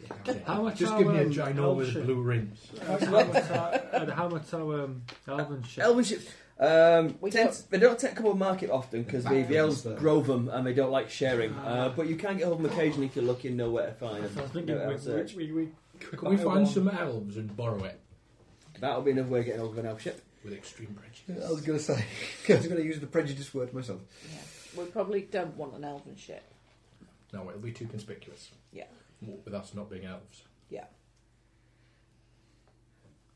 B: bear.
E: How much
D: Just
E: are,
D: give me a
E: um,
D: ginormous
E: Elfshin?
D: blue rim.
E: How much are, and how much are um, Elven shit?
F: Elven ships. Um,
G: We
F: tend-
G: don't-
F: they don't tend to come on market often because the, the elves
B: Balance, though.
F: grow them and they don't like sharing. Uh, but you can get hold of them occasionally if you're looking nowhere to find
E: So Ah. I
F: them.
E: was thinking
F: No, that's it.
E: we, we, we,
D: Can we find some elves and borrow it
F: That'll be another way of getting hold of an elf ship.
D: with extreme prejudice?
B: I was going to say, I was going to use the prejudice word myself.
G: We probably don't want an elven ship.
D: No, it'll be too conspicuous.
G: Yeah.
D: What with us not being elves.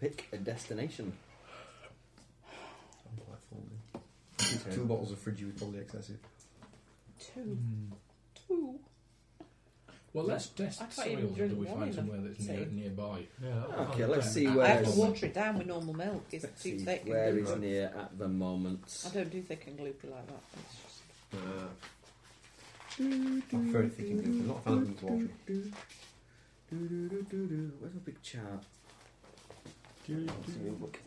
F: Pick a destination.
B: Two bottles of fridge would probably excessive.
G: Two,
F: Hmm.
G: two.
D: Well, let's test
G: I can't even
D: soil
G: drink
D: until we
G: wine
D: find
G: enough
D: somewhere that's near,
G: tea.
D: nearby.
E: yeah,
F: Okay, let's see
G: I
F: where.
G: have to water it down with normal milk. It's
F: Let's
G: too
F: see
G: thick. and
F: where is
G: gloopy.
F: near at the moment.
G: I don't do thick and gloopy like that. It's just-
B: Uh, I'm very thick and goofy. Not a fan of them to wash.
F: Do-do-do-do-do. Where's my big chart? Let's have a look.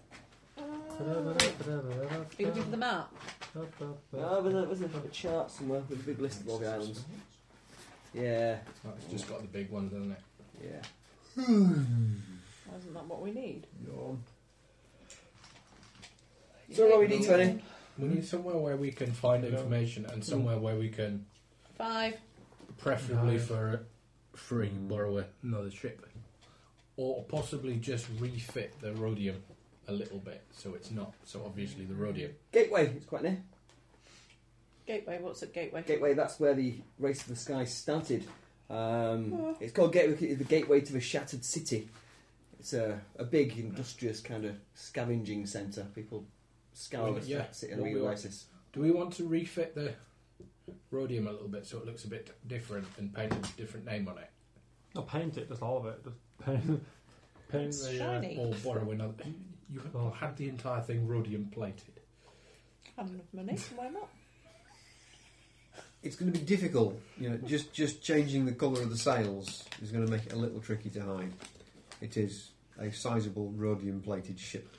G: Uh, Are you give the map?
F: Oh, but there was a chart somewhere with a big list of all the islands. Yeah,
D: Oh, It's just got the big ones, hasn't it?
F: yeah.
G: Why Isn't that what we need? You
F: So, what we
G: think
F: need, Tony?
D: We need somewhere where we can find information and somewhere where we can,
G: Five.
D: preferably
E: Nice.
D: for free, borrow another ship. Or possibly just refit the Rhodium a little bit so it's not so obviously the Rhodium.
F: Gateway, it's quite near.
G: Gateway. What's at Gateway?
F: Gateway, that's where the Race of the Sky started. Um, It's called Gateway, it's the gateway to the Shattered City. It's a, a big, industrious kind of scavenging centre. People scour
D: Well,
F: the
D: yeah,
F: city on a
D: what we
F: regular
D: want.
F: basis.
D: Do we want to refit the Rhodium a little bit so it looks a bit different and paint a different name on it?
E: I'll paint it, just all of it. Just paint, paint
G: It's
E: the. Uh,
G: shiny.
D: Or borrow another. You have had the entire thing Rhodium plated.
G: Had enough money. Why not?
B: It's going to be difficult. You know, just just changing the colour of the sails is going to make it a little tricky to hide. It is a sizable rhodium-plated ship.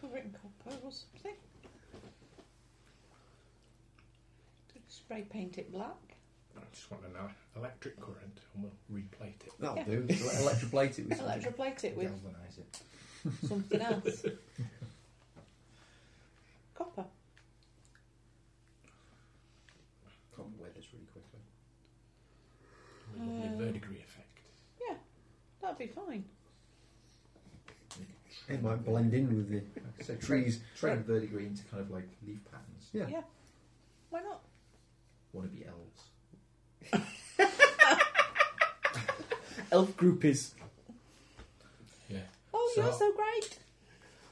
G: Cover it in copper or something. Spray paint it black.
D: I just want an uh, electric current and we'll replate it.
B: That'll
G: Yeah.
B: do. Electroplate it with something.
G: Electroplate it with
C: Galvanise it.
G: something else. copper.
C: Can't wear this really quickly.
D: A lovely
G: Uh,
D: verdigris effect.
G: That'd be fine.
B: It might blend in with the
C: So
B: trees.
C: Trend verdigris into kind of like leaf patterns.
B: Yeah.
G: Yeah. Why not?
C: Wanna be elves.
F: Elf groupies.
D: Yeah.
G: Oh,
D: So-
G: you're so great.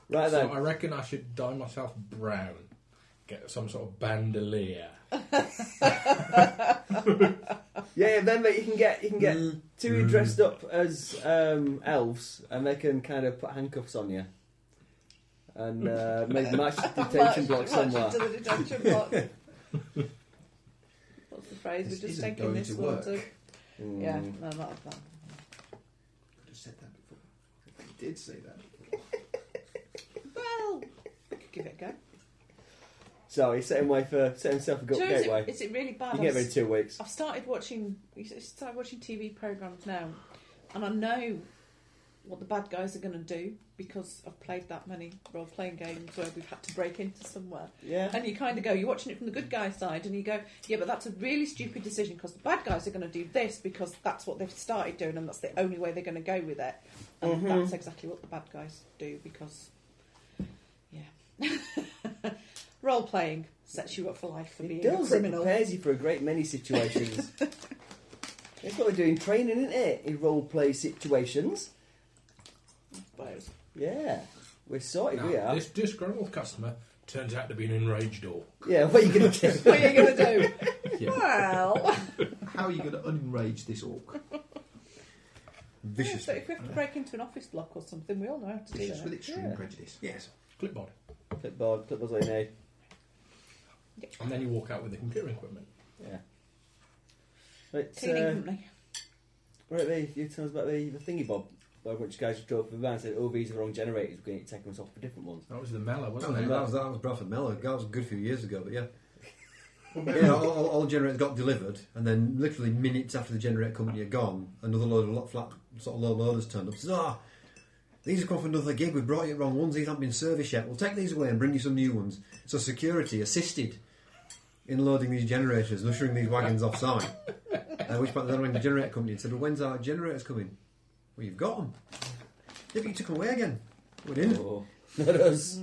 F: Right
D: so
F: then.
D: I reckon I should dye myself brown, get some sort of bandolier.
F: Yeah, yeah, then mate, you can get you can
B: Mm.
F: get two who dressed up as um, elves, and they can kind of put handcuffs on you, and uh, make the match detention
G: March-
F: block
G: march
F: somewhere.
G: into the detention block. What's the phrase?
C: This
G: We're just
C: isn't
G: taking
C: going
G: this
C: to
G: one
C: work.
G: to.
F: Mm.
G: Yeah, no, not that.
C: Could have said that before. I did say that.
G: Well, we could give it a go.
F: So he's setting way for setting himself a
G: Do
F: good
G: you know,
F: gateway.
G: Is, it, is it really bad?
F: You
G: I've
F: can get ready in
G: s-
F: two weeks.
G: I've started watching. I started watching TV programs now, and I know what the bad guys are going to do because I've played that many role-playing games where we've had to break into somewhere.
F: Yeah.
G: And you kind of go, you're watching it from the good guy's side, and you go, yeah, but that's a really stupid decision because the bad guys are going to do this because that's what they've started doing, and that's the only way they're going to go with it. And
F: Mhm.
G: that's exactly what the bad guys do because, yeah. Role playing sets you up for life for
F: It
G: being
F: does.
G: a
F: It
G: criminal.
F: prepares you for a great many situations. That's what we're doing training, isn't it? In role play situations.
G: Suppose.
F: Yeah. We're sorted,
D: Now,
F: we are.
D: This disgruntled customer turns out to be an enraged orc.
F: Yeah, what are you going to do?
G: what are you going to do? Well,
C: How are you going to unenrage this orc?
G: yeah, so
B: viciously.
G: if we have to break into an office block or something, we all know how to do
C: Vicious with
G: that.
C: extreme
F: Yeah.
C: prejudice.
B: Yes.
D: Clipboard.
F: Clipboard, clipboard's what you need.
D: And then you walk out with the computer equipment.
F: Yeah. Right,
G: Cleaning
F: uh,
G: company.
F: right, Lee, you tell us about the, the thingy bob. Where which guys just drove up the van and said, oh, these are the wrong generators, we're going to take them off for different ones.
D: That was the Mellor,
B: That
D: wasn't
B: was,
D: it?
B: that was, that was Bradford Miller. That was a good few years ago, but yeah. yeah, all, all- all generators got delivered, and then literally minutes after the generator company had gone, another load of lot flat sort of low loaders turned up. Says, "Ah, these have come from another gig. We brought you the wrong ones. These haven't been serviced yet. We'll take these away and bring you some new ones." So security assisted in loading these generators and ushering these wagons offside. At which point, then rang the generator company and said, well, "When's our generators coming?" Well, you've got them. Yeah, but you took them away again. We didn't.
F: Oh, not us.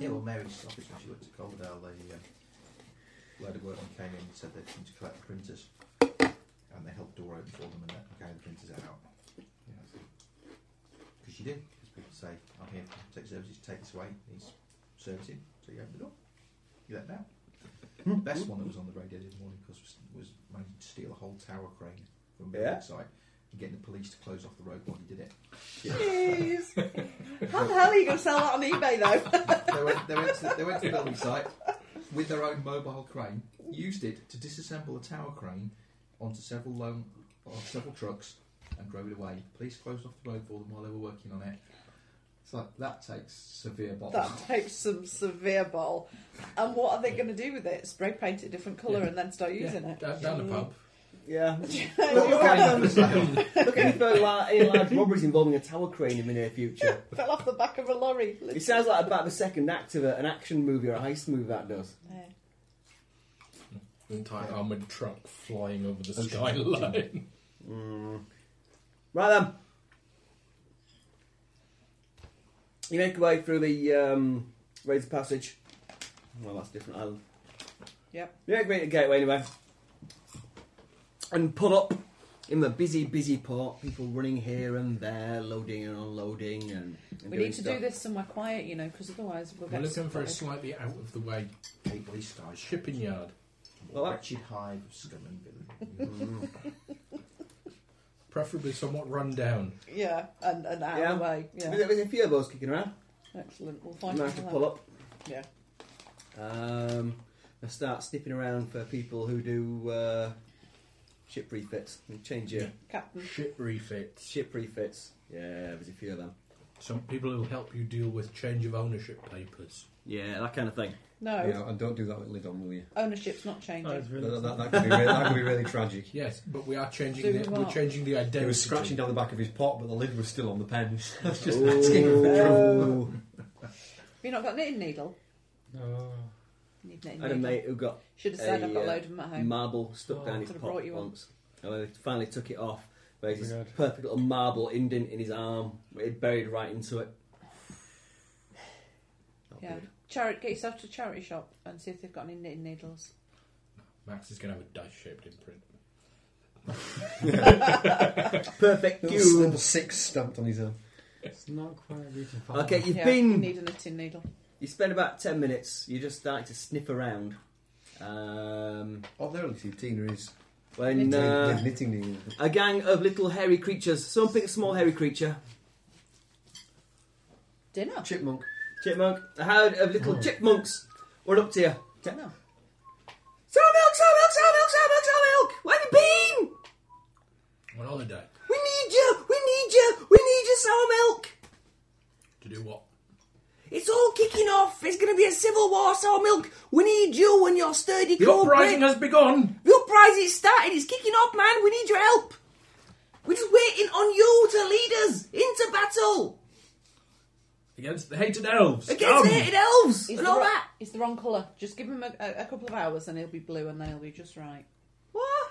C: Yeah, well, Mary's office when she went to Calderdale, they uh, load of workmen came in and said they'd come to collect the printers, and they held the door open for them and let them carry the printers out. Because you do, because people say, "I'm here to take services, take this away." He's servicing, so you open the door, you let them out. The best one that was on the radio the other morning, because was, was managing to steal a whole tower crane from the
F: Yeah.
C: site and getting the police to close off the road while he did it.
G: Jeez. How the hell are you going to sell that on eBay though?
C: they went, they went, to, they went to the building site with their own mobile crane, used it to disassemble a tower crane onto several loan, or several trucks, and drove it away. Police closed off the road for them while they were working on it. It's like that takes severe bottles.
G: that takes some severe ball. And what are they going to do with it? Spray paint it a different colour
D: Yeah.
G: and then start using
D: yeah,
G: it?
D: down, down the pub.
F: Yeah.
G: You're welcome.
F: Look any further la- any large robberies involving a tower crane in the near future.
G: Fell off the back of a lorry.
F: It sounds like about the second act of a, an action movie or a heist movie that does.
G: Yeah.
D: The entire armoured truck flying over the skyline.
F: Right then. You make your way through the um, Razor Passage. Well, that's a different island.
G: Yep.
F: You make your way to the gateway anyway. And pull up in the busy, busy port. People running here and there, loading and unloading. and, and
G: We
F: doing
G: need to
F: stuff.
G: do this somewhere quiet, you know, because otherwise we'll
D: We're
G: get
D: looking for a
G: spotted.
D: slightly out of the way
C: Gateway sky,
D: shipping yard.
F: Well, that-
C: wretched hive of scum and villainy.
D: Preferably somewhat run down.
G: Yeah, and, and out of the
F: Yeah.
G: way. Yeah.
F: There's, there's a few of those kicking around.
G: Excellent. We'll find
F: Nice to pull up.
G: Yeah.
F: Um, I start sniffing around for people who do uh, ship refits. You change your
G: Captain.
D: Ship refits.
F: ship refits. Yeah, there's a few of them.
D: Some people who help you deal with change of ownership papers.
F: Yeah, that kind of thing.
G: No,
B: Yeah, and don't do that with lid on, will you?
G: ownership's not changing.
E: Oh, it's really
B: That, that, that could be really, that could be really tragic.
D: Yes, but we are
G: Do
D: changing.
G: we
D: The, we're
G: what?
D: changing the identity.
B: He was scratching down the back of his pot, but the lid was still on the pen. That's just
F: Ooh.
B: asking for trouble.
F: Oh.
G: Have you not got a knitting needle?
E: No.
G: You need a knitting
F: I had a
G: needle.
F: mate who got
G: Should have said
F: a,
G: I've got a
F: uh,
G: load of them at home.
F: marble stuck
E: Oh,
F: down his
G: could've
F: pot
G: brought you one.
F: once. And when they finally took it off, there was
E: Oh my
F: this
E: God.
F: perfect little marble indent in his arm. It buried right into it. Not
G: yeah.
F: good.
G: Charity, get yourself to a charity shop and see if they've got any knitting needles.
D: Max is going to have a dice-shaped imprint.
F: Perfect.
B: Little,
F: You.
B: little six stamped on his um, arm.
E: It's not quite reaching far.
F: Okay, you've
G: yeah, you
F: been
G: need a knitting needle.
F: You spend about ten minutes. You just start to sniff around. Um,
B: Oh, there, little Tina is
F: when
G: Knitting.
F: uh,
B: knitting needle.
F: a gang of little hairy creatures. Someone pick a small hairy creature.
G: Dinner.
B: Chipmunk.
F: Chipmunk. A herd of little chipmunks. We're up to you.
G: Dinner.
F: Sour milk, sour milk, sour milk, sour milk, sour milk. Where have you been?
D: On holiday
F: We need you. We need you. We need you, sour milk.
D: to do what?
F: It's all kicking off. It's going to be a civil war, sour milk. We need you and your sturdy
D: The
F: corporate-
D: uprising has begun.
F: The uprising's started. It's kicking off, man. We need your help. We're just waiting on you to lead us into battle
D: Against the hated elves.
F: against the
D: Come.
F: hated elves
G: He's
F: and
G: the,
F: all
G: wrong-
F: that.
G: he's the wrong colour. Just give him a, a, a couple of hours and he'll be blue and then he'll be just right.
F: What?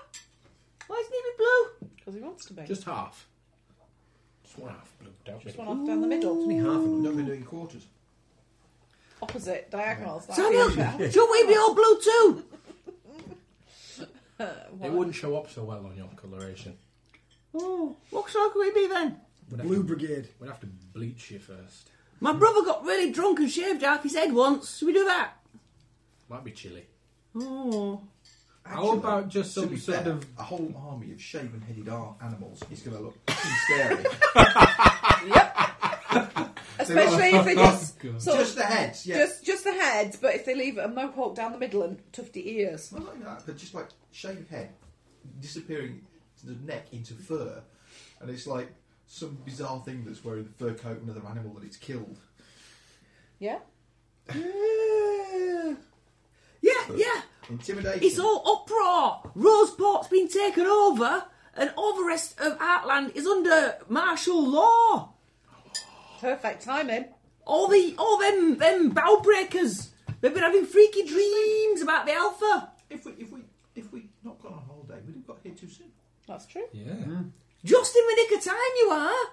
F: Why isn't he blue?
G: Because he wants to be. Just,
D: Just half. Just one half. Blue, don't we?
G: one off down the middle.
C: Only half of them. Don't they do it in quarters?
G: Opposite, diagonals. That's the issue.
F: Samuel, should we be all blue too?
D: It wouldn't show up so well on your coloration.
F: Oh, what colour can we be then?
D: We'd have,
B: Blue
D: to,
B: Brigade.
D: we'd have to bleach you first.
F: My brother got really drunk and shaved half his head once. Should we do that?
D: Might be chilly.
F: Oh,
D: How about just
C: To
D: some
C: be
D: sort
C: fair,
D: of
C: a whole army of shaven-headed ar- animals is going to look fucking scary.
G: Especially if they just sort
C: Just
G: of-
C: the heads, yeah.
G: Just just the heads, but if they leave a mohawk down the middle and tufty ears.
C: Not like that, but just like shaved head disappearing to the neck into fur, and it's like some bizarre thing that's wearing the fur coat of another animal that it's killed.
G: Yeah?
F: Yeah, yeah.
C: Intimidation.
F: It's all uproar. Roseport's been taken over, and all the rest of Outland is under martial law.
G: Perfect timing.
F: All the all them them bow breakers. They've been having freaky dreams about the Alpha.
C: If we if we if we not gone on holiday, we'd have got here too soon.
G: That's true.
D: Yeah.
F: Just in the nick of time, you are.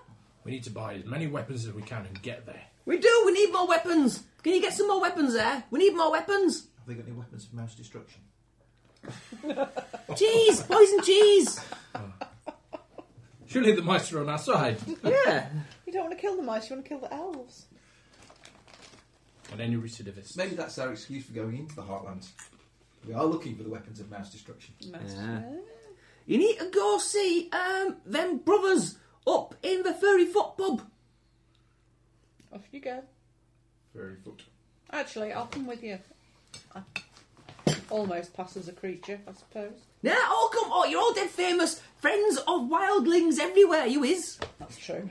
D: We need to buy as many weapons as we can and get there.
F: We do. We need more weapons. Can you get some more weapons there? We need more weapons.
C: Have they got any weapons of mass destruction?
F: Cheese, poison cheese.
D: Surely the mice are on our side.
F: Yeah.
G: You don't want to kill the mice, you want to kill the elves.
D: and any recidivists.
C: Maybe that's our excuse for going into the heartlands. We are looking for the weapons of mass destruction.
F: Yeah. You need to go see um them brothers up in the furry foot pub.
G: Off you go.
C: Very foot.
G: Actually, I'll come with you. I almost pass as a creature, I suppose.
F: Now, all come, oh, you're all dead famous friends of wildlings everywhere. You is.
G: That's true.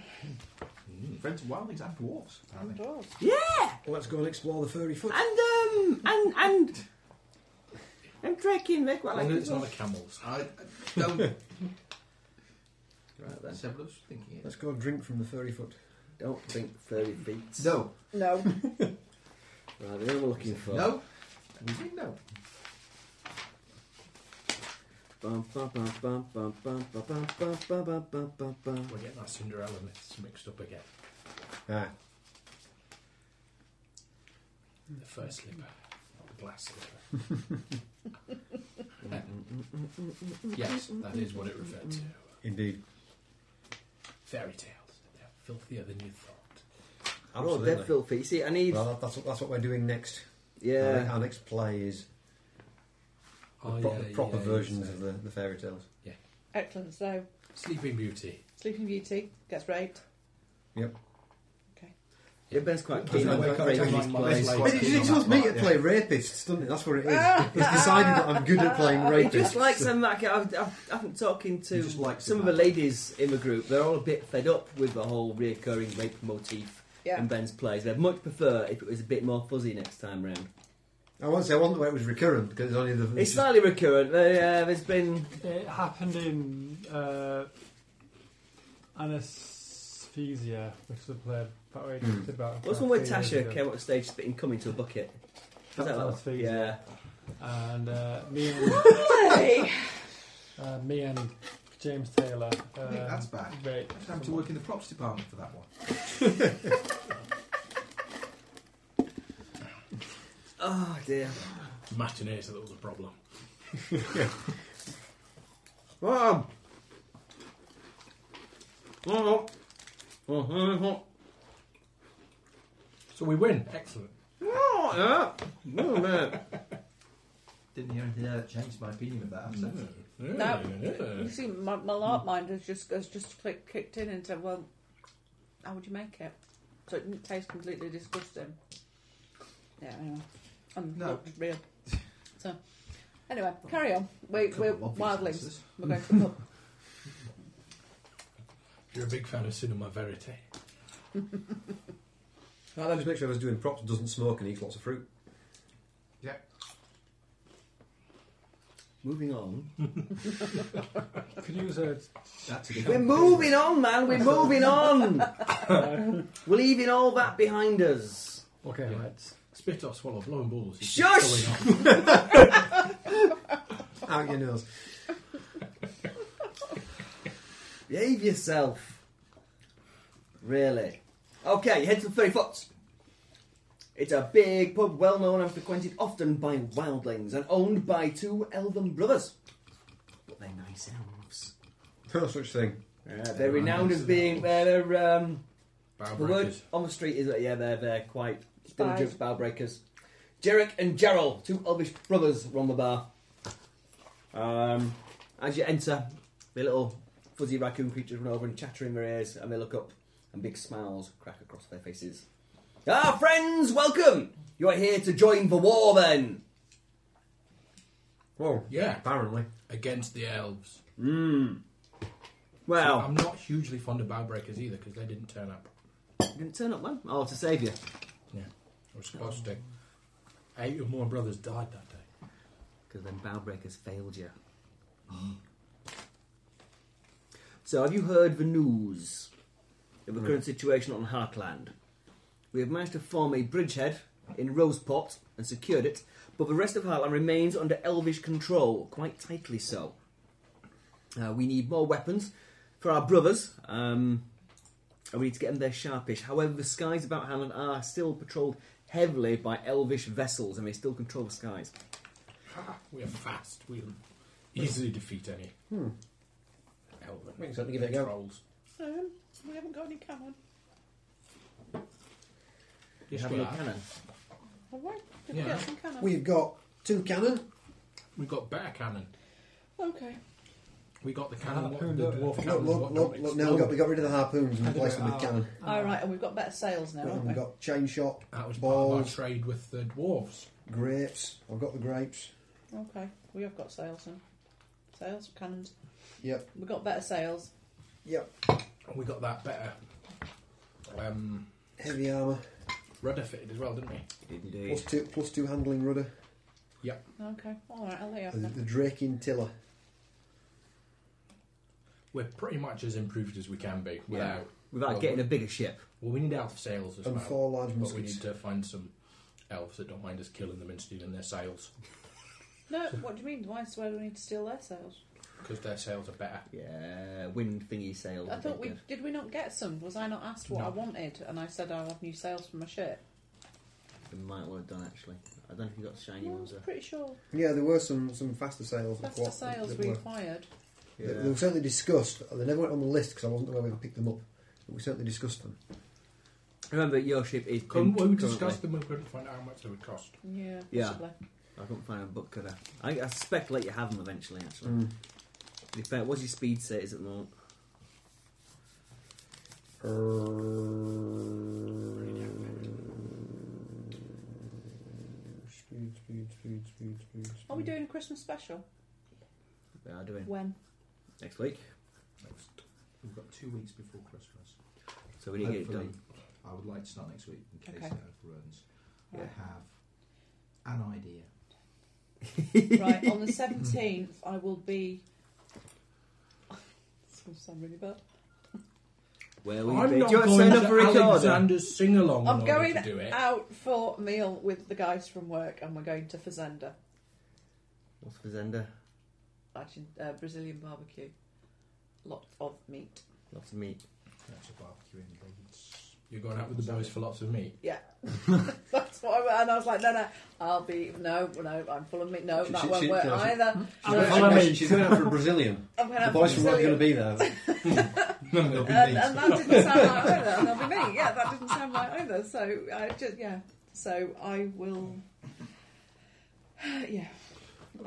C: Friends of wildlings and dwarves, apparently.
G: Dwarves.
F: Yeah,
B: Let's go and explore the furry foot.
F: and um, and and I'm trekking. They're quite
D: As long
F: like
D: as it's not a camel's.
C: I, I don't.
F: Right then.
C: That's everyone's thinking it.
B: Let's go and drink from the furry foot.
F: Don't think furry feet.
C: No,
G: No.
F: Right, they're all looking for.
C: no, we didn't know.
F: Bum, bum, bum, bum, bum, bum, bum, bum, bum, bum, bum, bum, bum, bum.
D: We're getting our Cinderella myths mixed up again.
B: Ah,
D: The first slipper, not the glass slipper. yes, that is what it referred to.
B: indeed.
D: Fairy tales. They're filthier than you thought.
F: Oh,
B: Absolutely.
F: they're filthy. See, I need.
B: well, uh, that, that's, what- that's what we're doing next. Our,
F: Yeah.
B: our next play is
D: Oh,
B: pro- the proper versions
D: so-
B: of the, the fairy tales.
G: Excellent. So,
D: Sleeping Beauty.
G: Sleeping Beauty gets raped.
B: Yep.
F: Your best quite
B: Did
F: keen on
D: I've got a
F: raping
D: time
F: these
D: on my
F: plays.
D: slate.
B: I mean, it's just me to
C: Yeah.
B: play rapists, doesn't it? That's what it is.
D: Ah!
B: It's decided that I'm good at playing
F: He
B: rapists.
F: just likes them. Like I've, I've, I've talking
C: You
F: to
C: just like
F: some of
C: them.
F: the ladies in the group. They're all a bit fed up with the whole reoccurring rape motif
G: Yeah.
F: in Ben's plays. They'd much prefer if it was a bit more fuzzy next time round.
B: I won't say I wonder where it was recurrent because it's only the.
F: It's slightly recurrent. Uh, yeah, there's been
E: It happened in uh, Anesthesia, which was a play that we
B: Hmm.
E: did about.
F: what's
E: about
F: one where
E: three years
F: Tasha
E: ago.
F: came up stage spitting cum into a bucket. Was
E: That's
F: that one?
E: Anesthesia.
F: Yeah.
E: And uh, me and
G: Hey!
E: uh, me and James Taylor. Uh,
C: think that's bad.
E: raped
C: I'd have to
E: someone.
C: work in the props department for that one.
F: Oh dear.
D: Matinees, that was a problem.
B: um,
F: Mom. Oh. Oh.
D: So we win. Excellent.
F: Oh. Yeah. Oh man.
C: Didn't hear anything there that changed my opinion of that. I'm sorry.
G: You see, my, my larp mind has just has just click, kicked in and said, "Well, how would you make it?" So it didn't taste completely disgusting. Yeah, I know. And
C: No.
G: looked real. So, anyway, carry on. We,
C: Couple
G: we're
C: of obvious
G: wildlings.
C: answers.
G: We're going to the pub.
D: You're a big fan of Cinema Verite.
B: I'll then just make sure whoever's doing props doesn't smoke and eats lots of fruit.
C: Yeah.
F: Moving on.
E: Could you use a
C: That's a
F: We're moving on, man. We're moving on. We're leaving all that behind us.
E: okay?
D: Yeah.
E: Right.
D: Spit or swallow, blowing balls. It's
F: Shush!
D: just going on.
B: Out your nose.
F: Behave yourself. Really. Okay, you head to the Fairy Fox. It's a big pub, well known and frequented often by wildlings, and owned by two elven brothers. But they're nice elves.
B: No such thing.
F: Yeah, they're renowned as being. They're, they're, um,
D: Bow
F: The word
D: breakers.
F: on the street is that yeah, they're they're quite
G: Spies.
F: diligent bow breakers. Jarek and Gerald, two elvish brothers, run the bar. Um, as you enter, the little fuzzy raccoon creatures run over and chatter in their ears, and they look up, and big smiles crack across their faces. Ah, friends, welcome! You are here to join the war, then.
B: Well,
D: Yeah.
B: apparently.
D: Against the elves.
F: Hmm. Well,
D: I'm not hugely fond of Bowbreakers either because they didn't turn up.
F: you didn't turn up, man. Oh, to save you.
D: I was supposed to. Eight of my brothers died that day.
F: Because then Bowbreakers failed you. so, have you heard the news of the current situation on Heartland? We have managed to form a bridgehead in Rosepot and secured it, but the rest of Heartland remains under elvish control, quite tightly so. Uh, we need more weapons for our brothers, um, and we need to get them there sharpish. However, the skies about Heartland are still patrolled heavily by elvish vessels, and they still control the skies.
D: We are fast. We'll easily defeat any.
B: Hmm.
D: Elven.
B: We can certainly give it a go.
D: Trolls.
G: Um, we haven't got any cannon.
F: Do you
D: Just
F: have any
D: got that.
F: cannon?
G: Have we? Did we
D: Yeah.
G: get some cannon?
B: We've got two cannon.
D: We've got better cannon.
G: Okay.
D: We got the cannon. what,
E: harpoon
D: the
E: don't
D: dwarf
E: work.
D: cannon.
B: Ah, look,
D: what
B: look, look,
D: got
B: look,
D: it?
B: now we got, we got rid of the harpoons and replaced them with cannon.
C: Oh.
G: All right, and we've got better sails now, haven't we?
B: We've got chain shot,
D: That was part of our
B: balls,
D: trade with the dwarves.
B: grapes. I've got the grapes.
G: Okay, we have got sails then. Sails, cannons.
B: Yep.
G: We've got better sails.
B: Yep.
D: And we got that better um,
B: Heavy armour.
D: rudder fitted as well, didn't we?
F: Indeed.
B: Plus two, plus two handling rudder.
G: Okay, all right, I'll let you have
B: The,
G: them.
B: the Draking tiller.
D: We're pretty much as improved as we can be without.
F: Without
D: Well,
F: getting a
D: we-
F: bigger ship.
D: Well, we need elf sails as
B: And
D: well.
B: four large
D: But we
B: muskets.
D: need to find some elves that don't mind us killing them and stealing their sails
G: No, what do you mean? Why, why do we need to steal their sails?
D: because their sails are better.
F: Yeah, wind thingy sails.
G: I
F: are
G: thought
F: very
G: we
F: good.
G: did. We not get some? Was I not asked what
D: No.
G: I wanted? And I said I'll have new sails for my ship.
F: We might well have done actually. I don't know if you got shiny
G: No, I
F: ones.
G: was
F: Or...
G: pretty sure.
B: Yeah, there were some, some faster sales. that
G: That's
B: were-
G: the sails
B: that
G: we
B: were-
G: acquired.
B: They, they were certainly discussed. They never went on the list because I wasn't aware we picked them up. But we certainly discussed them.
F: Remember, your ship is. pimped
D: Couldn't we
F: currently.
D: discussed them and couldn't find out how much they would cost?
G: Yeah,
F: Yeah.
G: possibly.
F: I couldn't find a book could I? I, I suspect like you have them eventually. Actually,
B: Mm.
F: To be fair, what's your speed set is at the moment?
B: Speed, speed, speed, speed, speed.
G: Are we doing a Christmas special?
F: They are doing
G: When?
F: next week,
C: Next. We've got two weeks before Christmas.
F: so we need to get it
C: Hopefully,
F: done.
C: I would like to start next week in case
G: Okay.
C: it overruns.
G: Yeah.
C: I have an idea.
G: right, on the 17th, I will be. It's going to sound really bad.
F: Where will you
D: I'm
F: be?
D: not
F: Do you want to sign
D: going to
F: up for a recorder?
D: Alexander's sing-along
G: I'm
D: in order
G: going
D: to do it.
G: out for a meal with the guys from work and we're going to Fazenda,
F: What's for Zender?
G: actually, uh, Brazilian barbecue. Lot of meat.
F: Lots of meat.
C: That's a barbecue in Leeds.
D: You're going out with the boys for lots of meat.
G: That's what I meant. And I was like, no, no, I'll be, no, no, I'm full of meat. No,
B: She-
G: that
B: she-
G: won't
B: she-
G: work
B: she-
G: either.
B: She's,
G: No,
B: going
E: I
B: out,
E: mean-
B: she's going out for a Brazilian.
E: Hmm?
G: I'm going to
B: The
G: have
B: boys from work are going to
G: Brazilian.
B: be there.
D: They'll be
G: And,
D: meat.
G: and that didn't sound right either. And I'll be me. Yeah, that didn't sound right either. So I just, yeah. So I will, yeah.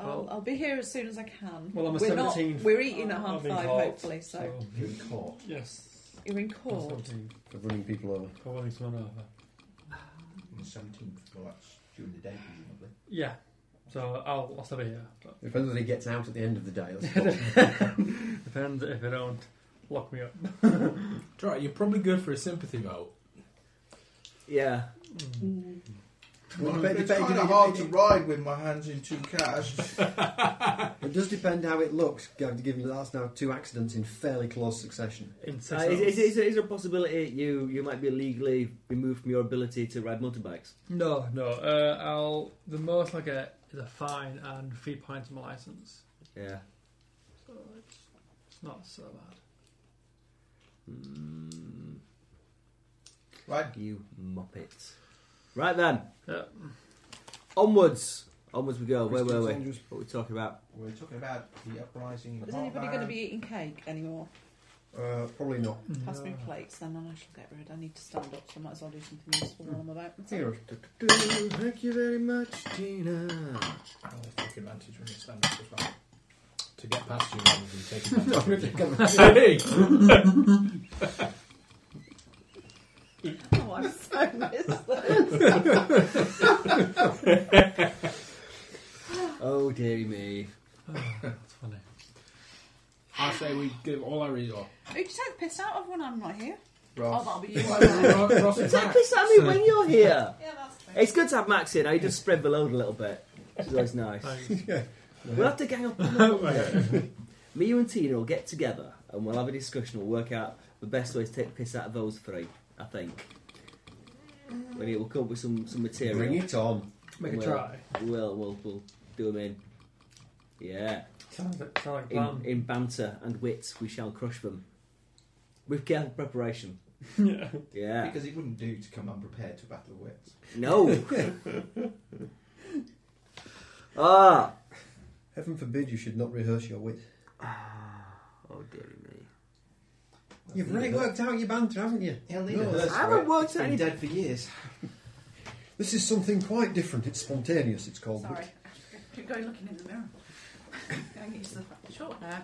G: I'll, I'll be here as soon as I can.
E: Well, on the
G: we're not-
E: 17th,
G: we're eating at
E: I'll
G: half
E: be
G: five,
E: caught,
G: hopefully. So,
C: You're in court.
E: Yes.
G: you're in
E: On the
G: court.
E: 17th,
B: For running people over.
E: for running someone over.
C: On the 17th, well, that's during the day, presumably.
E: Yeah. So I'll, I'll still be here. But
B: Depends whether he gets out at the end of the day. That's
E: depends if they don't lock me up.
D: It's all right, you're probably good for a sympathy vote.
F: Yeah.
B: Well, it,
C: it's
B: depends-
C: kind of
B: it-
C: hard
B: it-
C: to ride with my hands in two cash.
B: it does depend how it looks, given that that's now two accidents in fairly close succession.
E: In six
F: Uh, is,
E: hours.
F: is, is, there- is there a possibility you you might be legally removed from your ability to ride motorbikes?
E: No, no. Uh, I'll the most I get is a fine and three points on my license.
F: Yeah.
E: So it's, it's not so bad.
F: Mm,
C: right,
F: you muppets. Right then.
E: Yeah.
F: Onwards. Onwards we go. Where
B: Christian
F: were we?
B: soldiers.
F: What were we talking about?
C: we're talking about the uprising in
G: Is anybody
C: Heartland.
E: Oh,
G: going to be eating cake anymore?
B: Uh, probably not.
G: Pass me plates, then and I shall get rid. I need to stand up, so I might as well do something useful while I'm about.
B: Here,
F: Thank you very much, Tina.
D: I'll take advantage when you stand up as well. To get past you rather than take advantage.
B: come
D: Hey!
G: Oh, I'm so listless.
F: Oh, dearie me.
D: That's funny. I say we give all our resources.
G: Who you take piss out of when I'm not here?
D: Ross.
G: Oh, that'll be you.
D: Ross- Ross
F: You
D: and
F: take
D: Max.
F: piss at me when you're here.
G: Yeah, that's true.
F: It's good to have Max in. I just spread the load a little bit. It's always nice. We'll have to gang up. on that one. me, you, and Tina will get together and we'll have a discussion. We'll work out the best way to take the piss out of those three. I think. Maybe we'll come up with some some material.
B: Bring it on.
E: Make a
F: Well,
E: try.
F: We'll we'll, we'll do them in. Yeah.
E: Sounds like, sounds like a
F: In,
E: plan.
F: in banter and wit, we shall crush them. With careful preparation.
E: yeah.
F: Yeah.
C: Because it wouldn't do to come unprepared to a battle of wits.
F: No. ah.
B: Heaven forbid you should not rehearse your wit.
F: Oh dear me.
B: You've really worked out your banter, haven't you?
C: He'll need
B: No,
C: a
B: that's
C: nurse
F: I
C: for
F: haven't
C: it.
F: worked
C: It's been
F: any-
C: dead for years.
B: This is something quite different. It's spontaneous, it's called.
K: Sorry. Keep going looking in the mirror. Going get yourself up. Short hair.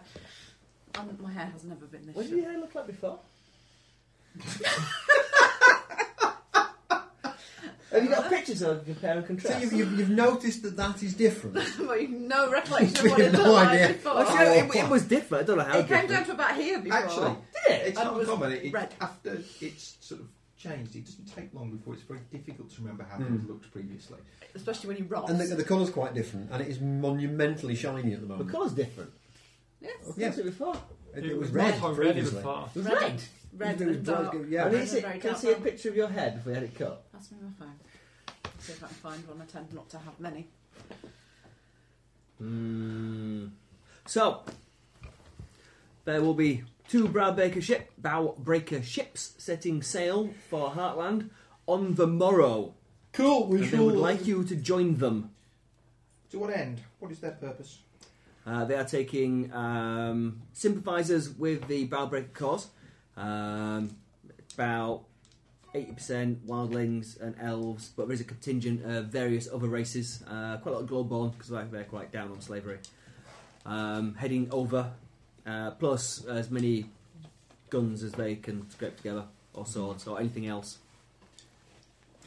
K: Um, my hair has never been this
F: What did
K: short.
F: your hair look like before? Have you got pictures of your pair and
B: So
F: contrast?
B: you've, you've, you've noticed that that is different.
K: Well, you've no recollection of what
B: You
K: it
B: have
K: looked
B: no
K: like
B: idea.
K: before.
F: Well, see, it, it was different. I don't know how
K: it came
F: different.
K: down to about here before.
C: Actually,
F: Did it?
C: it's
K: And
C: not
K: was
C: common. It,
K: red.
C: after it's sort of changed, it doesn't take long before it's very difficult to remember how
B: Hmm.
C: things looked previously.
K: especially when he rocks.
B: And the, the colour's quite different, and it is monumentally shiny at the
F: The
B: moment.
F: colour's different.
K: yes,
B: Yes.
F: Was it before?
B: It, it was red
E: already
B: previously.
E: before.
B: It was
K: Red.
B: red.
K: red
B: It was
K: and
B: bright-
K: dark.
B: Yeah.
F: And
K: red
F: is
K: and
F: it,
K: very
F: can I
K: dark
F: see a
K: brown.
F: picture of your head before you had it cut?
K: Pass me my phone. See if I can find one. I tend not to have many.
F: Mm. So, there will be two browbreaker ship, browbreaker ships setting sail for Heartland on the morrow.
B: Cool. We
F: And they would like you to join them.
C: To what end? What is their purpose?
F: Uh, they are taking um, sympathisers with the Bowbreaker cause. Um, about 80% wildlings and elves, but there is a contingent of various other races. Uh, quite a lot of Globorn, because they're, they're quite down on slavery. Um, heading over, uh, plus as many guns as they can scrape together, or swords, or anything else.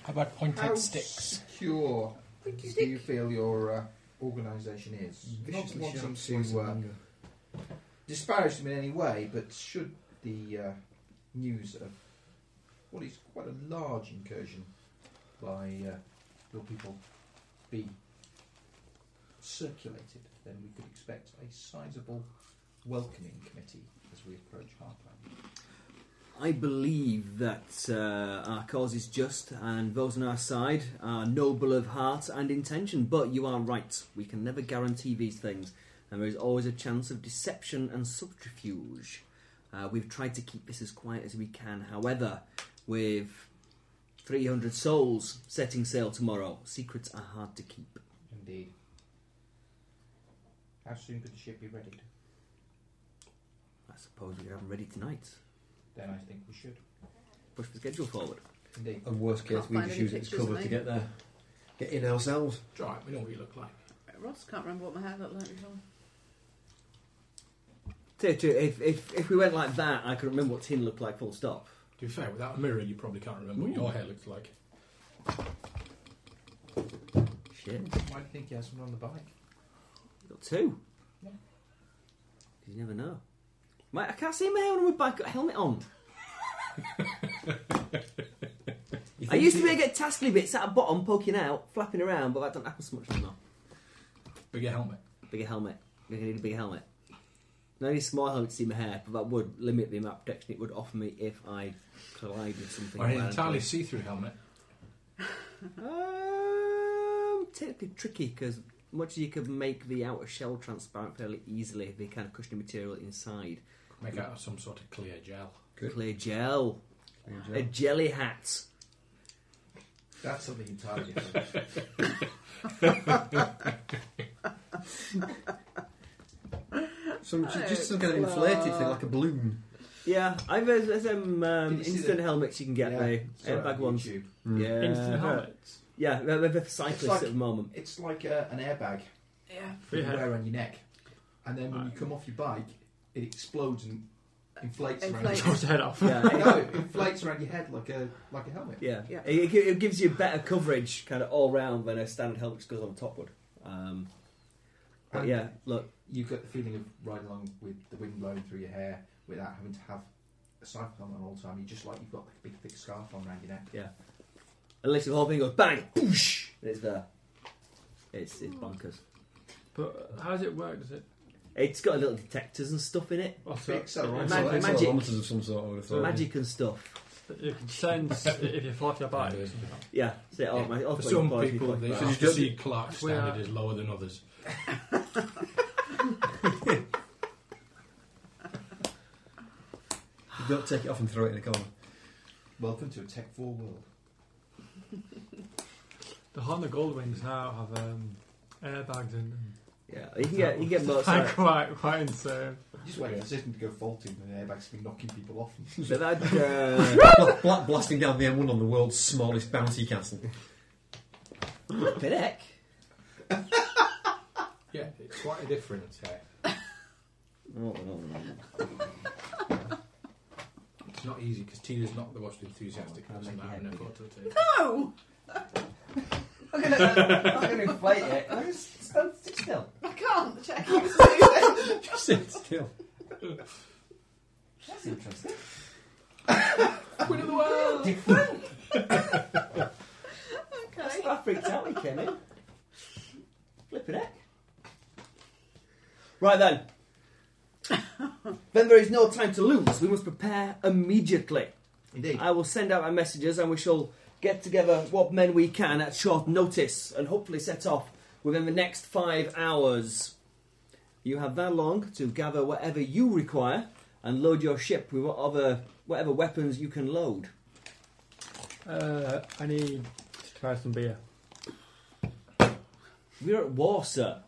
D: How about pointed
C: How
D: sticks?
C: secure do you feel your uh, organisation is? Not
B: Viciously
C: wanting
B: sharp
C: to
B: swords of
C: uh,
B: anger.
C: disparage them in any way, but should the uh, news of what is quite a large incursion by uh, your people be circulated, then we could expect a sizable welcoming committee as we approach Heartland.
F: I believe that uh, our cause is just and those on our side are noble of heart and intention, but you are right. We can never guarantee these things, and there is always a chance of deception and subterfuge. Uh, we've tried to keep this as quiet as we can, however, with 300 souls setting sail tomorrow, secrets are hard to keep.
C: Indeed. How soon could the ship be ready?
F: I suppose we have them ready tonight.
C: Then I think we should.
F: Push the schedule forward.
C: Indeed.
B: And worst case,
K: Can't
B: we
K: find
B: just
K: any
B: use it as
K: pictures,
B: cover to
K: mate.
B: get there. Get in ourselves.
D: It's all right, we know what you look like.
G: Ross can't remember what my hair looked like before.
F: Tell you the truth, If, if, if we went like that, I could remember what tin looked like, full stop.
D: To be fair, without a mirror, you probably can't remember what your hair looks like.
F: Shit.
C: Why do you think he has someone on the bike?
F: Got two.
C: Yeah.
F: You never know. Mate, I can't see my hair on my bike. Got a helmet on.
B: You
F: I
B: think
F: used to
B: it-
F: be able to get tasty bits at the bottom, poking out, flapping around, but that do not happen so much anymore.
D: Bigger helmet.
F: Bigger helmet. I need a bigger helmet. No, I need a small helmet to see my hair, but that would limit the amount of protection it would offer me if I collide with something.
D: Or an
F: violently.
D: entirely see through helmet.
F: Um, technically tricky because much as you could make the outer shell transparent fairly easily, the kind of cushiony material inside.
D: Make out of some sort of clear gel.
B: Good.
F: Clear gel. A jelly hat.
C: That's something entirely different.
B: Some, ju- just some kind of inflated thing, like a balloon.
F: Yeah, I there's, there's um, um,
C: Did you see
F: instant
C: the-
F: helmets you can get
C: Yeah,
F: there.
C: it's all right
F: Airbag
C: on
F: ones.
C: YouTube.
F: Yeah,
E: Instant helmets.
F: Yeah, they're, they're for cyclists
C: like-
F: at the moment.
C: It's like a, an airbag
K: Yeah.
C: that you
E: Yeah.
C: wear on your neck, and then when you come off your bike, it explodes and inflates,
G: Inflates.
C: around.
E: Toss your head off.
F: Yeah.
C: no, it inflates around your head like a like a helmet.
F: Yeah,
G: Yeah.
F: It, it gi- it gives you better coverage, kind of all round, than a standard helmet just goes on top would. Um, but
C: And
F: yeah, look,
C: you get the feeling of riding along with the wind blowing through your hair without having to have a cycle helmet on all the time. You just like you've got like a big thick scarf on around your neck.
F: unless the whole thing goes bang, boosh, and it's there. It's it's bonkers.
E: But how does it work? Does it?
F: It's got little detectors and stuff in it,
E: Oh,
C: Big accelerometer.
F: Mag-
B: Like
F: magic.
B: accelerometers of some sort, I would have thought.
F: magic and stuff.
E: You can sense if you flap your body.
F: Yeah, say, oh,
D: Yeah.
F: my, oh,
D: For
F: my
D: some
F: God,
D: people,
F: my
D: they
F: God.
B: So you
D: have to
B: don't-
D: see Clark's
E: We are-
D: standard is lower than others.
B: You've got to take it off and throw it in a corner.
C: Welcome to a Tech Four world.
E: The Honda Goldwings now have um, airbags in them.
F: yeah, you can get you can get
E: Quite,
F: motorcycle.
E: ququite, quite insane.
C: You just wait for the system to go faulty and the airbags be knocking people off.
F: But that, uh,
B: Bla- bla- blasting down the M1 on the world's smallest bouncy castle.
F: flipping heck.
D: Yeah, it's quite a difference. Yeah.
F: Oh, no, no, no.
D: It's not easy because Tina's not the most enthusiastic person
F: Like,
D: I
F: yeah,
D: have
F: yeah.
D: photo
K: No!
D: taken.
F: I'm going to inflate it. I'm just stand still.
K: I can't check. it.
B: Sit still.
F: That's interesting.
D: Queen of the world!
K: okay.
F: I freaked out when he came in. Flipping heck. Right then. then there is no time to lose. We must prepare immediately.
C: Indeed.
F: I will send out my messages and we shall get together what men we can at short notice and hopefully set off within the next five hours. You have that long to gather whatever you require and load your ship with whatever, whatever weapons you can load.
E: Uh, I need to try some beer.
F: We're at war, sir.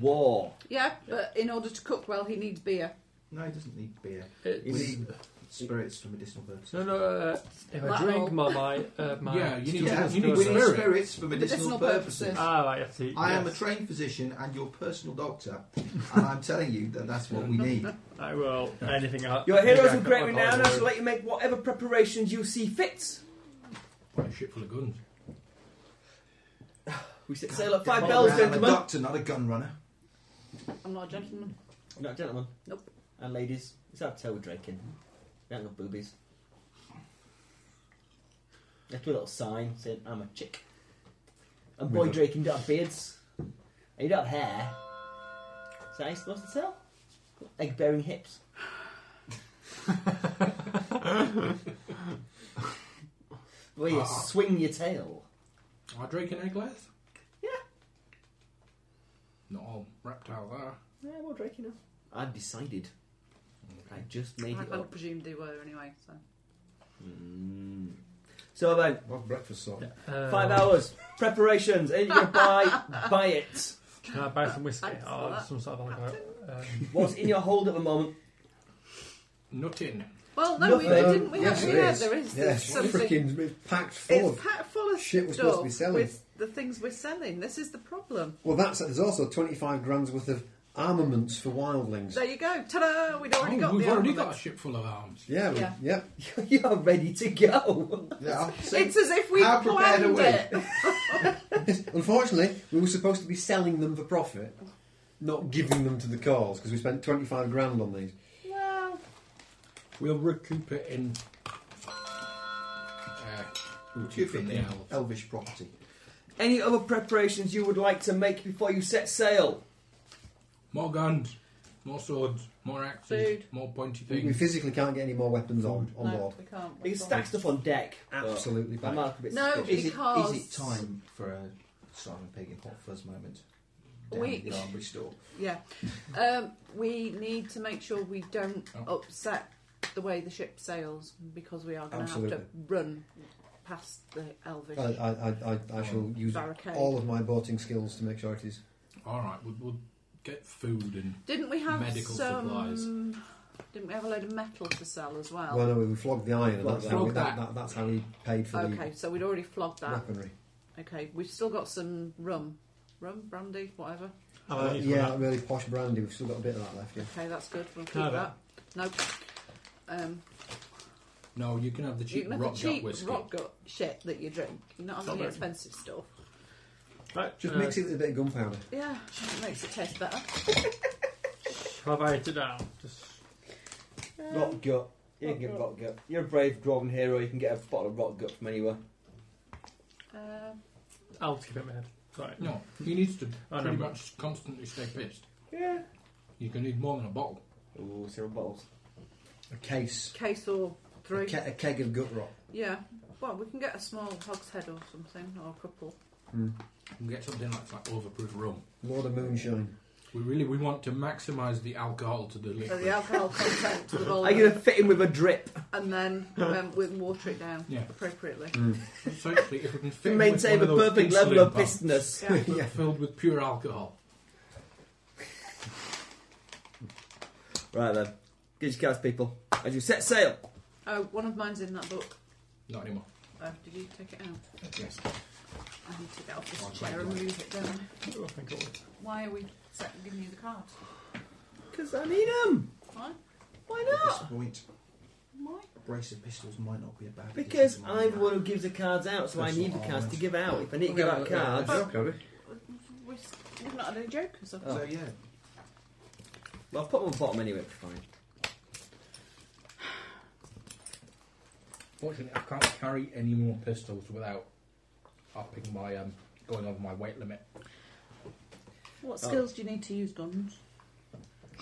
F: War.
G: Yeah, but in order to cook well, he needs beer.
C: No, it doesn't need beer. We
E: It's,
F: Is-
C: need spirits for medicinal purposes.
E: no, no. Uh, if I
G: Well-
E: drink my my, uh, my
D: Yeah, you need,
C: Yeah,
D: you need
C: we need
D: spirit.
C: spirits for medicinal
G: Medicinal
C: purposes.
G: purposes.
E: Ah, right, you have to eat.
C: I am a
E: yes.
C: trained physician and your personal doctor, and I'm telling you that that's what we need.
E: I will anything else.
F: Your heroes of great renown, I shall let you make whatever preparations you see fit.
D: Like a ship full of guns.
F: We set sail at
C: Yeah,
F: five
C: I'm
F: bells,
C: A
F: gentlemen.
C: doctor, not a gun runner.
G: I'm not a gentleman.
F: Not gentlemen.
G: Nope.
F: And ladies, it's our tail we're drinking. We haven't got boobies. Left with a little sign saying, I'm a chick. And boy
B: With a-
F: Drake, you don't have beards. And you don't have hair. Is that how you're supposed to tell? Egg bearing hips. Where you
D: Ah.
F: swing your tail.
D: Are Drake and Eggless?
F: Yeah.
D: Not all reptiles are.
F: Yeah, well, Drake, you know. I've decided. I just made
K: I
F: it
K: kind
F: up.
K: of presumed they were anyway, so.
F: Mm. So then,
B: What's breakfast sort?
E: Uh,
F: five hours preparations. Ain't you gonna buy buy it?
E: Can I buy some whiskey
K: Thanks for
E: or
K: that,
E: some sort of alcohol? Um,
F: What's in your hold at the moment?
D: Nothing.
K: Well, no, we, we
F: Nothing.
K: didn't. We
B: yes,
K: have,
B: it
K: yeah,
B: is.
K: there is
B: Yes,
K: something.
B: freaking it's packed full.
K: It's packed full of
B: Shit we're
K: stuff
B: supposed to be selling.
K: with the things we're selling. This is the problem.
B: Well, that's it. There's also 25 grand's worth of armaments for wildlings.
K: There you go. Ta-da! We'd already
D: Oh,
K: got
D: we've
K: the
D: already got a
K: armament.
D: ship full of arms.
B: Yeah, we-
K: Yeah.
B: yeah.
F: You're ready to go.
C: Yeah.
K: It's as if we
C: How prepared
K: planned
C: are we?
K: it.
B: Unfortunately, we were supposed to be selling them for profit, not giving them to the cause, because we spent 25 grand on these.
K: Well,
D: We'll recoup it in. Uh,
C: Give it
D: from the
C: in
D: elves.
C: elvish property.
F: Any other preparations you would like to make before you set sail?
D: More guns, more swords, more axes,
G: Food.
D: more pointy
B: We, we
D: things.
B: physically can't get any more weapons on, on
G: No,
B: board.
G: we can't.
F: You can stack stuff on deck. but
B: Absolutely
F: I
B: packed.
F: might look a bit
K: No,
F: suspicious.
C: Is it, is
K: Because-
C: it time for a Simon Pegg and Hot Fuzz moment? Down
K: We-
C: in the armory store.
K: yeah. Um, we need to make sure we don't upset the way the ship sails because we are going to have to
B: Absolutely.
K: run past the elvish.
B: I, I, I, I, I
K: Oh,
B: shall use
K: Barricade.
B: all of my boating skills to make sure it is.
D: All right, we'll, we'll get food and
K: didn't we have
D: medical
K: some?
D: supplies.
K: Didn't we have a load of metal to sell as well?
B: Well, no, we flogged the iron, and
F: Well,
B: that's, how we,
D: flog
B: that,
D: that.
B: that, that's how we paid for
K: okay, so we'd already flogged
B: the
K: that.
B: weaponry.
K: Okay, we've still got some rum, rum, brandy, whatever.
E: I'll
B: Uh,
E: need some
B: yeah,
E: of
B: really posh brandy. We've still got a bit of that left. Yeah.
K: Okay, that's good. We'll keep
E: Have it.
K: that. Nope.
G: um,
D: No, you can have the
G: you
D: cheap
G: can have
D: rock
G: the
D: gut
G: cheap
D: whiskey.
G: rock gut shit that you drink, not have
D: Not
G: the
D: very-
G: expensive stuff.
E: Right,
B: Just
E: uh,
B: mix it with a bit of gunpowder.
G: Yeah, it makes it taste better.
E: Have I it down? Just
F: Rock gut. You can get rock gut. You're a brave dwarven hero. You can get a bottle of rock gut from anywhere.
G: Um,
E: I'll skip it in my head. Right.
D: No, you need to
E: I
D: pretty
E: know.
D: much constantly stay pissed.
F: Yeah.
D: You can need more than a bottle.
F: Ooh, several bottles.
B: A case.
G: case or
B: A,
G: three.
B: ke- a keg of gut rock.
G: Yeah. Well, we can get a small hogshead or something, or a couple.
D: You can get something like that overproof rum.
B: Lord of Moonshine.
D: We really we want to maximise the alcohol to the
G: So
D: liquid.
G: the alcohol content to the bowl,
F: I'm going to fit in with a drip.
G: and then um, we can water it down
D: Yeah.
G: appropriately.
D: So actually, if we can
F: To
D: fit
F: maintain
D: with
F: a
D: one of those
F: perfect
D: insulin
F: level of
D: pumps,
F: pissedness.
G: Yeah.
D: but filled with pure alcohol.
F: Right then. Get your cast, people. As you set sail.
G: Oh, one of mine's in that book.
D: Not anymore.
G: Uh, did you take it out?
D: Yes.
G: I need to get off
D: Oh,
G: this chair and move it down.
E: Oh, thank God.
G: Why are we set- giving you the cards?
F: Because I need them.
G: Why?
F: Why
C: At this
F: not?
C: point,
G: Why?
C: a brace of pistols might not be a bad addition
F: Because
C: to my
F: I'm the
C: lineup.
F: one who gives the cards out, so I
C: Personal
F: need the cards to
C: almonds.
F: give out. If I need to give out cards,
G: We've we've not had any jokers. have we?
C: So yeah,
F: well, I've put them on the bottom anyway. it's Fine.
D: Fortunately, I can't carry any more pistols without upping my um, going over my weight limit.
G: What skills do you need to use guns?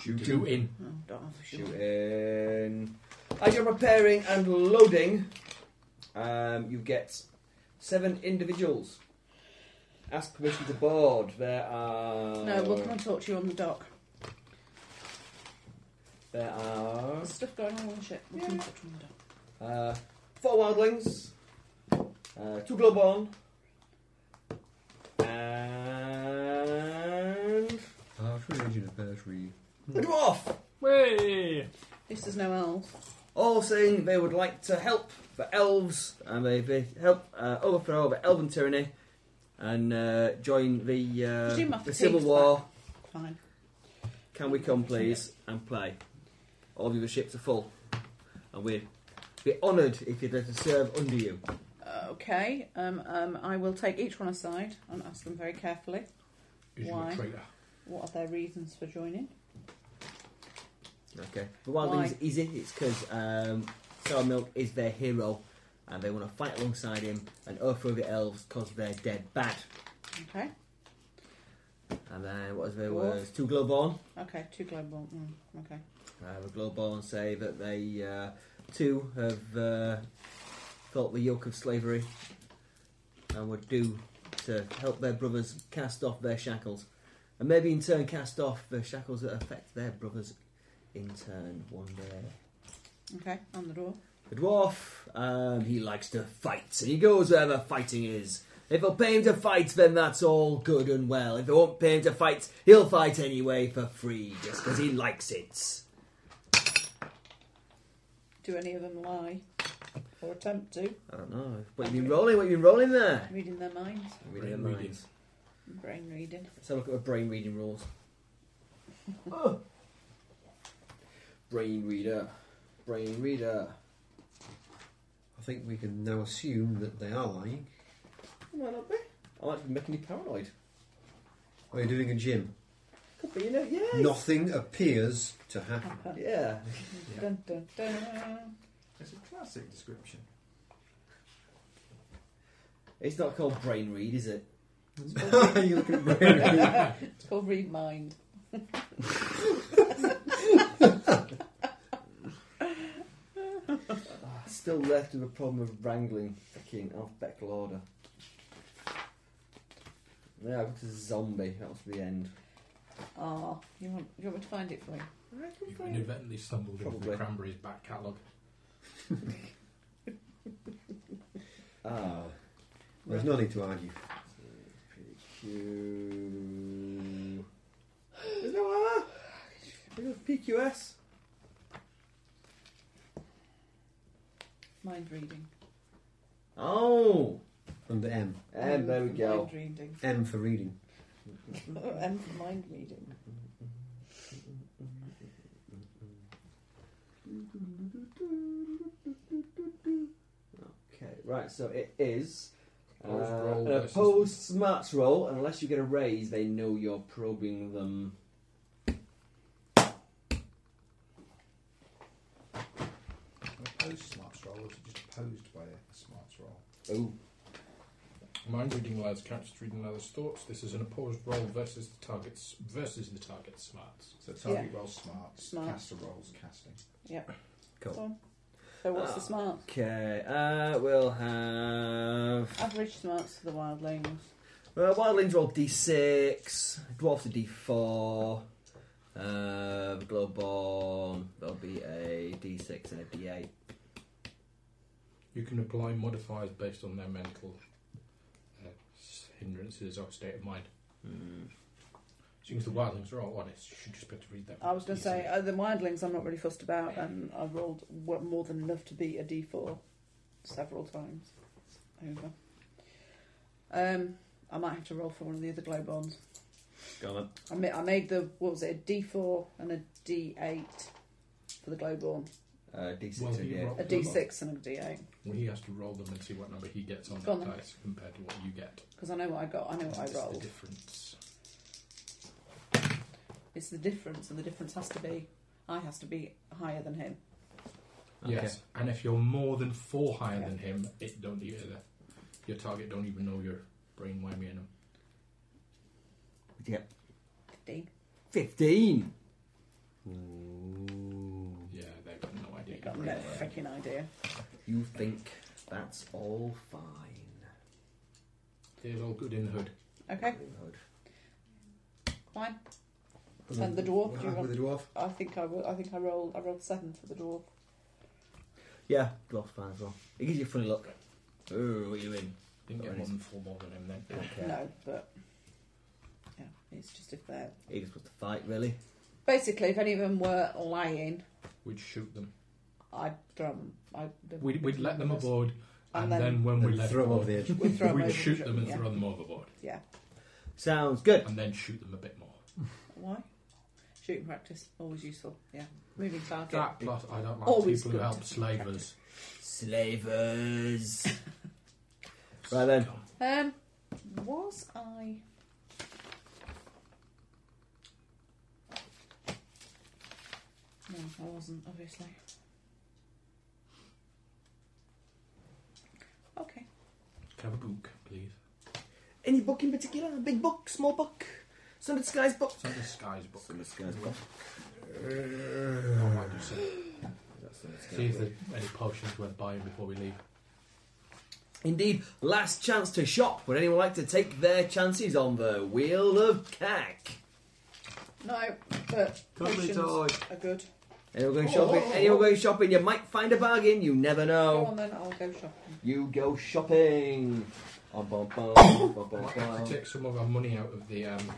D: Two in.
G: Oh, don't have a shot.
F: Shooting. As you're preparing and loading, um, you get seven individuals. Ask permission to board. There are.
G: No, we'll come and talk to you on the dock.
F: There are
G: There's stuff going on with the ship. We'll come and talk to you on the dock.
F: uh, four wildlings, uh, two glowborn, and
B: Ah, true religion of Bertree.
F: a dwarf.
E: Way.
G: This is no elf.
F: all saying they would like to help the elves and they, they help uh, overthrow the elven tyranny and uh, join the uh,
G: Presume after
F: the civil
G: Teague's
F: war.
G: Fine.
F: Can we come, please, and play? All of your ships are full, and we'd be honoured if you'd let us serve under you.
G: Uh, okay. Um, um, I will take each one aside and ask them very carefully
D: Is you
G: Why?
D: a traitor?
G: what are their reasons for joining.
F: Okay. The wild
G: Why?
F: thing is easy. It's because um, Sour Milk is their hero, and they want to fight alongside him and overthrow the elves because they're dead bad.
G: Okay.
F: And then what was there
G: Dwarf.
F: was two glowborn.
G: Okay. Two global. Mm, okay.
F: Uh, the Glowborn say that they uh, too have uh, felt the yoke of slavery and would do to help their brothers cast off their shackles and maybe in turn cast off the shackles that affect their brothers in turn one day.
G: Okay. On the door.
F: The dwarf, um, he likes to fight and he goes wherever fighting is. If they'll pay him to fight, then that's all good and well. If they won't pay him to fight, he'll fight anyway for free just because he likes it.
G: Do any of them lie or attempt to?
F: I don't know. What have you been rolling? What have you been rolling there?
G: Reading their minds.
F: Reading their
D: Brain reading.
F: minds.
G: Brain reading.
F: Let's have a look at the brain reading rules. Oh. brain reader. Brain reader.
B: I think we can now assume that they are lying.
F: Might not be. I might be making you paranoid.
B: Are you Oh, doing a gym?
F: Could be, you know, yeah.
B: Nothing appears to happen.
G: Happen.
F: Yeah.
G: Dun, dun, dun.
C: it's a classic description.
F: It's not called brain read, is it?
G: It's called read-
B: you look at Brain
G: it's called read mind.
F: Still left with a problem of wrangling fucking alphabetical order. Yeah, because it's a zombie. That was the end.
G: Ah, you want you want me to find it for you?
D: You've inadvertently stumbled into
F: Probably.
D: the Cranberries back catalogue.
F: Ah.
B: There's no need to argue.
F: PQ. There's no R. There's PQS.
G: Mind reading.
F: Oh,
B: Under M.
F: and Um, there we
G: Mind
F: go.
G: reading.
B: M for reading.
G: M for mind reading.
F: Okay, right, so it is uh,
D: Opposed roll
F: an
D: versus-
F: opposed smarts roll, and unless you get a raise, they know you're probing them.
C: Opposed smarts roll, or is it just opposed by a smarts roll?
F: Oh,
D: Mind reading allows characters to read another's thoughts. This is an opposed roll versus the target's versus the target's smarts.
C: So target rolls smarts,
G: Smarts.
C: caster rolls casting.
G: So what's
F: Ah.
G: the smarts?
F: okay, uh, we'll have.
G: Average smarts for the wildlings.
F: Uh, wildlings roll d6, dwarfs a d4, uh, glowborn, there'll be a d6 and a d8.
D: You can apply modifiers based on their mental uh, s- hindrances or state of mind.
F: Hmm,
D: Since the wildlings are all honest, you should just be able to read them.
G: I was going to
D: easily.
G: say, uh, the wildlings I'm not really fussed about, and I rolled wa- more than enough to beat a d4 several times over. Um, I might have to roll for one of the other glow bonds.
F: Got it.
G: I, ma- I made the, what was it, a d4 and a d8 for the glow bond.
F: Uh, d6
D: Well,
F: and
D: you
F: d8.
D: roll-
G: A d6 and a d8.
D: Well, he has to roll them and see what number he gets on
G: Go on
D: that
G: then.
D: dice compared to what you get.
G: Because I know what I got, I know what
D: That's
G: I
D: the
G: rolled.
D: difference.
G: It's the difference, and the difference has to be I has to be higher than him.
F: Okay.
D: Yes, and if you're more than four higher
G: Okay.
D: than him, it don't either. Your target don't even know your brain whammy in them.
F: Yep.
G: 15.
F: 15!
D: Yeah, they've got no idea.
G: I got no freaking idea.
F: You think that's all fine.
D: It's all good in the hood.
G: Okay,
F: Good.
G: fine. And the dwarf, do
B: Ah,
G: you
B: With
G: want?
B: the dwarf.
G: I think I, wo- I think I rolled I rolled seven for the dwarf.
F: Yeah, dwarf fine as well. It gives you a funny look. Ooh, what you in?
D: Didn't
F: Alright.
D: get more than four more than him then.
F: Okay.
G: No, but yeah, it's just if they're
F: He just wants to fight, really.
G: basically if any of them were lying,
D: We'd shoot them.
G: I'd throw them. I'd,
D: We'd, we'd let them aboard, and,
G: And
D: then,
G: then-
D: when we
B: And
D: let
B: throw
D: them
B: them over the
D: aboard,
B: edge.
G: We'd throw 'em
D: we'd
G: over
D: shoot
G: the-
D: them and
G: yeah.
D: throw them overboard,
G: Yeah.
F: Sounds good.
D: and then shoot them a bit more.
G: Why? Shooting practice always useful. Yeah, moving target.
D: That plus I don't like
G: Always
D: people who
G: good.
D: help slavers.
F: Slavers. Right then.
G: Um, was I? No, I wasn't. Obviously. Okay.
D: Can I have a book, please?
F: Any book in particular? A big book, small book, some disguise book.
D: It's not the Sky's book. Uh,
F: Some disguise book.
D: Oh, right, you said.
F: That's some disguise
D: See if
F: book.
D: there's any potions worth buying before we leave.
F: Indeed, last chance to shop. Would anyone like to take their chances on the wheel of cack?
G: No, but potions
B: toy.
G: are good.
F: Anyone going shopping? Anyone going shopping? You might find a bargain. You never
D: Oh.
G: Go
F: know.
G: on then. I'll go shopping.
F: You go shopping. Um, bum, bum, bum, bum,
D: I
F: bum,
D: might have to
F: bum.
D: take some of our money out of the um,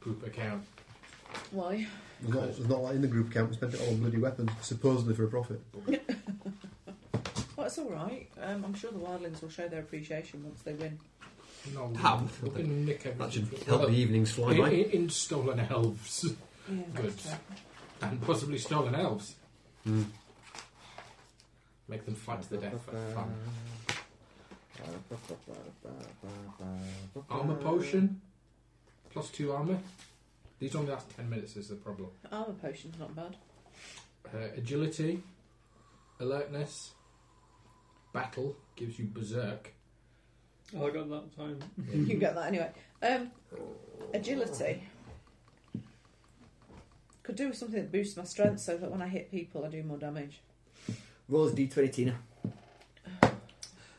D: poop account.
G: Why?
B: There's not, there's not like in the group camp. We spent it all on bloody weapons, supposedly for a profit.
G: Well, it's all right. Um, I'm sure the wildlings will show their appreciation once they win.
D: No, we
B: Ham.
D: we can nick
B: That
D: everything.
B: should help the evenings fly
D: in,
B: by.
D: in, in stolen elves
G: Yeah, that's
D: Good.
G: fair.
D: and possibly stolen elves.
F: Hmm.
D: Make them fight to the death for fun. Armor potion, plus two armor. These only last ten minutes is the problem.
G: Armor potion's not bad.
D: Uh, agility, alertness, battle gives you berserk.
E: Oh, I got that time.
G: you get that anyway. Um, agility. Could do with something that boosts my strength so that when I hit people, I do more damage.
F: Rolls d20, Tina.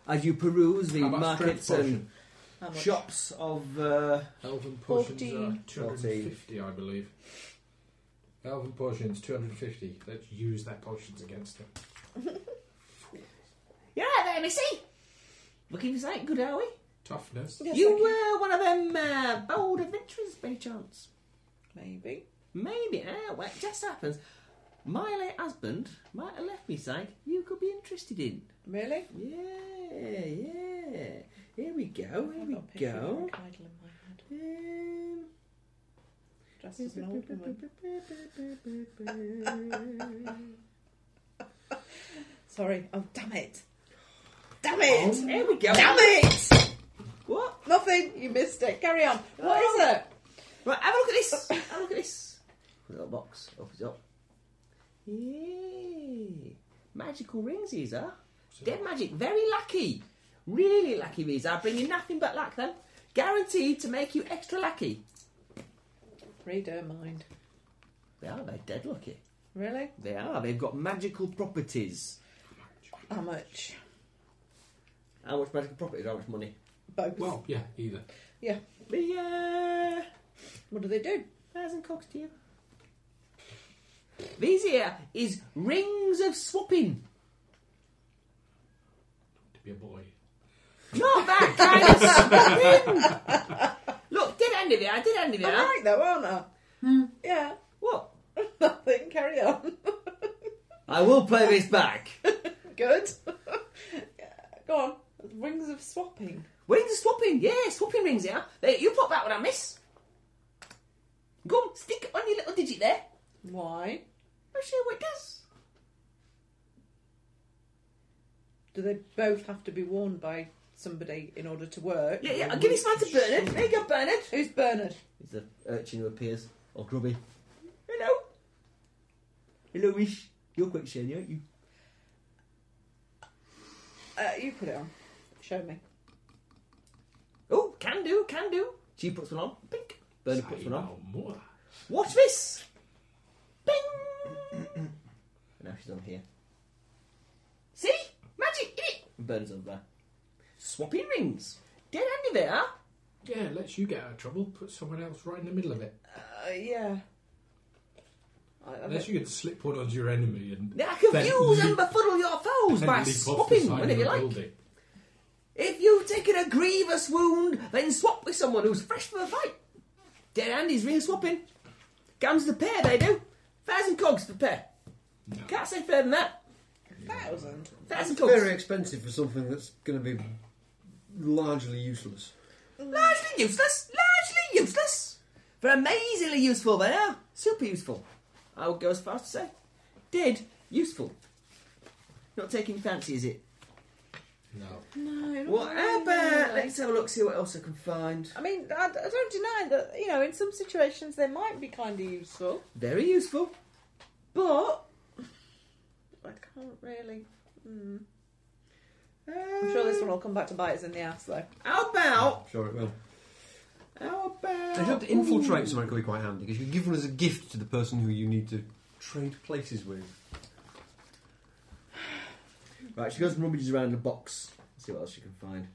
F: As you peruse the
D: How about
F: markets
D: strength
F: and
D: potion?
G: How much?
F: shops of uh,
D: Elven potions are
G: 14.
D: 250, I believe. Elven potions, 250. Let's use their potions against them.
F: You're right there, Missy. Looking for something good, are we?
D: Toughness.
G: Yes,
F: you
G: I can-
F: were one of them uh, bold adventurers, by any chance?
G: Maybe.
F: Maybe. Uh, well, it just happens. My late husband might have left me something you could be interested in.
G: Really?
F: Yeah, yeah. Here we go. Here
G: I've
F: we
G: got a picture of
F: go.
G: Eric Idle in my head,
F: Um,
G: dressed as an old woman. Sorry. Oh, damn it. Damn it.
A: Here we
D: Oh.
A: go.
G: Damn it! What? Nothing. You missed it. Carry on. What is it?
F: Right, have a look at this. Have a look at this. Little box opens up. Yay! Magical rings these are. Dead magic. Very lucky. Really lucky these are. Bring you nothing but luck though. Guaranteed to make you extra lucky.
G: Reader mind.
F: They are. They're dead lucky.
G: Really?
F: They are. They've got magical properties.
G: How much?
F: How much magical properties? How much money?
G: Both.
D: Well, yeah, either.
F: Yeah.
G: What do they do?
F: uh, Thousand cocks to you. These here is rings of swapping.
D: To be a boy.
F: Not that kind of swapping. Look, did end of it. I did end of it.
G: I'm right though, aren't I? Yeah.
F: What?
G: Nothing. Carry on.
F: I will play this back.
G: Good. Yeah, Go on. Rings of swapping.
F: Rings of swapping. Yeah, swapping rings. Yeah. There, you pop that one I miss. Go on, stick on your little digit there.
G: Why?
F: I'm sure what it does.
G: Do they both have to be worn by somebody in order to work?
F: Yeah, yeah. I'll give this one to Bernard. There you go, Bernard.
G: Who's Bernard?
F: It's the urchin who appears, or grubby. Hello. Hello, Wish. You're quick, Shane, aren't you?
G: Uh, you put it on. Show me.
F: Oh, can do, can do. She puts one on. Pink. Bernard puts one on.
D: Say no more.
F: Watch this. Bing. now she's on here. See? Magic, in it. Bernard's over there. Swapping rings. Dead handy there.
D: Yeah, lets you get out of trouble. Put someone else right in the middle of it.
G: Uh, yeah. I, I
D: Unless you could slip one onto your enemy and
F: Now confuse
D: Then
F: and befuddle your foes by
D: leap off the
F: swapping
D: side of
F: whenever
D: the
F: you like.
D: building.
F: If you've taken a grievous wound, then swap with someone who's fresh for the fight. Dead handy's ring swapping. Comes the pair, they do. Thousand cogs for pair.
D: No.
F: Can't say further than that.
G: Thousand.
F: Thousand cogs.
B: Very expensive for something that's going to be largely useless.
F: Largely useless. Largely useless. They're amazingly useful, they are. Super useful. I would go as far as to say. Dead useful. Not taking fancy, is it?
D: No.
G: No. not
F: What
G: really.
F: about? Let's have a look, see what else I can find.
G: I mean, I, I don't deny that, you know, in some situations they might be kind of useful,
F: Very useful.
G: but I can't really. Mm. I'm sure this one will come back to bite us in the ass, though.
F: Um, How about?
B: Sure it will.
F: How
B: If you
F: about?
B: Oh. have to infiltrate someone, it could be quite handy because you can give one as a gift to the person who you need to trade places with.
F: Right, she goes and rummages around the box. See what else she can find.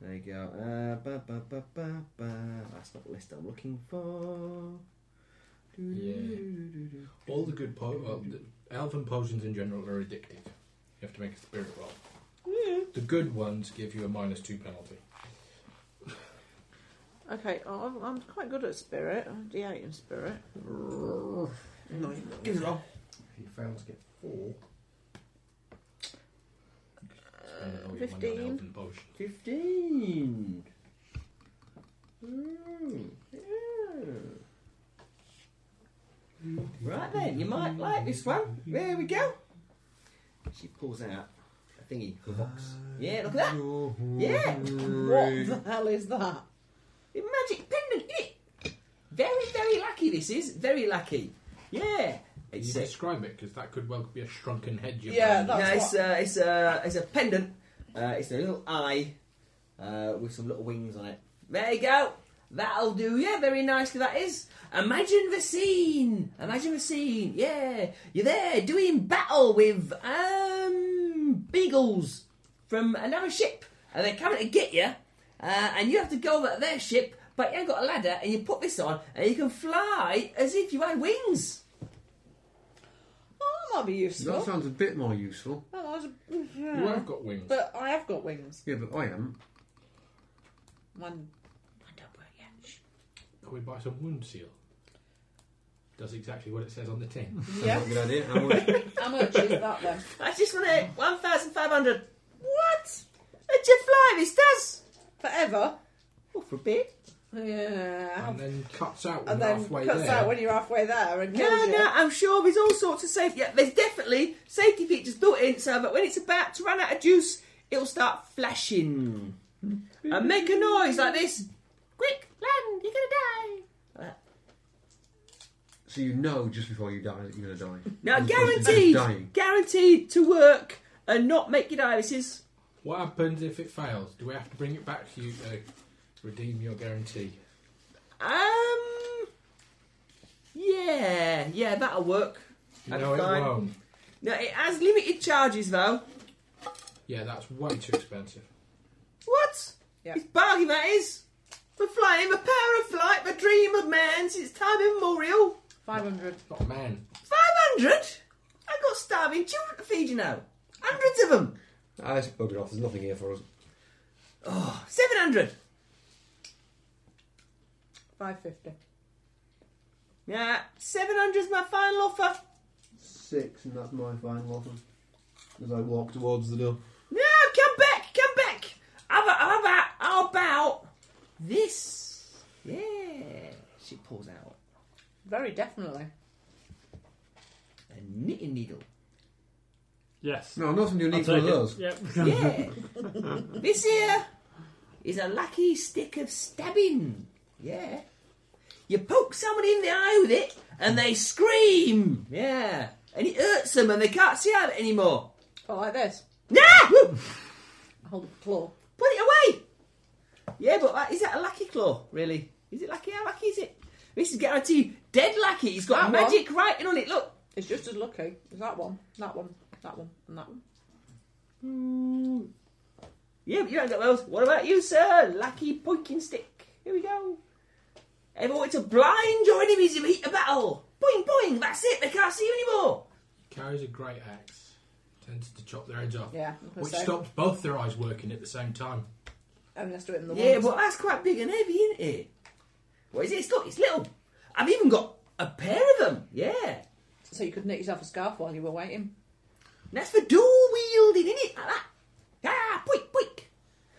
F: There you go. Uh, ba, ba, ba, ba, ba. That's not the list I'm looking for.
D: Yeah. All the good po- well, the elven potions in general are addictive. You have to make a spirit roll. The good ones give you a minus two penalty.
G: Okay, oh, I'm, I'm quite good at spirit. I'm D8 in spirit.
F: Give it a roll.
C: If you fail to get four,
D: Spend all your money on
G: 15.
D: elven potion.
F: 15. Hmm. Yeah. Right then, you might like this one. There we go. She pulls out a thingy, a box. Yeah, look at that. Yeah.
G: What the hell is that?
F: The magic pendant, innit? Very, very lucky this is. Very lucky. Yeah.
D: Can
F: It's
D: you
F: a,
D: describe it? Because that could well be a shrunken head. you
G: Yeah,
D: found.
G: that-
F: yeah,
G: That's
F: it's, a, it's, a, it's a pendant. Uh, it's a little eye uh, with some little wings on it. There you go. That'll do. Yeah, very nicely that is. Imagine the scene. Imagine the scene. Yeah. You're there doing battle with um beagles from another ship. And they're coming to get you. Uh, and you have to go over to their ship, but you ain't got a ladder, and you put this on, and you can fly as if you had wings.
G: Oh, that might be
B: That
G: useful.
B: sounds a bit more useful.
G: That was,
D: You have got wings.
G: but I have got wings.
B: Yeah, but I am.
G: One. I don't work yet. Shh.
D: Can we buy some wound seal? Does exactly what it says on the tin.
G: Yeah.
B: Good idea. How much?
G: How much is that then?
F: I just want to 1,500. What? Let you fly, this does.
G: Forever?
F: Well, for a bit.
G: Yeah.
D: and then cuts out when
G: and
D: you're
G: then
D: halfway
G: cuts
D: there.
G: out when you're halfway there and
F: No,
G: kills you.
F: no, I'm sure there's all sorts of safety. Yeah, there's definitely safety features built in so that when it's about to run out of juice, it'll start flashing and make a noise like this. Quick, land, you're gonna
B: So you know just before you die that you're going to die.
F: die. Now,
B: As opposed to just
F: guaranteed,
B: dying.
F: guaranteed to work and not make you die. This is
D: What happens if it fails? Do we have to bring it back to you to redeem your guarantee?
F: um, yeah, yeah, that'll work. That's
D: no, it
F: fine.
D: won't.
F: No, it has limited charges though.
D: Yeah, that's way too expensive.
F: What?
G: Yeah.
F: It's bargain that is. The flying, the power of flight, the dream of man since time immemorial.
G: 500.
D: Not a man.
F: Five hundred? I got starving children to feed you now. Hundreds of them.
B: I spoke it off. There's nothing here for us.
F: Oh, seven hundred.
G: 550.
F: Yeah, seven hundred is my final offer.
B: Six, and that's my final offer. As I walk towards the door.
F: No, come back, come back. How about, how about, how about this? Yeah. She pulls out
G: Very definitely.
F: a knitting needle.
E: Yes.
B: No, nothing you
E: I'll
B: need one of
E: take it.
B: those.
E: Yep.
F: Yeah. this here is a lucky stick of stabbing. Yeah. You poke somebody in the eye with it and they scream. Yeah. And it hurts them and they can't see out of it anymore.
G: Oh, like this.
F: Nah! Woo!
G: Hold the claw.
F: Put it away! Yeah, but that, is that a lucky claw, really? Is it lucky? How lucky is it? This is guaranteed dead lucky. It's got
G: That
F: magic writing on it. Look.
G: It's just as lucky as that one, that one, that one, and that one.
F: Hmm. Yeah, but you haven't got those. What about you, sir? Lucky pointing stick. Here we go. Everyone, it's a blind your enemies in the heat of battle. Boing, boing, that's it. They can't see you anymore.
D: Carries a great axe, tends to chop their heads off,
G: Yeah. I'm gonna
D: which
G: say.
D: stops both their eyes working at the same time.
G: And let's do it in the
F: yeah,
G: ones.
F: but that's quite big and heavy, isn't it? What is it? It's, look, it's little. I've even got a pair of them. Yeah.
G: So you could knit yourself a scarf while you were waiting.
F: That's for dual wielding, isn't it? Like that. Ah, boink, boink.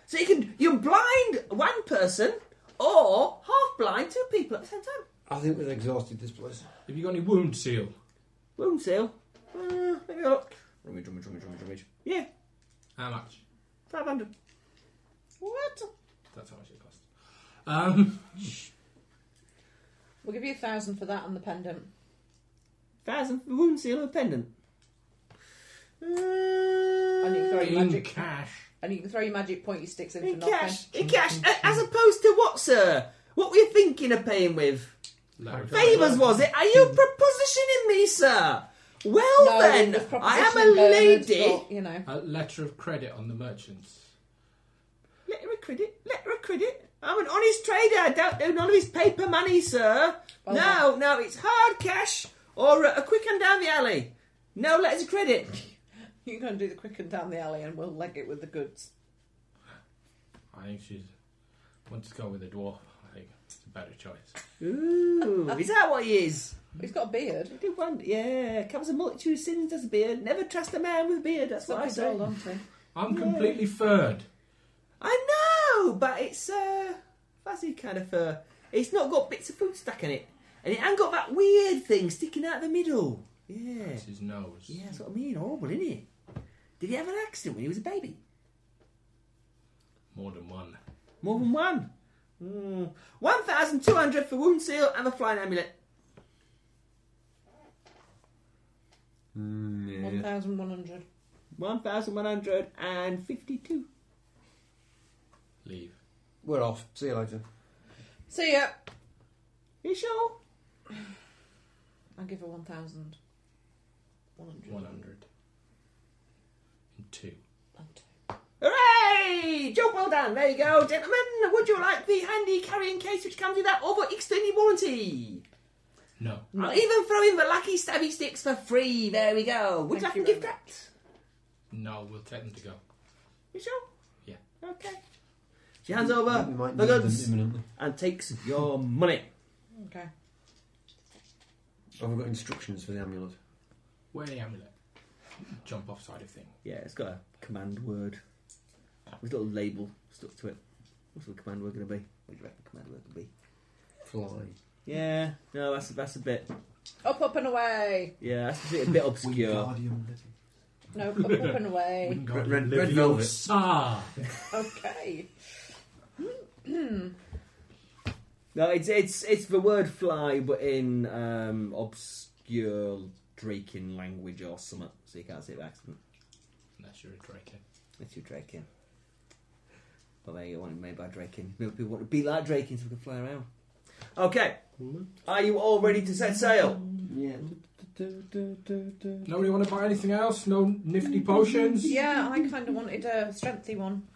F: So you can you can blind one person or half blind two people at the same time.
B: I think we've exhausted this place.
D: Have you got any wound seal?
F: Wound seal. Uh, let me look.
B: Rummage, rummage, rummage, rummage, rummage.
F: Yeah,
D: How much?
F: five hundred.
G: What?
D: That's how much it costs. Um,
G: We'll give you a thousand for that and the pendant.
F: Thousand for wound seal and a pendant.
G: And you can throw your
D: in
G: magic
D: cash.
G: and you can throw your magic pointy sticks in,
F: In
G: for nothing.
F: cash, in cash, A- as opposed to what, sir? What were you thinking of paying with?
D: Larry.
F: Favours, was it? Are you prepositioning me, sir? Well
G: No,
F: then,
G: there's
F: I am
G: proposition
F: a
G: burners,
F: lady.
G: but, you know,
D: A letter of credit on the merchants.
F: Letter of credit, letter of credit. I'm an honest trader. I don't do none of his paper money, sir.
G: Oh,
F: no,
G: Well
F: no, it's hard cash or a, a quick and down the alley. No letters of credit.
G: you can do the quick and down the alley, and we'll leg it with the goods.
D: I think she's wants to go with a dwarf. I think it's a better choice.
F: Ooh, is that what he is?
G: He's got a beard.
F: I do wonder. Yeah, covers a multitude of sins. Does a beard? Never trust a man with a beard. That's what I
G: Something's
F: say.
G: all on to.
D: I'm completely furred.
F: I know, but it's uh, fuzzy kind of fur. It's not got bits of food stuck in it, and it ain't got that weird thing sticking out the middle. Yeah,
D: It's his nose.
F: yeah, that's what I mean. Horrible, isn't it? Did he have an accident when he was a baby?
D: More than one.
F: More than one. Mm. One thousand two hundred for wound seal and the flying amulet.
G: One thousand one hundred.
F: One thousand one hundred and fifty-two.
D: Leave.
B: We're off. See you later.
G: See ya.
F: You sure?
G: I'll give her one thousand. One hundred.
D: 100. And two.
F: Hooray! Job well done. There you go, gentlemen. Would you like the handy carrying case which comes with that over extended warranty?
D: No.
F: I'll even throw in the lucky stabby sticks for free. There we go. Would
G: Thank
F: you like
G: you
F: to give
G: very
F: that?
D: No, we'll take them to go.
F: You sure?
D: Yeah.
F: Okay. She hands
B: I
F: over
B: think we might
F: the
B: need them
F: goods
B: imminently.
F: and takes your money.
G: Okay.
B: Have we got instructions for the amulet?
D: Wear the amulet. Jump off side of thing.
F: Yeah, it's got a command word with a little label stuck to it. What's the command word going to be? What do you reckon the command word could be?
B: Fly.
F: Yeah, no, that's that's a bit.
G: Up, up and away.
F: Yeah, that's a bit, a bit obscure.
G: No, up, up and away.
B: Red, red, red velvet.
D: Ah,
G: Okay.
F: No, it's it's it's the word fly, but in um, obscure Draken language or something, so you can't say it by accident.
D: unless you're a Draken.
F: That's your Draken. But they wanted made by Draken. Maybe people want to be like Draken so we can fly around. Okay, are you all ready to set sail?
B: Yeah.
D: Nobody want to buy anything else? No nifty potions?
G: Yeah, I kind of wanted a strengthy one.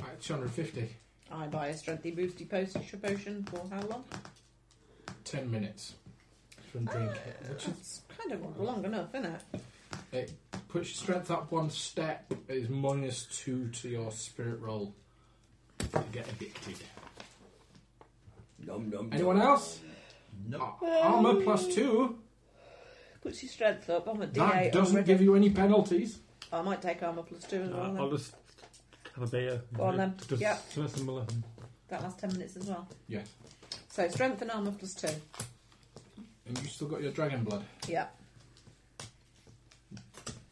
D: Right, 250.
G: I buy a strengthy boosty potion potion for how long?
D: 10 minutes. From drink. Which is,
G: That's kind of long enough, isn't it?
D: push your strength up one step. It is minus 2 to your spirit roll. You get addicted.
F: Nom nom.
D: Anyone else? No. Armor plus 2.
G: Puts your strength up. I'm at D8.
D: That doesn't
G: already.
D: give you any penalties.
G: I might take armour plus two as well.
E: Uh,
G: then.
E: I'll just have a beer.
G: Go on then.
E: Just
G: Yeah.
E: just some more.
G: That lasts 10 minutes as well.
D: Yes.
G: So strength and armour plus two.
D: And you still got your dragon blood.
G: Yeah.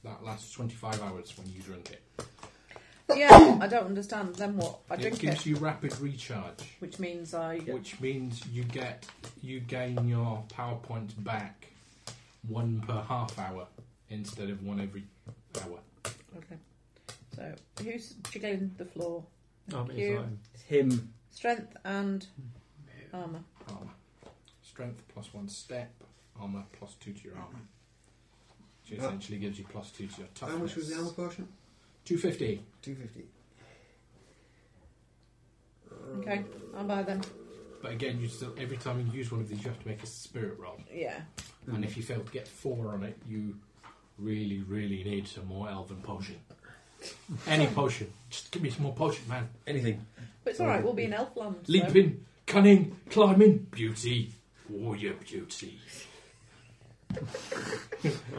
D: That lasts 25 hours when you drink it.
G: Yeah, I don't understand. Then what? I
D: it
G: drink
D: gives
G: it.
D: you rapid recharge,
G: Which means I.
D: which means you get you gain your power points back one per half hour instead of one every hour.
G: Okay. So who's jiggling the floor?
E: Oh,
G: Thank you.
F: Him.
G: Strength and armour.
D: Armor, strength plus one step, armor plus two to your armor. Which
B: Oh.
D: essentially gives you plus two to your toughness.
B: How much was the armor portion?
D: Two fifty.
B: 250.
G: Okay, I'll buy them.
D: But again, you still every time you use one of these, you have to make a spirit roll.
G: Yeah. Mm-hmm.
D: And if you fail to get four on it, you really, really need some more elven potion. Any potion. Just give me some more potion, man.
B: Anything.
G: But it's alright, we'll be in Elfland. so-
D: Leaping, cunning, climbing, beauty, warrior beauty.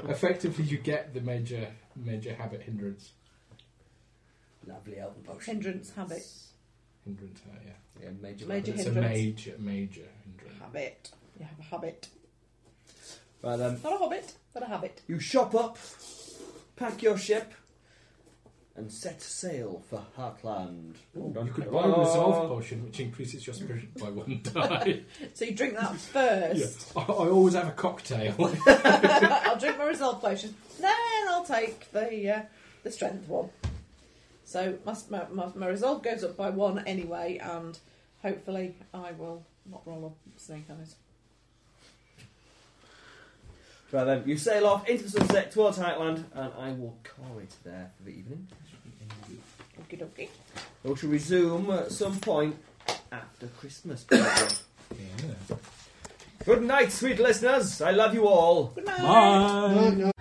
D: Effectively, you get the major major habit hindrance.
F: Lovely elven potion.
G: Hindrance habit.
D: Hindrance, uh, yeah.
F: Yeah, major.
G: Major
D: But it's a
G: hindrance.
D: major, major hindrance.
G: Habit. You have a habit.
F: Right then.
G: Not a hobbit, but a habit.
F: You shop up, pack your ship, and set sail for Heartland.
D: You could buy a
G: Oh.
D: resolve potion, which increases your spirit by one die.
G: So you drink that first.
D: I, I always have a cocktail.
G: I'll drink my resolve potion. Then I'll take the uh, the strength one. So my, s- my, my, my resolve goes up by one anyway, and hopefully I will not roll a snake eyes.
F: Right then, you sail off into the sunset towards Heartland, and I will call it there for the evening.
G: Okie dokie.
F: We shall resume at some point after Christmas. probably. Good night, sweet listeners. I love you all.
G: Good night.
E: Bye.
H: No, no.